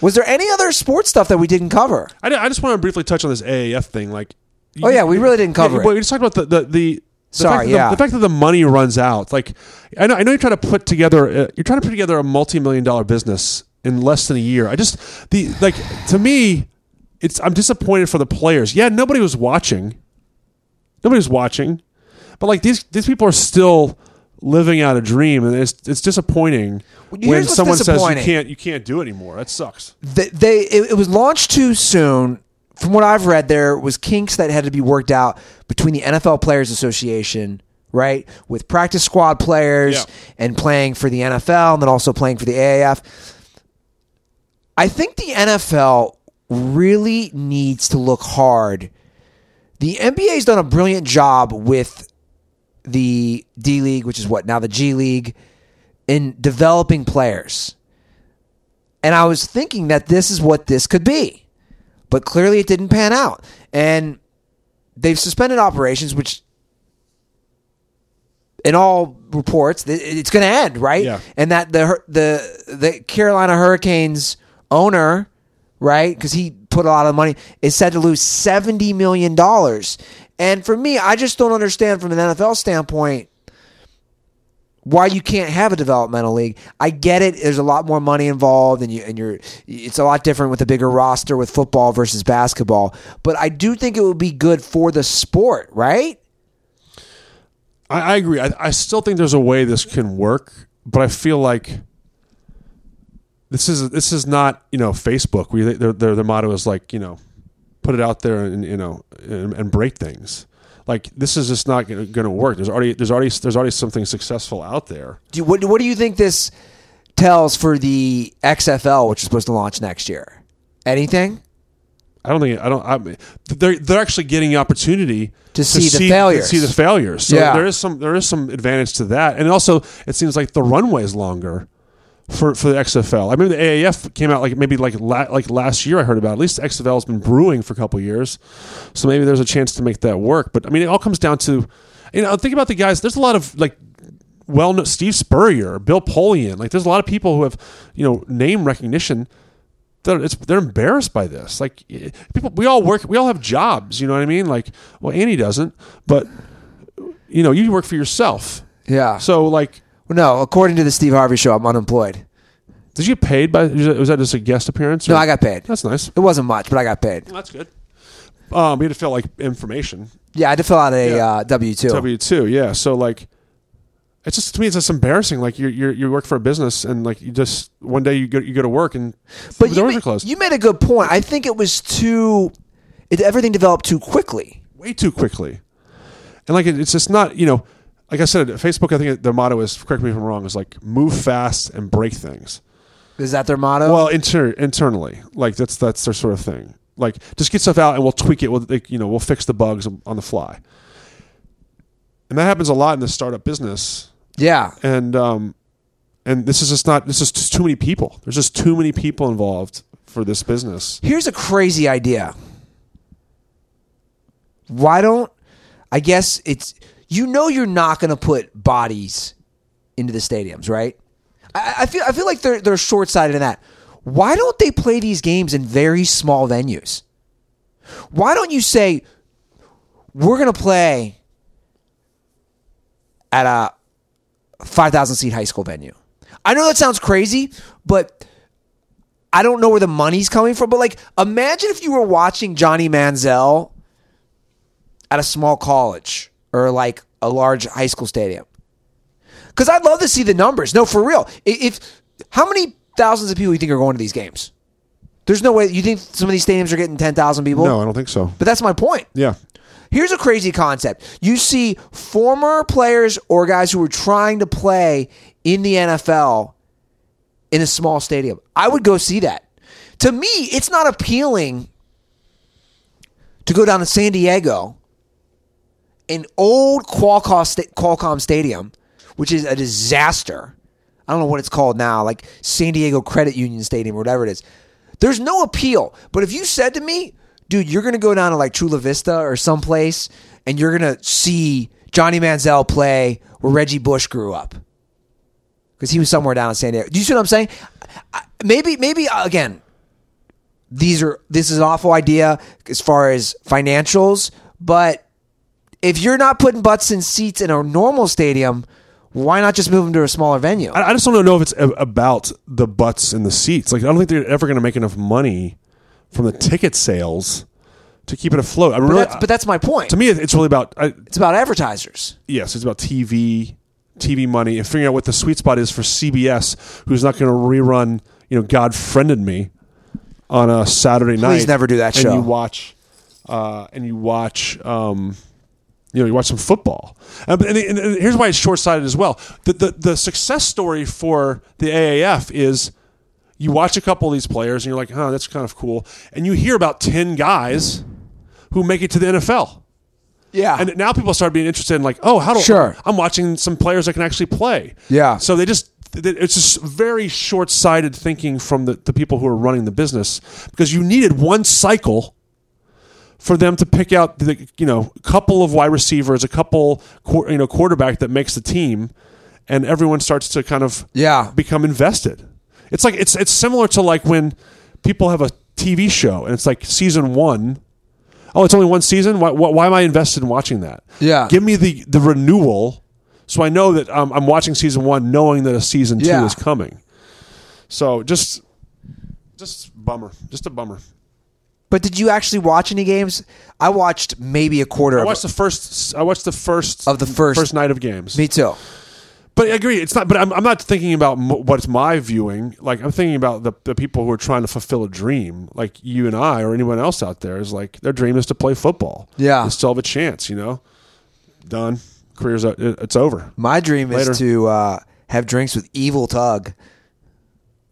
[SPEAKER 2] Was there any other sports stuff that we didn't cover?
[SPEAKER 3] I, di- I just want to briefly touch on this AAF thing. Like,
[SPEAKER 2] Oh, yeah, we really didn't cover
[SPEAKER 3] Yeah,
[SPEAKER 2] it.
[SPEAKER 3] Well, we just talked about the the. the the
[SPEAKER 2] Sorry,
[SPEAKER 3] fact that
[SPEAKER 2] yeah.
[SPEAKER 3] the, the fact that the money runs out. Like, I know, I know you're trying to put together, uh, you're trying to put together a multi-million dollar business in less than a year. I just the like to me, it's I'm disappointed for the players. Yeah, nobody was watching, nobody was watching, but like these these people are still living out a dream, and it's it's disappointing
[SPEAKER 2] Well, here's
[SPEAKER 3] when
[SPEAKER 2] what's
[SPEAKER 3] someone says you
[SPEAKER 2] disappointing.
[SPEAKER 3] can't you can't do it anymore. That sucks.
[SPEAKER 2] they, they it, it was launched too soon. From what I've read, there was kinks that had to be worked out between the NFL Players Association, right, with practice squad players
[SPEAKER 3] Yeah.
[SPEAKER 2] and playing for the NFL, and then also playing for the AAF. I think the NFL really needs to look hard. The NBA's done a brilliant job with the D League, which is what now the G League, in developing players. And I was thinking that this is what this could be. But clearly it didn't pan out. And they've suspended operations, which in all reports, th- it's going to end, right?
[SPEAKER 3] Yeah.
[SPEAKER 2] And that the hur- the the Carolina Hurricanes owner, right? Because he put a lot of money, is said to lose seventy million dollars. And for me, I just don't understand from an NFL standpoint why you can't have a developmental league. I get it. There's a lot more money involved, and you and you're it's a lot different with a bigger roster with football versus basketball. But I do think it would be good for the sport, right?
[SPEAKER 3] I, I agree. I, I still think there's a way this can work, but I feel like this is this is not you know Facebook. We their their, their motto is like you know put it out there and you know and, and break things. Like this is just not going to work. There's already there's already there's already something successful out there.
[SPEAKER 2] Do you, what, what do you think this tells for the XFL, which is supposed to launch next year? Anything?
[SPEAKER 3] I don't think I don't. I mean, they're they're actually getting the opportunity
[SPEAKER 2] To see the failures.
[SPEAKER 3] see the failures. So
[SPEAKER 2] Yeah.
[SPEAKER 3] there is some there is some advantage to that, and also it seems like the runway is longer for for the XFL. I remember the AAF came out like maybe like la- like last year. I heard about it. at least the XFL has been brewing for a couple years, so maybe there's a chance to make that work. But I mean, it all comes down to you know think about the guys. There's a lot of like well known Steve Spurrier, Bill Polian. Like there's a lot of people who have you know name recognition. They're, it's, they're embarrassed by this. Like eh, people, we all work, we all have jobs. You know what I mean? Like, well, Annie doesn't, but you know, you work for yourself.
[SPEAKER 2] Yeah.
[SPEAKER 3] So, like,
[SPEAKER 2] no, according to the Steve Harvey show, I'm unemployed.
[SPEAKER 3] did you get paid by? Was that, was that just a guest appearance?
[SPEAKER 2] No,
[SPEAKER 3] or-
[SPEAKER 2] I got paid.
[SPEAKER 3] That's nice.
[SPEAKER 2] It wasn't much, but I got paid.
[SPEAKER 3] That's good. Um, we had to fill like information.
[SPEAKER 2] Yeah, I had to fill out a
[SPEAKER 3] Yeah.
[SPEAKER 2] uh, W two.
[SPEAKER 3] W two, yeah. So like, it's just to me, it's just embarrassing. Like you you you work for a business, and like you just one day you go you go to work and
[SPEAKER 2] but
[SPEAKER 3] the
[SPEAKER 2] you,
[SPEAKER 3] doors
[SPEAKER 2] ma-
[SPEAKER 3] are closed
[SPEAKER 2] you made a good point. I think it was too. It, everything developed too quickly.
[SPEAKER 3] way too quickly, and like it, it's just not you know. Like I said, Facebook, I think their motto is correct me if I'm wrong is like move fast and break things.
[SPEAKER 2] Is that their motto?
[SPEAKER 3] Well, inter- internally, like that's that's their sort of thing. Like just get stuff out and we'll tweak it. We'll like, you know we'll fix the bugs on the fly, and that happens a lot in the startup business.
[SPEAKER 2] yeah,
[SPEAKER 3] And um, and this is just not this is just too many people. There's just too many people involved for this business.
[SPEAKER 2] Here's a crazy idea. Why don't I guess it's you know you're not going to put bodies into the stadiums, right? I, I feel I feel like they're they're short sighted in that. Why don't they play these games in very small venues? Why don't you say we're going to play at a 5,000 seat high school venue? I know that sounds crazy, but I don't know where the money's coming from, but like imagine if you were watching Johnny Manziel at a small college or like a large high school stadium. Cause I'd love to see the numbers. No, for real. I- If how many thousands of people you think are going to these games? There's no way you think some of these stadiums are getting ten thousand people.
[SPEAKER 3] No, I don't think so.
[SPEAKER 2] But that's my point.
[SPEAKER 3] Yeah,
[SPEAKER 2] Here's a crazy concept. You see former players or guys who were trying to play in the NFL in a small stadium. I would go see that. To me, it's not appealing to go down to San Diego, an old Qualcomm, sta- Qualcomm Stadium, which is a disaster. I don't know what it's called now, like San Diego Credit Union Stadium or whatever it is. There's no appeal. But if you said to me, dude, you're going to go down to like Chula Vista or someplace and you're going to see Johnny Manziel play where Reggie Bush grew up because he was somewhere down in San Diego. Do you see what I'm saying? I- Maybe, maybe uh, again, these are this is an awful idea as far as financials, but if you're not putting butts in seats in a normal stadium, why not just move them to a smaller venue?
[SPEAKER 3] I, I just don't know if it's a- about the butts and the seats. Like I don't think they're ever going to make enough money from the ticket sales to keep it afloat. I
[SPEAKER 2] But,
[SPEAKER 3] really,
[SPEAKER 2] that's, but that's my point.
[SPEAKER 3] to me, it- it's really about I,
[SPEAKER 2] It's about advertisers.
[SPEAKER 3] yes, it's about TV, TV money, and figuring out what the sweet spot is for CBS, who's not going to rerun. You know, God friended me on a Saturday night.
[SPEAKER 2] never do that
[SPEAKER 3] and
[SPEAKER 2] show.
[SPEAKER 3] You watch, uh, and you watch. Um, you know, you watch some football. And, but- and, and- and here's why it's short sighted as well. The, the the success story for the AAF is you watch a couple of these players and you're like, huh, that's kind of cool. And you hear about ten guys who make it to the NFL.
[SPEAKER 2] Yeah,
[SPEAKER 3] And now people start being interested in like, oh, how do
[SPEAKER 2] Sure.
[SPEAKER 3] I'm watching some players that can actually play.
[SPEAKER 2] Yeah.
[SPEAKER 3] So they just they- it's just very short-sighted thinking from the, the people who are running the business because you needed one cycle for them to pick out the you know couple of wide receivers, a couple quar- you know quarterback that makes the team, and everyone starts to kind of
[SPEAKER 2] Yeah.
[SPEAKER 3] become invested. It's like it's it's similar to like when people have a TV show and it's like season one. Oh, it's only one season. Why, why, why am I invested in watching that?
[SPEAKER 2] Yeah.
[SPEAKER 3] give me the the renewal, so I know that um, I'm watching season one, knowing that a season two
[SPEAKER 2] Yeah.
[SPEAKER 3] is coming. So just, just bummer, just a bummer.
[SPEAKER 2] But did you actually watch any games? I watched maybe a quarter
[SPEAKER 3] I
[SPEAKER 2] of
[SPEAKER 3] watched
[SPEAKER 2] it.
[SPEAKER 3] the first. I watched the first
[SPEAKER 2] Of the first-
[SPEAKER 3] first night of games.
[SPEAKER 2] Me too.
[SPEAKER 3] But I agree. It's not. But I'm, I'm not thinking about m- what's my viewing. Like I'm thinking about the, the people who are trying to fulfill a dream, like you and I, or anyone else out there. Is like their dream is to play football.
[SPEAKER 2] Yeah.
[SPEAKER 3] and still have a chance. You know, done. Careers. o- it- It's over.
[SPEAKER 2] My dream
[SPEAKER 3] Later.
[SPEAKER 2] is to uh, have drinks with Evil Tug.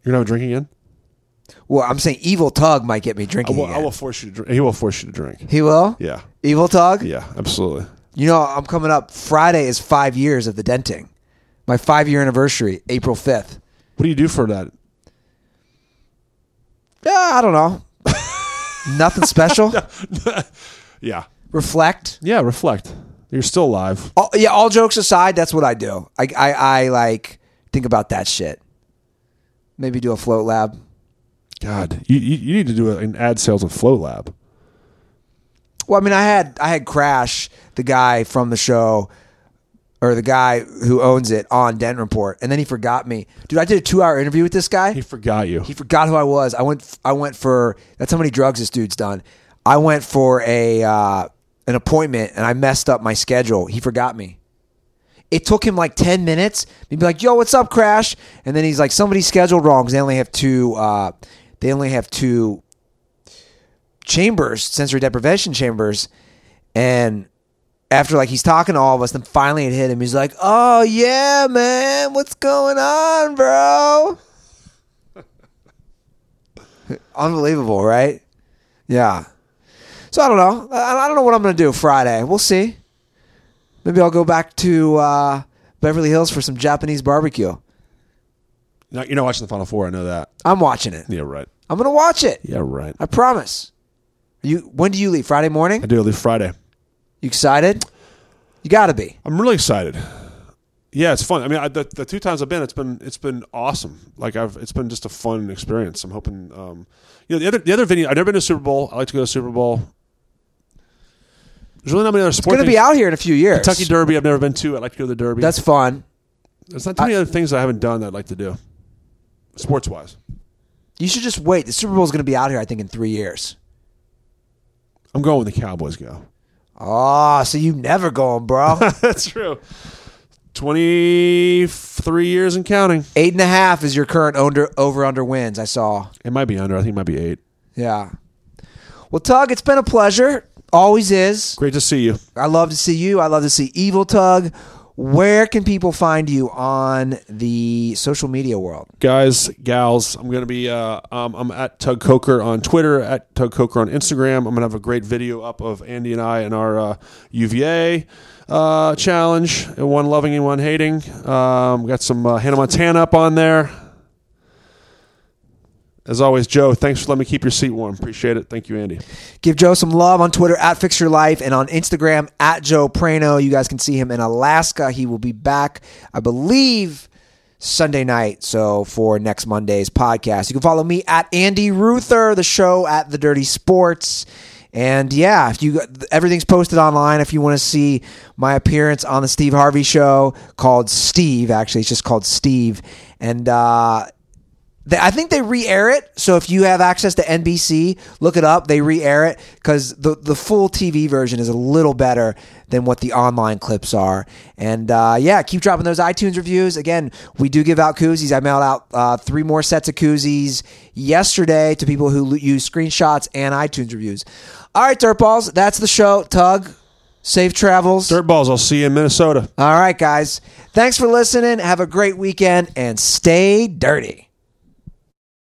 [SPEAKER 3] You're not drinking again.
[SPEAKER 2] Well, I'm saying Evil Tug might get me
[SPEAKER 3] I
[SPEAKER 2] drinking.
[SPEAKER 3] will, I
[SPEAKER 2] again.
[SPEAKER 3] will force you to drink. He will force you to drink.
[SPEAKER 2] he will.
[SPEAKER 3] Yeah.
[SPEAKER 2] Evil Tug.
[SPEAKER 3] Yeah. Absolutely.
[SPEAKER 2] You know, I'm coming up. Friday is five years of the denting. My five year anniversary, April 5th.
[SPEAKER 3] What do you do for that?
[SPEAKER 2] Yeah, I don't know. Nothing special.
[SPEAKER 3] Yeah.
[SPEAKER 2] Reflect.
[SPEAKER 3] Yeah. Reflect. You're still alive.
[SPEAKER 2] All, yeah, all jokes aside, that's what I do. I, I, I like think about that shit. Maybe do a float lab.
[SPEAKER 3] God, you, you, you need to do an ad sales with Flow Lab.
[SPEAKER 2] Well, I mean, I had I had Crash, the guy from the show, or the guy who owns it on Dent Report, and then he forgot me, dude. I did a two hour interview with this guy.
[SPEAKER 3] He forgot you.
[SPEAKER 2] He forgot who I was. I went. I went for. That's how many drugs this dude's done. I went for a uh, an appointment, and I messed up my schedule. He forgot me. It took him like ten minutes. He'd be like, "Yo, what's up, Crash?" And then he's like, "Somebody scheduled wrong because they only have two. Uh, they only have two chambers, sensory deprivation chambers." And after like he's talking to all of us, then finally it hit him. He's like, "Oh yeah, man, what's going on, bro?" Unbelievable, right? Yeah. So I don't know. I, I don't know what I'm going to do Friday. We'll see. Maybe I'll go back to uh, Beverly Hills for some Japanese barbecue.
[SPEAKER 3] No, you're not watching the Final Four. I know that.
[SPEAKER 2] I'm watching it.
[SPEAKER 3] Yeah. Right.
[SPEAKER 2] I'm going to watch it.
[SPEAKER 3] Yeah. Right.
[SPEAKER 2] I promise. You. When do you leave? Friday morning?
[SPEAKER 3] I do. I leave Friday.
[SPEAKER 2] You excited? You got to be.
[SPEAKER 3] I'm really excited. Yeah, it's fun. I mean, I, the, the two times I've been, it's been it's been awesome. Like I've, it's been just a fun experience. I'm hoping, um, you know, the other the other venue. I've never been to a Super Bowl. I like to go to a Super Bowl. There's really not many other sports.
[SPEAKER 2] Going to be out here in a few years.
[SPEAKER 3] Kentucky Derby. I've never been to. I like to go to the Derby.
[SPEAKER 2] That's fun.
[SPEAKER 3] There's not too many other things I haven't done that I'd like to do, sports wise.
[SPEAKER 2] You should just wait. The Super Bowl is going to be out here, I think, in three years.
[SPEAKER 3] I'm going when the Cowboys go.
[SPEAKER 2] Oh, so you never going, bro.
[SPEAKER 3] That's true. Twenty three years and counting.
[SPEAKER 2] Eight and a half is your current under over under wins. I saw.
[SPEAKER 3] It might be under. I think it might be eight.
[SPEAKER 2] Yeah. Well, Tug, it's been a pleasure. Always is.
[SPEAKER 3] Great to see you.
[SPEAKER 2] I love to see you. I love to see Evil Tug. Where can people find you on the social media world?
[SPEAKER 3] guys, gals, I'm gonna be uh, um, I'm at Tug Coker on Twitter, at Tug Coker on Instagram. I'm gonna have a great video up of Andy and I and our uh, UVA uh, challenge, and one loving and one hating. Um, got some uh, Hannah Montana up on there. As always, Joe, thanks for letting me keep your seat warm. Appreciate it. Thank you, Andy.
[SPEAKER 2] Give Joe some love on Twitter at Fix Your Life and on Instagram at Joe Prano. You guys can see him in Alaska. He will be back, I believe, Sunday night. So for next Monday's podcast, you can follow me at Andy Ruther, the show at The Dirty Sports. And yeah, if you everything's posted online. If you want to see my appearance on the Steve Harvey show called Steve, actually it's just called Steve, and uh, they, I think they re-air it. So if you have access to NBC, look it up. They re-air it because the the full TV version is a little better than what the online clips are. And uh, yeah, keep dropping those iTunes reviews. Again, we do give out koozies. I mailed out uh, three more sets of koozies yesterday to people who l- use screenshots and iTunes reviews. All right, dirtballs, that's the show. Tug, safe travels.
[SPEAKER 3] Dirtballs, I'll see you in Minnesota.
[SPEAKER 2] All right, guys, thanks for listening. Have a great weekend and stay dirty.